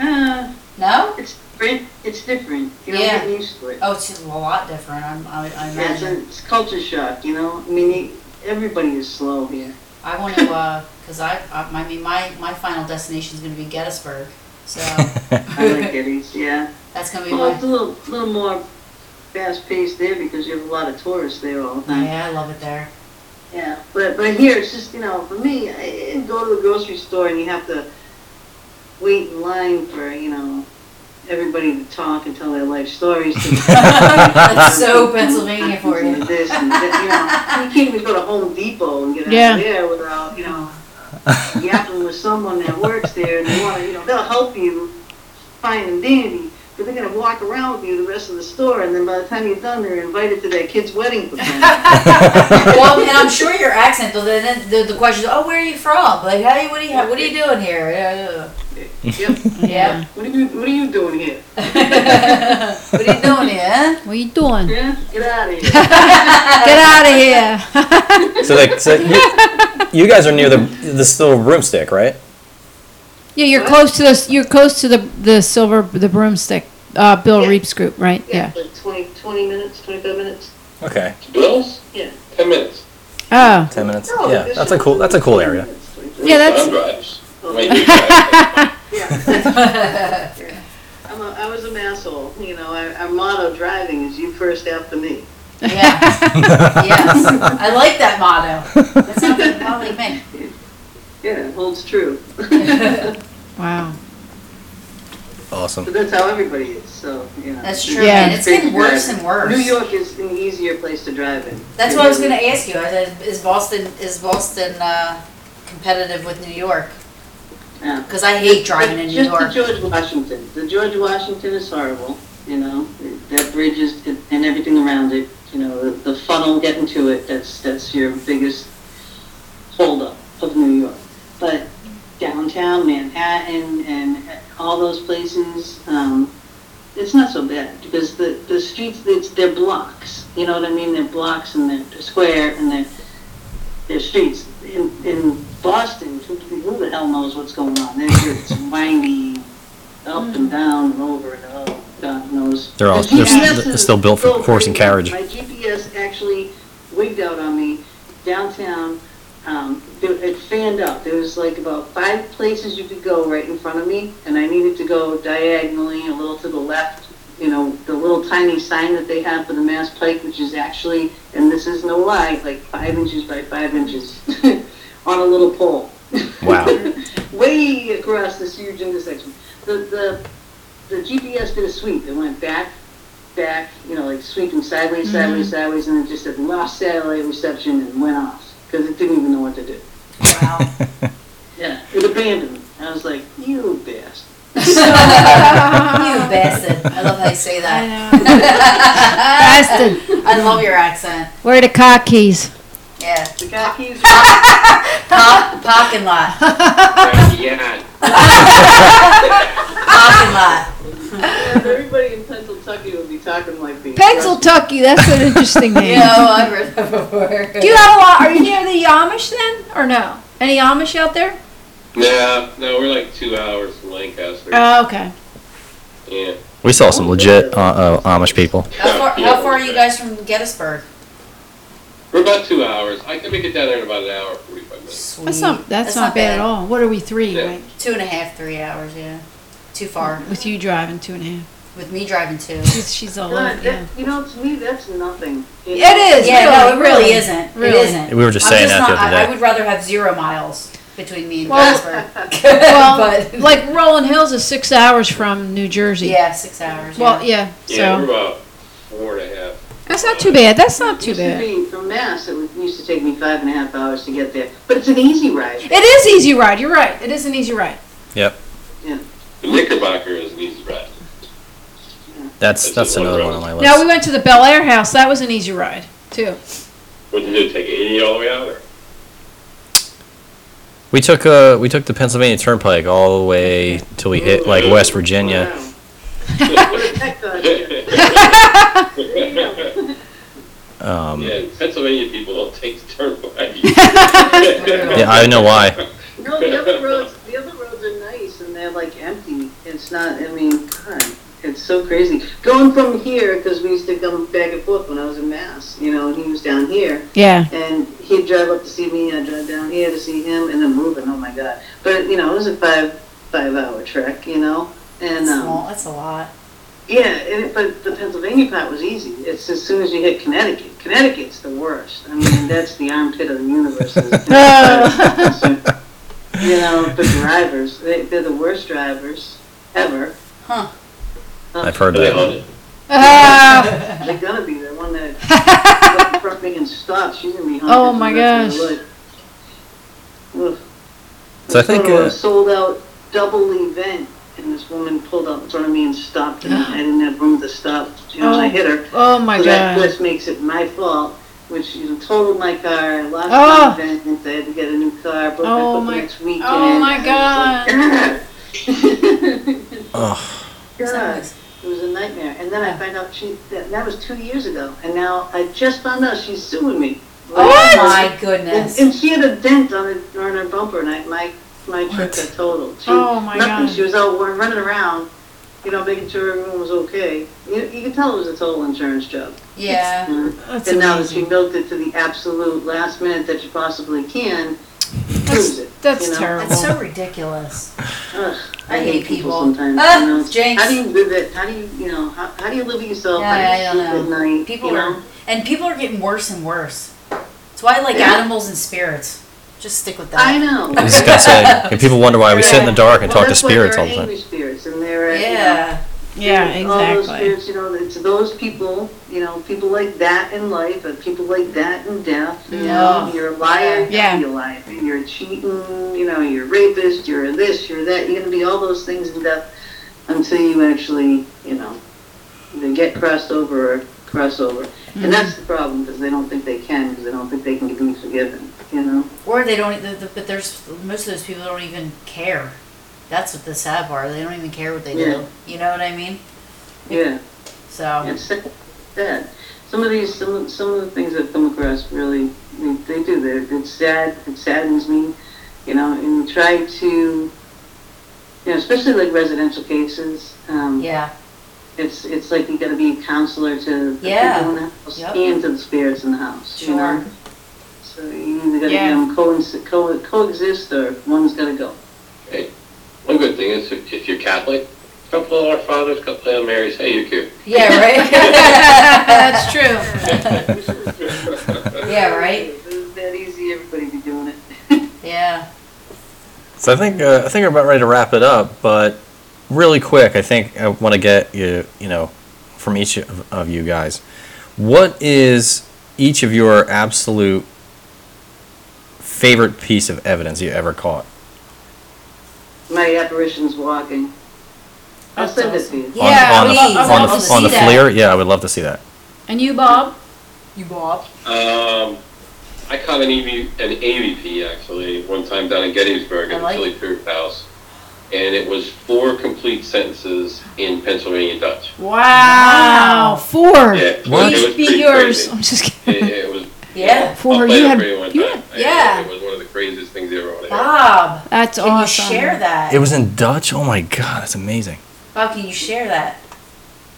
[SPEAKER 5] uh,
[SPEAKER 7] No?
[SPEAKER 5] it's different. It's different. You know,
[SPEAKER 7] Yeah.
[SPEAKER 5] getting used to it.
[SPEAKER 7] Oh, it's a lot different. I'm, I, I
[SPEAKER 5] Yeah, it's,
[SPEAKER 7] imagine.
[SPEAKER 5] a, it's culture shock. You know, I mean, you- everybody is slow here.
[SPEAKER 7] I want to, uh, cause I, I, I mean, my, my final destination is gonna be Gettysburg. So
[SPEAKER 5] I like Gettys. Yeah,
[SPEAKER 7] that's gonna be
[SPEAKER 5] well, it's
[SPEAKER 7] my.
[SPEAKER 5] a little, little more fast paced there because you have a lot of tourists there all the time.
[SPEAKER 7] Yeah, I love it there.
[SPEAKER 5] Yeah, but but here it's just you know for me, I I go to the grocery store and you have to wait in line for you know everybody to talk and tell their life stories.
[SPEAKER 7] That's so Pennsylvania for
[SPEAKER 5] And
[SPEAKER 7] you.
[SPEAKER 5] This and that, you know, you can't even go to Home Depot and get out
[SPEAKER 3] Yeah.
[SPEAKER 5] of there without you know yapping with someone that works there, and they want to, you know, they'll help you find and dandy, but they're gonna walk around with you the rest of the store, and then by the time you're done, they're invited to that kid's wedding. party.
[SPEAKER 7] well, and I'm sure your accent. though, Then the, the question is, oh, where are you from? Like, how you? What are you? What are you doing here? Yeah,
[SPEAKER 5] Yep.
[SPEAKER 7] Yeah.
[SPEAKER 5] What are you What are you doing here?
[SPEAKER 7] yeah. what are you doing here?
[SPEAKER 3] What are you doing?
[SPEAKER 5] Yeah, get out of here.
[SPEAKER 3] Get out of here.
[SPEAKER 10] So, like, so you, you guys are near the the little broomstick, right?
[SPEAKER 3] yeah, you're close to this. You're close to the the silver the broomstick. Uh, Bill
[SPEAKER 5] Yeah.
[SPEAKER 3] Reeves group, right? Yeah.
[SPEAKER 5] Like 20, 20 minutes, twenty-five minutes.
[SPEAKER 10] Okay,
[SPEAKER 6] Bills?
[SPEAKER 5] Yeah.
[SPEAKER 6] Ten minutes.
[SPEAKER 3] Oh,
[SPEAKER 10] ten minutes.
[SPEAKER 5] No,
[SPEAKER 10] yeah,
[SPEAKER 5] it's
[SPEAKER 10] that's a
[SPEAKER 5] just-
[SPEAKER 10] cool. That's a cool area.
[SPEAKER 3] yeah. That's
[SPEAKER 6] Thumb drives.
[SPEAKER 5] Oh,
[SPEAKER 6] Wait, you drive.
[SPEAKER 5] I'm a, I was a masshole. You know, our, our motto driving is you first after me.
[SPEAKER 7] Yeah. yes. I like that motto. That sounds like probably me.
[SPEAKER 5] Yeah, it holds true.
[SPEAKER 3] wow.
[SPEAKER 5] But
[SPEAKER 10] Awesome.
[SPEAKER 5] that's how everybody is. So you know.
[SPEAKER 7] That's true.
[SPEAKER 3] Yeah.
[SPEAKER 7] Man. It's getting worse and worse.
[SPEAKER 5] New York is an easier place to drive in.
[SPEAKER 7] That's what I was going to ask you. I said, Is Boston is Boston uh, competitive with New York?
[SPEAKER 5] Yeah.
[SPEAKER 7] Because I hate driving in New
[SPEAKER 5] Just
[SPEAKER 7] York.
[SPEAKER 5] the George Washington. The George Washington is horrible. You know, that bridge is and everything around it. You know, the, the funnel getting to it. That's that's your biggest holdup of New York. But downtown Manhattan and all those places, um, it's not so bad because the the streets it's they're blocks. You know what I mean? They're blocks and they're, they're square and they're their streets. In, in Boston, who, who the hell knows what's going on? There's it's windy, up and down and over and oh, God knows.
[SPEAKER 2] They're all-
[SPEAKER 5] The
[SPEAKER 2] they're s-
[SPEAKER 5] GPS
[SPEAKER 2] they're
[SPEAKER 5] is
[SPEAKER 2] still built for
[SPEAKER 5] so
[SPEAKER 2] horse and
[SPEAKER 5] crazy.
[SPEAKER 2] carriage.
[SPEAKER 5] My GPS actually wigged out on me downtown. Um, it, it fanned out. There was like about five places you could go right in front of me, and I needed to go diagonally, a little to the left. You know, the little tiny sign that they have for the Mass Pike, which is actually, and this is no lie, like five inches by five inches on a little pole.
[SPEAKER 2] Wow.
[SPEAKER 5] Way across this huge intersection. The, the, the GPS did a sweep. It went back, back, you know, like sweeping sideways, sideways, sideways, and it just said lost satellite reception and went off because it didn't even know what to do.
[SPEAKER 7] Wow.
[SPEAKER 5] Yeah, it abandoned me. I was like, you bastard.
[SPEAKER 7] you bastard. I love how you say
[SPEAKER 3] I
[SPEAKER 7] that.
[SPEAKER 3] know. Bastard.
[SPEAKER 7] I love your accent.
[SPEAKER 3] Where are the car keys?
[SPEAKER 7] Yeah.
[SPEAKER 5] The guy keeps
[SPEAKER 7] Pa- parking lot.
[SPEAKER 6] Right, Yeah.
[SPEAKER 7] Parking lot.
[SPEAKER 5] Everybody in Pennsylvania would be talking like me.
[SPEAKER 3] Pennsyltucky, that's an interesting
[SPEAKER 7] You
[SPEAKER 3] name.
[SPEAKER 7] know, I've read that before.
[SPEAKER 8] Do you have a lot? Are you near the Amish then, or no? Any Amish out there?
[SPEAKER 6] No, no, we're like two hours from Lancaster.
[SPEAKER 3] Oh, okay.
[SPEAKER 6] yeah.
[SPEAKER 2] We saw some legit uh, uh, Amish people.
[SPEAKER 7] How far,
[SPEAKER 6] Yeah,
[SPEAKER 7] how far are you guys from Gettysburg?
[SPEAKER 6] We're about two hours. I can make it down there in about an hour, forty-five minutes.
[SPEAKER 7] Sweet.
[SPEAKER 3] That's
[SPEAKER 8] Mm.
[SPEAKER 3] not that's, not, bad, at all. What are we three,
[SPEAKER 6] Yeah.
[SPEAKER 3] right?
[SPEAKER 7] Two and a half, three hours, yeah. Too far.
[SPEAKER 3] With you driving two and a half.
[SPEAKER 7] With me driving two.
[SPEAKER 3] She's, she's all
[SPEAKER 5] God,
[SPEAKER 3] over. Yeah.
[SPEAKER 5] that, you know, to me, that's nothing. It
[SPEAKER 8] is.
[SPEAKER 7] Yeah, no, it really isn't.
[SPEAKER 3] Really.
[SPEAKER 7] It isn't.
[SPEAKER 2] We were just
[SPEAKER 7] I'm
[SPEAKER 2] saying
[SPEAKER 7] just
[SPEAKER 2] that
[SPEAKER 7] not,
[SPEAKER 2] the other
[SPEAKER 7] I- I,
[SPEAKER 2] day.
[SPEAKER 7] would rather have zero miles between me and
[SPEAKER 3] Well-
[SPEAKER 7] Gettysburg.
[SPEAKER 3] Well,
[SPEAKER 7] but
[SPEAKER 3] like Rolling Hills is six hours from New Jersey.
[SPEAKER 7] yeah, six hours.
[SPEAKER 3] Well,
[SPEAKER 7] yeah.
[SPEAKER 3] yeah.
[SPEAKER 6] Yeah, we're
[SPEAKER 3] So
[SPEAKER 6] about four and a half.
[SPEAKER 3] that's not too bad. That's not too
[SPEAKER 5] used
[SPEAKER 3] bad.
[SPEAKER 5] to be from Mass, it would- used to take me five and a half hours to get there. But it's an easy ride.
[SPEAKER 3] It is easy ride. You're right. It is an easy ride.
[SPEAKER 6] The Knickerbocker is an easy ride.
[SPEAKER 2] That's that's another one on my
[SPEAKER 3] Now we
[SPEAKER 2] list.
[SPEAKER 3] went to the Bel Air House. That was an easy ride too.
[SPEAKER 6] What did you do? Take eighty all the way out, or
[SPEAKER 2] We took uh we took the Pennsylvania Turnpike all the way till we hit like West Virginia.
[SPEAKER 5] Heck, uh, God,
[SPEAKER 2] Um, yeah,
[SPEAKER 6] yeah, Pennsylvania people don't take the turnpike.
[SPEAKER 2] I know why.
[SPEAKER 5] No, the other roads, the other roads are nice and they're like empty. It's not, I mean, God, it's so crazy. Going from here, because we used to come back and forth when I was in Mass, you know, and he was down here.
[SPEAKER 3] Yeah.
[SPEAKER 5] And he'd drive up to see me, I'd drive down here to see him, and then moving, oh my God. But, you know, it was a five, five hour trek, you know? And,
[SPEAKER 7] that's,
[SPEAKER 5] um,
[SPEAKER 7] small, that's a lot.
[SPEAKER 5] yeah, and it, but the Pennsylvania part was easy. It's as soon as you hit Connecticut. Connecticut's the worst. I mean, that's the armpit of the universe. Ah. you know, the drivers, they, they're the worst drivers ever.
[SPEAKER 7] Huh.
[SPEAKER 2] I've heard
[SPEAKER 6] They
[SPEAKER 2] that.
[SPEAKER 6] own it.
[SPEAKER 3] Ah,
[SPEAKER 5] They're gonna be the one that fucking and stops. She's gonna be hungry.
[SPEAKER 3] Oh my gosh.
[SPEAKER 5] Ugh.
[SPEAKER 2] So I think,
[SPEAKER 5] sort of
[SPEAKER 2] uh,
[SPEAKER 5] a sold out double event, and this woman pulled up in front of me and stopped. And I didn't have room to stop. You know, I hit her.
[SPEAKER 3] Oh my
[SPEAKER 5] so that
[SPEAKER 3] god.
[SPEAKER 5] just makes it my fault, which you know, totaled my car. I lost
[SPEAKER 3] Ah.
[SPEAKER 5] my event. I had to get a new car. Broke
[SPEAKER 3] Oh
[SPEAKER 5] up with
[SPEAKER 3] my-
[SPEAKER 5] the next weekend.
[SPEAKER 3] Oh my god.
[SPEAKER 5] God. It was a nightmare. And then I find out she that, that was two years ago, and now I just found out she's suing me.
[SPEAKER 7] Oh my
[SPEAKER 5] And,
[SPEAKER 7] goodness.
[SPEAKER 5] and she had a dent on, it, on her bumper, and I, my my truck got totaled. She,
[SPEAKER 3] Oh, my
[SPEAKER 5] nothing.
[SPEAKER 3] God.
[SPEAKER 5] She was out run- running around, you know, making sure everyone was okay. You, you could tell it was a total insurance job.
[SPEAKER 7] Yeah.
[SPEAKER 3] That's
[SPEAKER 5] and now that
[SPEAKER 3] amazing.
[SPEAKER 5] she milked it to the absolute last minute that you possibly can, proves it.
[SPEAKER 3] That's
[SPEAKER 5] you know?
[SPEAKER 3] terrible.
[SPEAKER 7] That's so ridiculous.
[SPEAKER 5] Ugh,
[SPEAKER 7] I hate people.
[SPEAKER 5] sometimes.
[SPEAKER 7] Ah,
[SPEAKER 5] you know?
[SPEAKER 7] jinx.
[SPEAKER 5] How do you live it? How do you, you know, how, how do you live with yourself?
[SPEAKER 7] Yeah, yeah, I
[SPEAKER 5] how do you
[SPEAKER 7] don't
[SPEAKER 5] sleep at night?
[SPEAKER 7] People
[SPEAKER 5] you
[SPEAKER 7] are,
[SPEAKER 5] know?
[SPEAKER 7] and people are getting worse and worse. That's why I like
[SPEAKER 5] Yeah.
[SPEAKER 7] animals and spirits. Just stick with that.
[SPEAKER 5] I know.
[SPEAKER 2] I was just gonna say, and people wonder why we sit in the dark and
[SPEAKER 5] Well,
[SPEAKER 2] talk to
[SPEAKER 5] that's why
[SPEAKER 2] spirits
[SPEAKER 5] they're
[SPEAKER 2] all the time.
[SPEAKER 5] angry spirits, and they're uh, you know,
[SPEAKER 7] Yeah.
[SPEAKER 3] Yeah,
[SPEAKER 5] All those
[SPEAKER 3] exactly.
[SPEAKER 5] spirits, you know, it's those people, you know, people like that in life, and people like that in death. You know,
[SPEAKER 7] Yeah.
[SPEAKER 5] you're a liar,
[SPEAKER 3] Yeah.
[SPEAKER 5] you're a liar, you're a cheating, you know, you're a rapist, you're this, you're that. You're going to be all those things in death until you actually, you know, either get crossed over or cross over. And that's the problem because they don't think they can because they don't think they can be forgiven. You know,
[SPEAKER 7] Or they don't. e, The, the, but there's most of those people don't even care. That's what the sad part. They don't even care what they do. You know what I mean?
[SPEAKER 5] yeah.
[SPEAKER 7] So
[SPEAKER 5] It's sad. sad. Some of these, some of, some of the things I've come across really, they, they do. They're, it's sad. It saddens me, you know. And try to, you know, especially like residential cases. Um,
[SPEAKER 7] yeah,
[SPEAKER 5] It's it's like you got to be a counselor to the
[SPEAKER 7] Yeah.
[SPEAKER 5] people in the house
[SPEAKER 7] Yep.
[SPEAKER 5] and to the spirits in the house. You
[SPEAKER 7] sure.
[SPEAKER 5] know? So you either got to
[SPEAKER 3] Yeah.
[SPEAKER 5] yeah. them co- co- coexist or one's got to go.
[SPEAKER 6] One good thing is if if you're Catholic, couple of Our Fathers, couple of Hail Marys, hey, you're cute.
[SPEAKER 7] Yeah, right.
[SPEAKER 3] That's true.
[SPEAKER 7] yeah, right.
[SPEAKER 5] If it was that easy, everybody'd be doing it.
[SPEAKER 7] Yeah.
[SPEAKER 2] So I think uh, I think we're about ready to wrap it up, but really quick, I think I want to get you you know from each of, of you guys, what is each of your absolute favorite piece of evidence you ever caught
[SPEAKER 5] My apparition's walking. I'll
[SPEAKER 3] That's
[SPEAKER 5] send it to
[SPEAKER 3] awesome.
[SPEAKER 5] you.
[SPEAKER 7] Yeah,
[SPEAKER 2] on, on
[SPEAKER 7] please.
[SPEAKER 2] the
[SPEAKER 7] I'd
[SPEAKER 2] on
[SPEAKER 7] love
[SPEAKER 2] the
[SPEAKER 7] to
[SPEAKER 2] on the
[SPEAKER 7] see that.
[SPEAKER 2] FLIR? Yeah, I would love to see that.
[SPEAKER 3] And you, Bob?
[SPEAKER 7] You Bob.
[SPEAKER 6] Um, I caught an, EV, an AVP actually one time down in Gettysburg
[SPEAKER 7] I
[SPEAKER 6] at
[SPEAKER 7] like-
[SPEAKER 6] the Philly Fruit House, and it was four complete sentences in Pennsylvania Dutch.
[SPEAKER 3] Wow. Four.
[SPEAKER 6] Yeah, it
[SPEAKER 2] What?
[SPEAKER 6] was
[SPEAKER 3] Each be
[SPEAKER 6] pretty
[SPEAKER 3] yours.
[SPEAKER 6] crazy.
[SPEAKER 3] I'm just
[SPEAKER 6] It,
[SPEAKER 3] kidding.
[SPEAKER 6] it was.
[SPEAKER 7] Yeah.
[SPEAKER 6] I'll
[SPEAKER 3] Four.
[SPEAKER 6] play
[SPEAKER 3] You
[SPEAKER 6] that
[SPEAKER 3] had.
[SPEAKER 6] for you one
[SPEAKER 3] you
[SPEAKER 6] time.
[SPEAKER 3] had-
[SPEAKER 6] I-
[SPEAKER 7] yeah. Ah.
[SPEAKER 6] It was one of the craziest things ever. on air.
[SPEAKER 7] Bob.
[SPEAKER 3] That's
[SPEAKER 7] Can
[SPEAKER 3] awesome.
[SPEAKER 7] you share that?
[SPEAKER 2] It was in Dutch. Oh my god, that's amazing.
[SPEAKER 7] Bob, can you share that?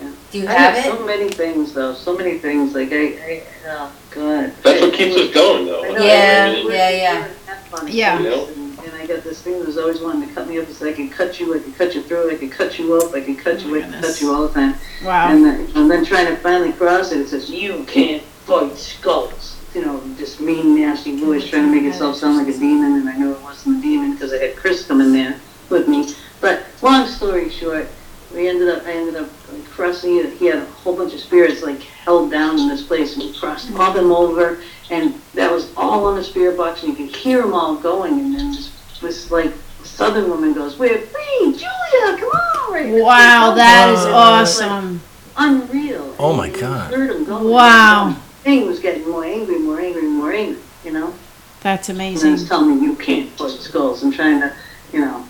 [SPEAKER 5] Yeah.
[SPEAKER 7] Do you
[SPEAKER 5] I
[SPEAKER 7] have
[SPEAKER 5] So
[SPEAKER 7] it?
[SPEAKER 5] many things, though. So many things. Like I, I oh god.
[SPEAKER 6] That's what keeps us going, though.
[SPEAKER 5] I know,
[SPEAKER 7] Yeah,
[SPEAKER 5] I really-
[SPEAKER 7] yeah, yeah.
[SPEAKER 5] That's funny.
[SPEAKER 3] Yeah.
[SPEAKER 6] You know?
[SPEAKER 5] And, and I got this thing that was always wanting to cut me up. It's like I can cut you, I can cut you through, I can cut you up, I can cut
[SPEAKER 3] Oh my
[SPEAKER 5] you, I can
[SPEAKER 3] goodness.
[SPEAKER 5] cut you all the time.
[SPEAKER 3] Wow.
[SPEAKER 5] And then, and then trying to finally cross it, it says you can't fight skulls. You know, this mean, nasty voice trying to make itself sound like a demon, and I knew it wasn't a demon because I had Chris come in there with me. But long story short, we ended up, I ended up like, crossing it. He had a whole bunch of spirits like held down in this place, and we crossed all them over, and that was all on the spirit box, and you could hear them all going. And then this, this like southern woman goes, "We're free, Julia, come on!" right?"
[SPEAKER 3] Wow. That is
[SPEAKER 5] Like,
[SPEAKER 3] awesome.
[SPEAKER 5] unreal.
[SPEAKER 2] Oh my
[SPEAKER 5] And you
[SPEAKER 2] God.
[SPEAKER 5] Heard him going.
[SPEAKER 3] Wow.
[SPEAKER 5] Thing was getting more angry, more angry, more angry. You know,
[SPEAKER 3] That's
[SPEAKER 5] and then
[SPEAKER 3] amazing.
[SPEAKER 5] he's telling me you can't fight skulls and trying to, you know,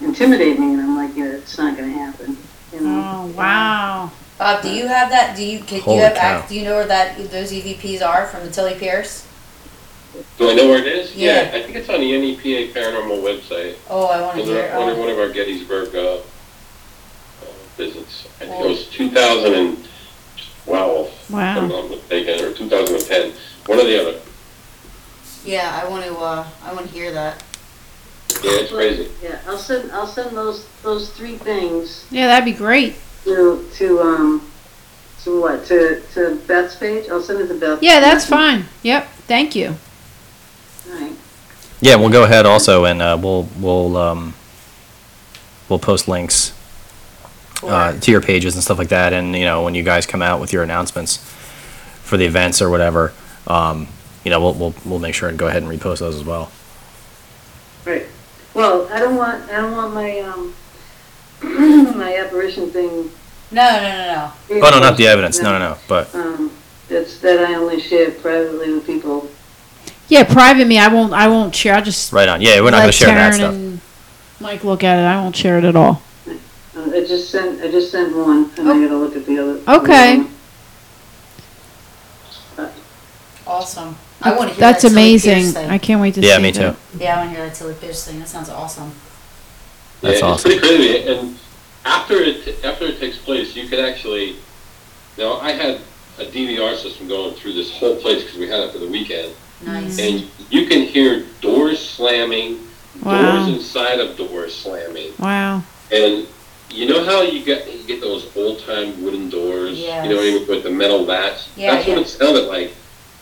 [SPEAKER 5] intimidate me, and I'm like, yeah, it's not going to happen. You know.
[SPEAKER 3] Oh wow.
[SPEAKER 7] Bob, do you have that? Do you can, do
[SPEAKER 2] Holy
[SPEAKER 7] you have
[SPEAKER 2] cow.
[SPEAKER 7] ac- do you know where that those EVPs are from the Tilly Pierce?
[SPEAKER 6] Do I know where it is?
[SPEAKER 7] Yeah.
[SPEAKER 6] I think it's on the NEPA Paranormal website.
[SPEAKER 7] Oh, I want to
[SPEAKER 6] Under,
[SPEAKER 7] hear.
[SPEAKER 6] under
[SPEAKER 7] Oh.
[SPEAKER 6] one of our Gettysburg uh, uh, visits. I think it was 2012,
[SPEAKER 7] Ah.
[SPEAKER 6] if I'm
[SPEAKER 3] Wow.
[SPEAKER 6] not mistaken, or 2010, one or the other.
[SPEAKER 7] Yeah, I want to. Uh, I want to hear that.
[SPEAKER 6] Yeah, it's crazy.
[SPEAKER 5] Yeah, I'll send I'll send those those three things
[SPEAKER 3] Yeah, that'd be great.
[SPEAKER 5] to to um to what to to Beth's page. I'll send it to Beth.
[SPEAKER 3] Yeah, that's
[SPEAKER 7] Mm-hmm.
[SPEAKER 3] fine. Yep. Thank you.
[SPEAKER 5] All right.
[SPEAKER 2] Yeah, we'll go ahead also, and uh, we'll we'll um, we'll post links uh, to your pages and stuff like that. And you know, when you guys come out with your announcements for the events or whatever, um, you know, we'll, we'll we'll make sure and go ahead and repost those as well.
[SPEAKER 5] Right. Well, I don't want, I don't want my, um, my apparition thing.
[SPEAKER 7] No, no, no, no.
[SPEAKER 10] Oh no, not the evidence. No, no, no. But
[SPEAKER 5] Um, it's that I only share privately with people.
[SPEAKER 3] Yeah, private me. I won't. I won't share. I'll just
[SPEAKER 10] right on. Yeah, we're not
[SPEAKER 3] let
[SPEAKER 10] going to share that
[SPEAKER 3] Taryn
[SPEAKER 10] stuff.
[SPEAKER 3] and Mike look at it. I won't share it at all.
[SPEAKER 5] Uh, I just sent, I just sent one, and I gotta look at the other.
[SPEAKER 3] Okay.
[SPEAKER 7] Awesome. I want to hear
[SPEAKER 3] That's
[SPEAKER 7] that Tilly Pierce
[SPEAKER 3] amazing.
[SPEAKER 7] thing.
[SPEAKER 3] I can't wait to
[SPEAKER 10] Yeah,
[SPEAKER 3] see
[SPEAKER 10] me
[SPEAKER 3] that.
[SPEAKER 10] too.
[SPEAKER 7] yeah, I want to hear that Tilly Pierce thing. That sounds awesome.
[SPEAKER 2] That's
[SPEAKER 6] yeah,
[SPEAKER 2] awesome.
[SPEAKER 6] It's pretty crazy. And after it after it takes place, you could actually. Now I had a DVR system going through this whole place because we had it for the weekend,
[SPEAKER 7] Nice.
[SPEAKER 6] and you can hear doors slamming,
[SPEAKER 3] Wow.
[SPEAKER 6] doors inside of doors slamming,
[SPEAKER 3] Wow.
[SPEAKER 6] and you know how you get you get those old time wooden doors, you know, what I
[SPEAKER 7] Yes.
[SPEAKER 6] mean, with the metal latch.
[SPEAKER 7] Yeah,
[SPEAKER 6] That's
[SPEAKER 7] yeah.
[SPEAKER 6] what it sounded like.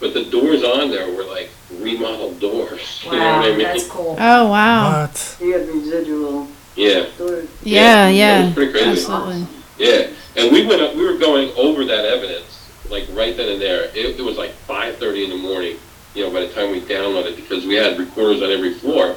[SPEAKER 6] But the doors on there were like remodeled doors. you know
[SPEAKER 7] Wow,
[SPEAKER 6] what I mean?
[SPEAKER 7] that's cool.
[SPEAKER 3] Oh wow.
[SPEAKER 10] What?
[SPEAKER 5] You have residual
[SPEAKER 6] Yeah.
[SPEAKER 5] storage.
[SPEAKER 3] yeah.
[SPEAKER 6] It
[SPEAKER 3] Yeah.
[SPEAKER 6] was pretty crazy.
[SPEAKER 3] Absolutely.
[SPEAKER 6] Yeah, and we went up. We were going over that evidence, like right then and there. It, it was like five thirty in the morning. You know, by the time we downloaded, because we had recorders on every floor,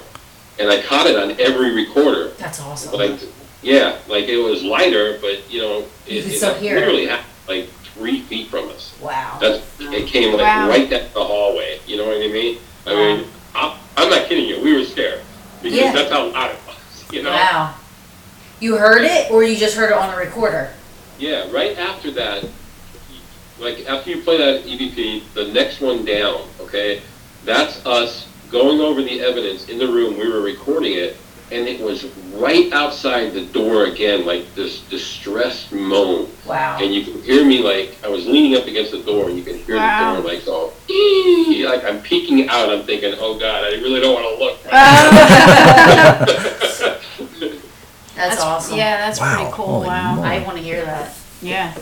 [SPEAKER 6] and I caught it on every recorder.
[SPEAKER 7] That's awesome.
[SPEAKER 6] Like, yeah, like it was lighter, but you know,
[SPEAKER 7] You
[SPEAKER 6] it,
[SPEAKER 7] could
[SPEAKER 6] it
[SPEAKER 7] still hear it.
[SPEAKER 6] literally happened like three feet from us.
[SPEAKER 7] wow.
[SPEAKER 6] That's it came like
[SPEAKER 3] Wow.
[SPEAKER 6] right down the hallway. You know what I mean? I mean, I'm, I'm not kidding you. We were scared because
[SPEAKER 7] Yeah.
[SPEAKER 6] that's how loud it was. You know.
[SPEAKER 7] Wow. You heard it, or you just heard it on a recorder?
[SPEAKER 6] Yeah, right after that, like after you play that EVP, the next one down, okay, that's us going over the evidence in the room. We were recording it, and it was right outside the door again, like this distressed moan.
[SPEAKER 7] Wow.
[SPEAKER 6] And you could hear me, like, I was leaning up against the door, and you could hear
[SPEAKER 3] Wow.
[SPEAKER 6] the door, like, go, "Ee," like I'm peeking out. I'm thinking, oh, God, I really don't want to look.
[SPEAKER 7] That's, awesome.
[SPEAKER 3] Yeah, that's
[SPEAKER 2] Wow,
[SPEAKER 3] pretty cool.
[SPEAKER 2] holy
[SPEAKER 3] Wow.
[SPEAKER 2] moly.
[SPEAKER 7] I want to hear that.
[SPEAKER 3] Yeah.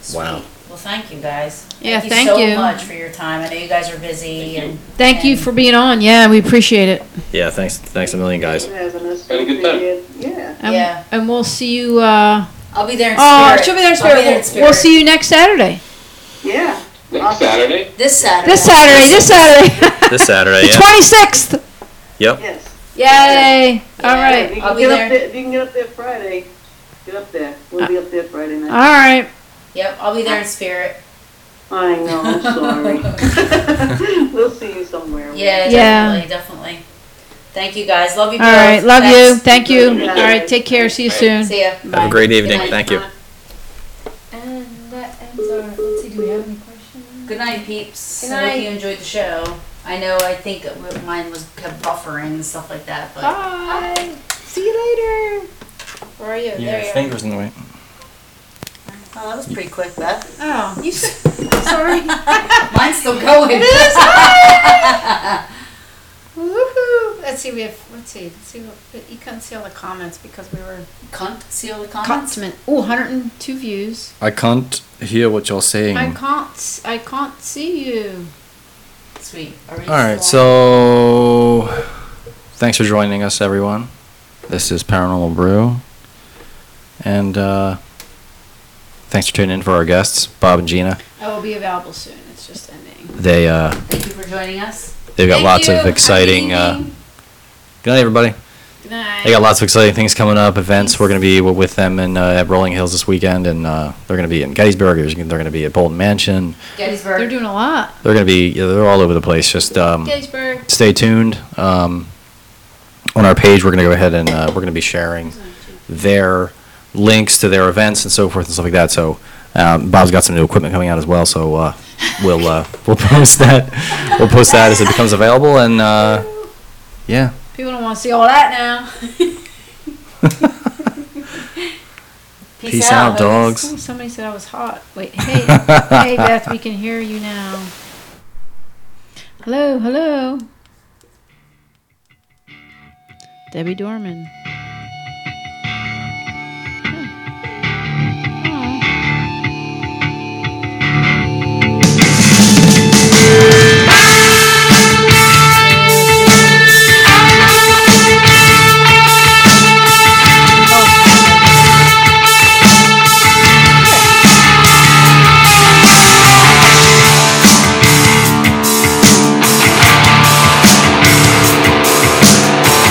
[SPEAKER 7] Sweet.
[SPEAKER 2] Wow.
[SPEAKER 7] Well, thank you guys.
[SPEAKER 3] Yeah,
[SPEAKER 7] Thank
[SPEAKER 3] thank
[SPEAKER 7] you so
[SPEAKER 3] you.
[SPEAKER 7] much for your time. I know you guys are busy, and
[SPEAKER 3] Thank you
[SPEAKER 7] And-
[SPEAKER 3] for being on. Yeah, we appreciate it.
[SPEAKER 10] Yeah. Thanks. Thanks a million, guys.
[SPEAKER 5] Having us.
[SPEAKER 6] Had a good time.
[SPEAKER 5] Yeah.
[SPEAKER 3] And,
[SPEAKER 7] Yeah.
[SPEAKER 3] Um, And we'll see you. Uh,
[SPEAKER 7] I'll be there in
[SPEAKER 3] oh,
[SPEAKER 7] spirit.
[SPEAKER 3] she'll be there in
[SPEAKER 7] I'll
[SPEAKER 3] spirit.
[SPEAKER 7] be there in
[SPEAKER 3] We'll- We'll see you next Saturday.
[SPEAKER 5] Yeah.
[SPEAKER 6] Next Saturday?
[SPEAKER 7] this Saturday.
[SPEAKER 3] This Saturday. This Saturday.
[SPEAKER 10] This Saturday.
[SPEAKER 3] the
[SPEAKER 10] Yeah.
[SPEAKER 3] twenty sixth.
[SPEAKER 10] Yep.
[SPEAKER 5] Yes.
[SPEAKER 3] Yay! All
[SPEAKER 7] Yeah.
[SPEAKER 5] If
[SPEAKER 3] right.
[SPEAKER 5] you
[SPEAKER 7] I'll
[SPEAKER 5] can
[SPEAKER 7] be
[SPEAKER 5] get
[SPEAKER 7] there.
[SPEAKER 5] up there, if you can get up there Friday, get up there. We'll be up there Friday
[SPEAKER 3] All
[SPEAKER 5] night.
[SPEAKER 3] right.
[SPEAKER 7] Yep, I'll be there in spirit.
[SPEAKER 5] I know, I'm sorry. We'll see you somewhere.
[SPEAKER 7] Yeah,
[SPEAKER 3] Yeah.
[SPEAKER 7] definitely, definitely. Thank you guys. Love you.
[SPEAKER 3] All right.
[SPEAKER 7] both.
[SPEAKER 3] Love you.
[SPEAKER 7] Thanks.
[SPEAKER 3] Thank you.
[SPEAKER 5] Bye.
[SPEAKER 3] All right. Take care. See you soon.
[SPEAKER 7] See ya.
[SPEAKER 10] Have a great evening. Thank you.
[SPEAKER 8] And that ends our, let's see, do we have any questions?
[SPEAKER 7] Good night, peeps.
[SPEAKER 8] Good
[SPEAKER 7] I hope
[SPEAKER 8] night.
[SPEAKER 7] you enjoyed the show. I know. I think mine was kept buffering and stuff like that, but
[SPEAKER 8] Bye. See you later. Where are you? There you are.
[SPEAKER 10] fingers in the way.
[SPEAKER 7] oh, that was pretty quick, Beth.
[SPEAKER 8] Oh, you, s- sorry.
[SPEAKER 7] Mine's still going.
[SPEAKER 8] It is. Hi. Woohoo. Let's see, we have, let's see, let's see, what- you couldn't see all the comments because we were.
[SPEAKER 7] Cunt. See all the comments.
[SPEAKER 3] Consummate. Ooh, 102 views.
[SPEAKER 2] I can't hear what you're saying.
[SPEAKER 3] I can't. s- I can't see you.
[SPEAKER 7] Sweet. Are we
[SPEAKER 2] All right,
[SPEAKER 7] still
[SPEAKER 2] so thanks for joining us, everyone. This is Paranormal Brew, and uh, thanks for tuning in for our guests, Bob and Gina.
[SPEAKER 3] I will be available soon. It's just ending.
[SPEAKER 2] They uh,
[SPEAKER 7] on? Thank you for joining us.
[SPEAKER 2] they've got
[SPEAKER 3] Thank
[SPEAKER 2] lots
[SPEAKER 3] you.
[SPEAKER 2] of
[SPEAKER 3] Have a good
[SPEAKER 2] exciting. Uh,
[SPEAKER 3] evening.
[SPEAKER 2] good night, everybody.
[SPEAKER 3] Good night.
[SPEAKER 2] They got lots of exciting things coming up. Events we're going to be w- with them in uh, at Rolling Hills this weekend, and uh, they're going to be in Gettysburg. They're going to be at Bolton Mansion.
[SPEAKER 7] Gettysburg.
[SPEAKER 3] They're doing a lot.
[SPEAKER 2] They're going to be yeah, they're all over the place. Just um,
[SPEAKER 3] Gettysburg.
[SPEAKER 2] stay tuned. Um, on our page, we're going to go ahead and uh, we're going to be sharing their links to their events and so forth and stuff like that. So um, Bob's got some new equipment coming out as well. So uh, we'll uh, we'll post that we'll post that as it becomes available. And uh, yeah,
[SPEAKER 3] People don't want to see all that now.
[SPEAKER 2] peace, out, dogs.
[SPEAKER 3] Ooh, somebody said I was hot. Wait. Hey. hey, Beth. We can hear you now. Hello. Hello. Debbie Dorman.
[SPEAKER 9] Thank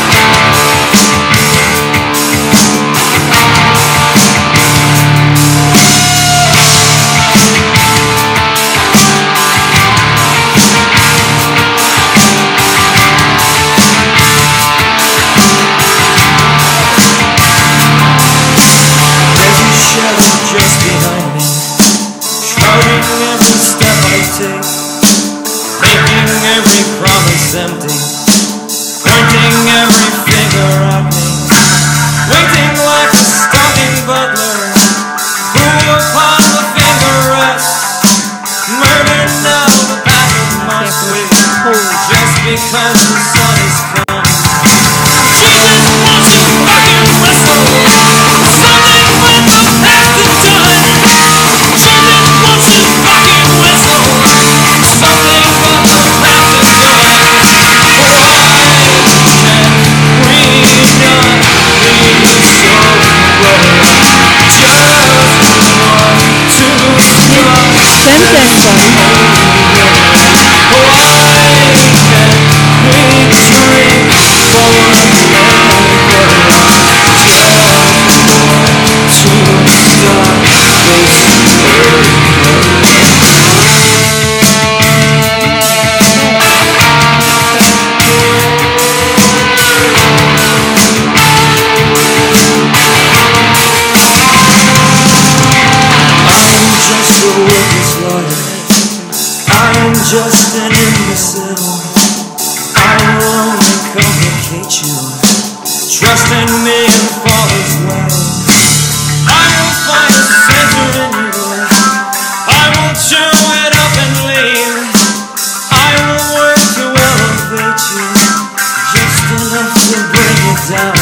[SPEAKER 3] Simpsons song.
[SPEAKER 9] I'm just a witness lawyer. I'm just an imbecile. I will only complicate you. Trust in me and fall as well. I will find a center in you. I will chew it up and leave. I will work to elevate you. Just enough to bring you down.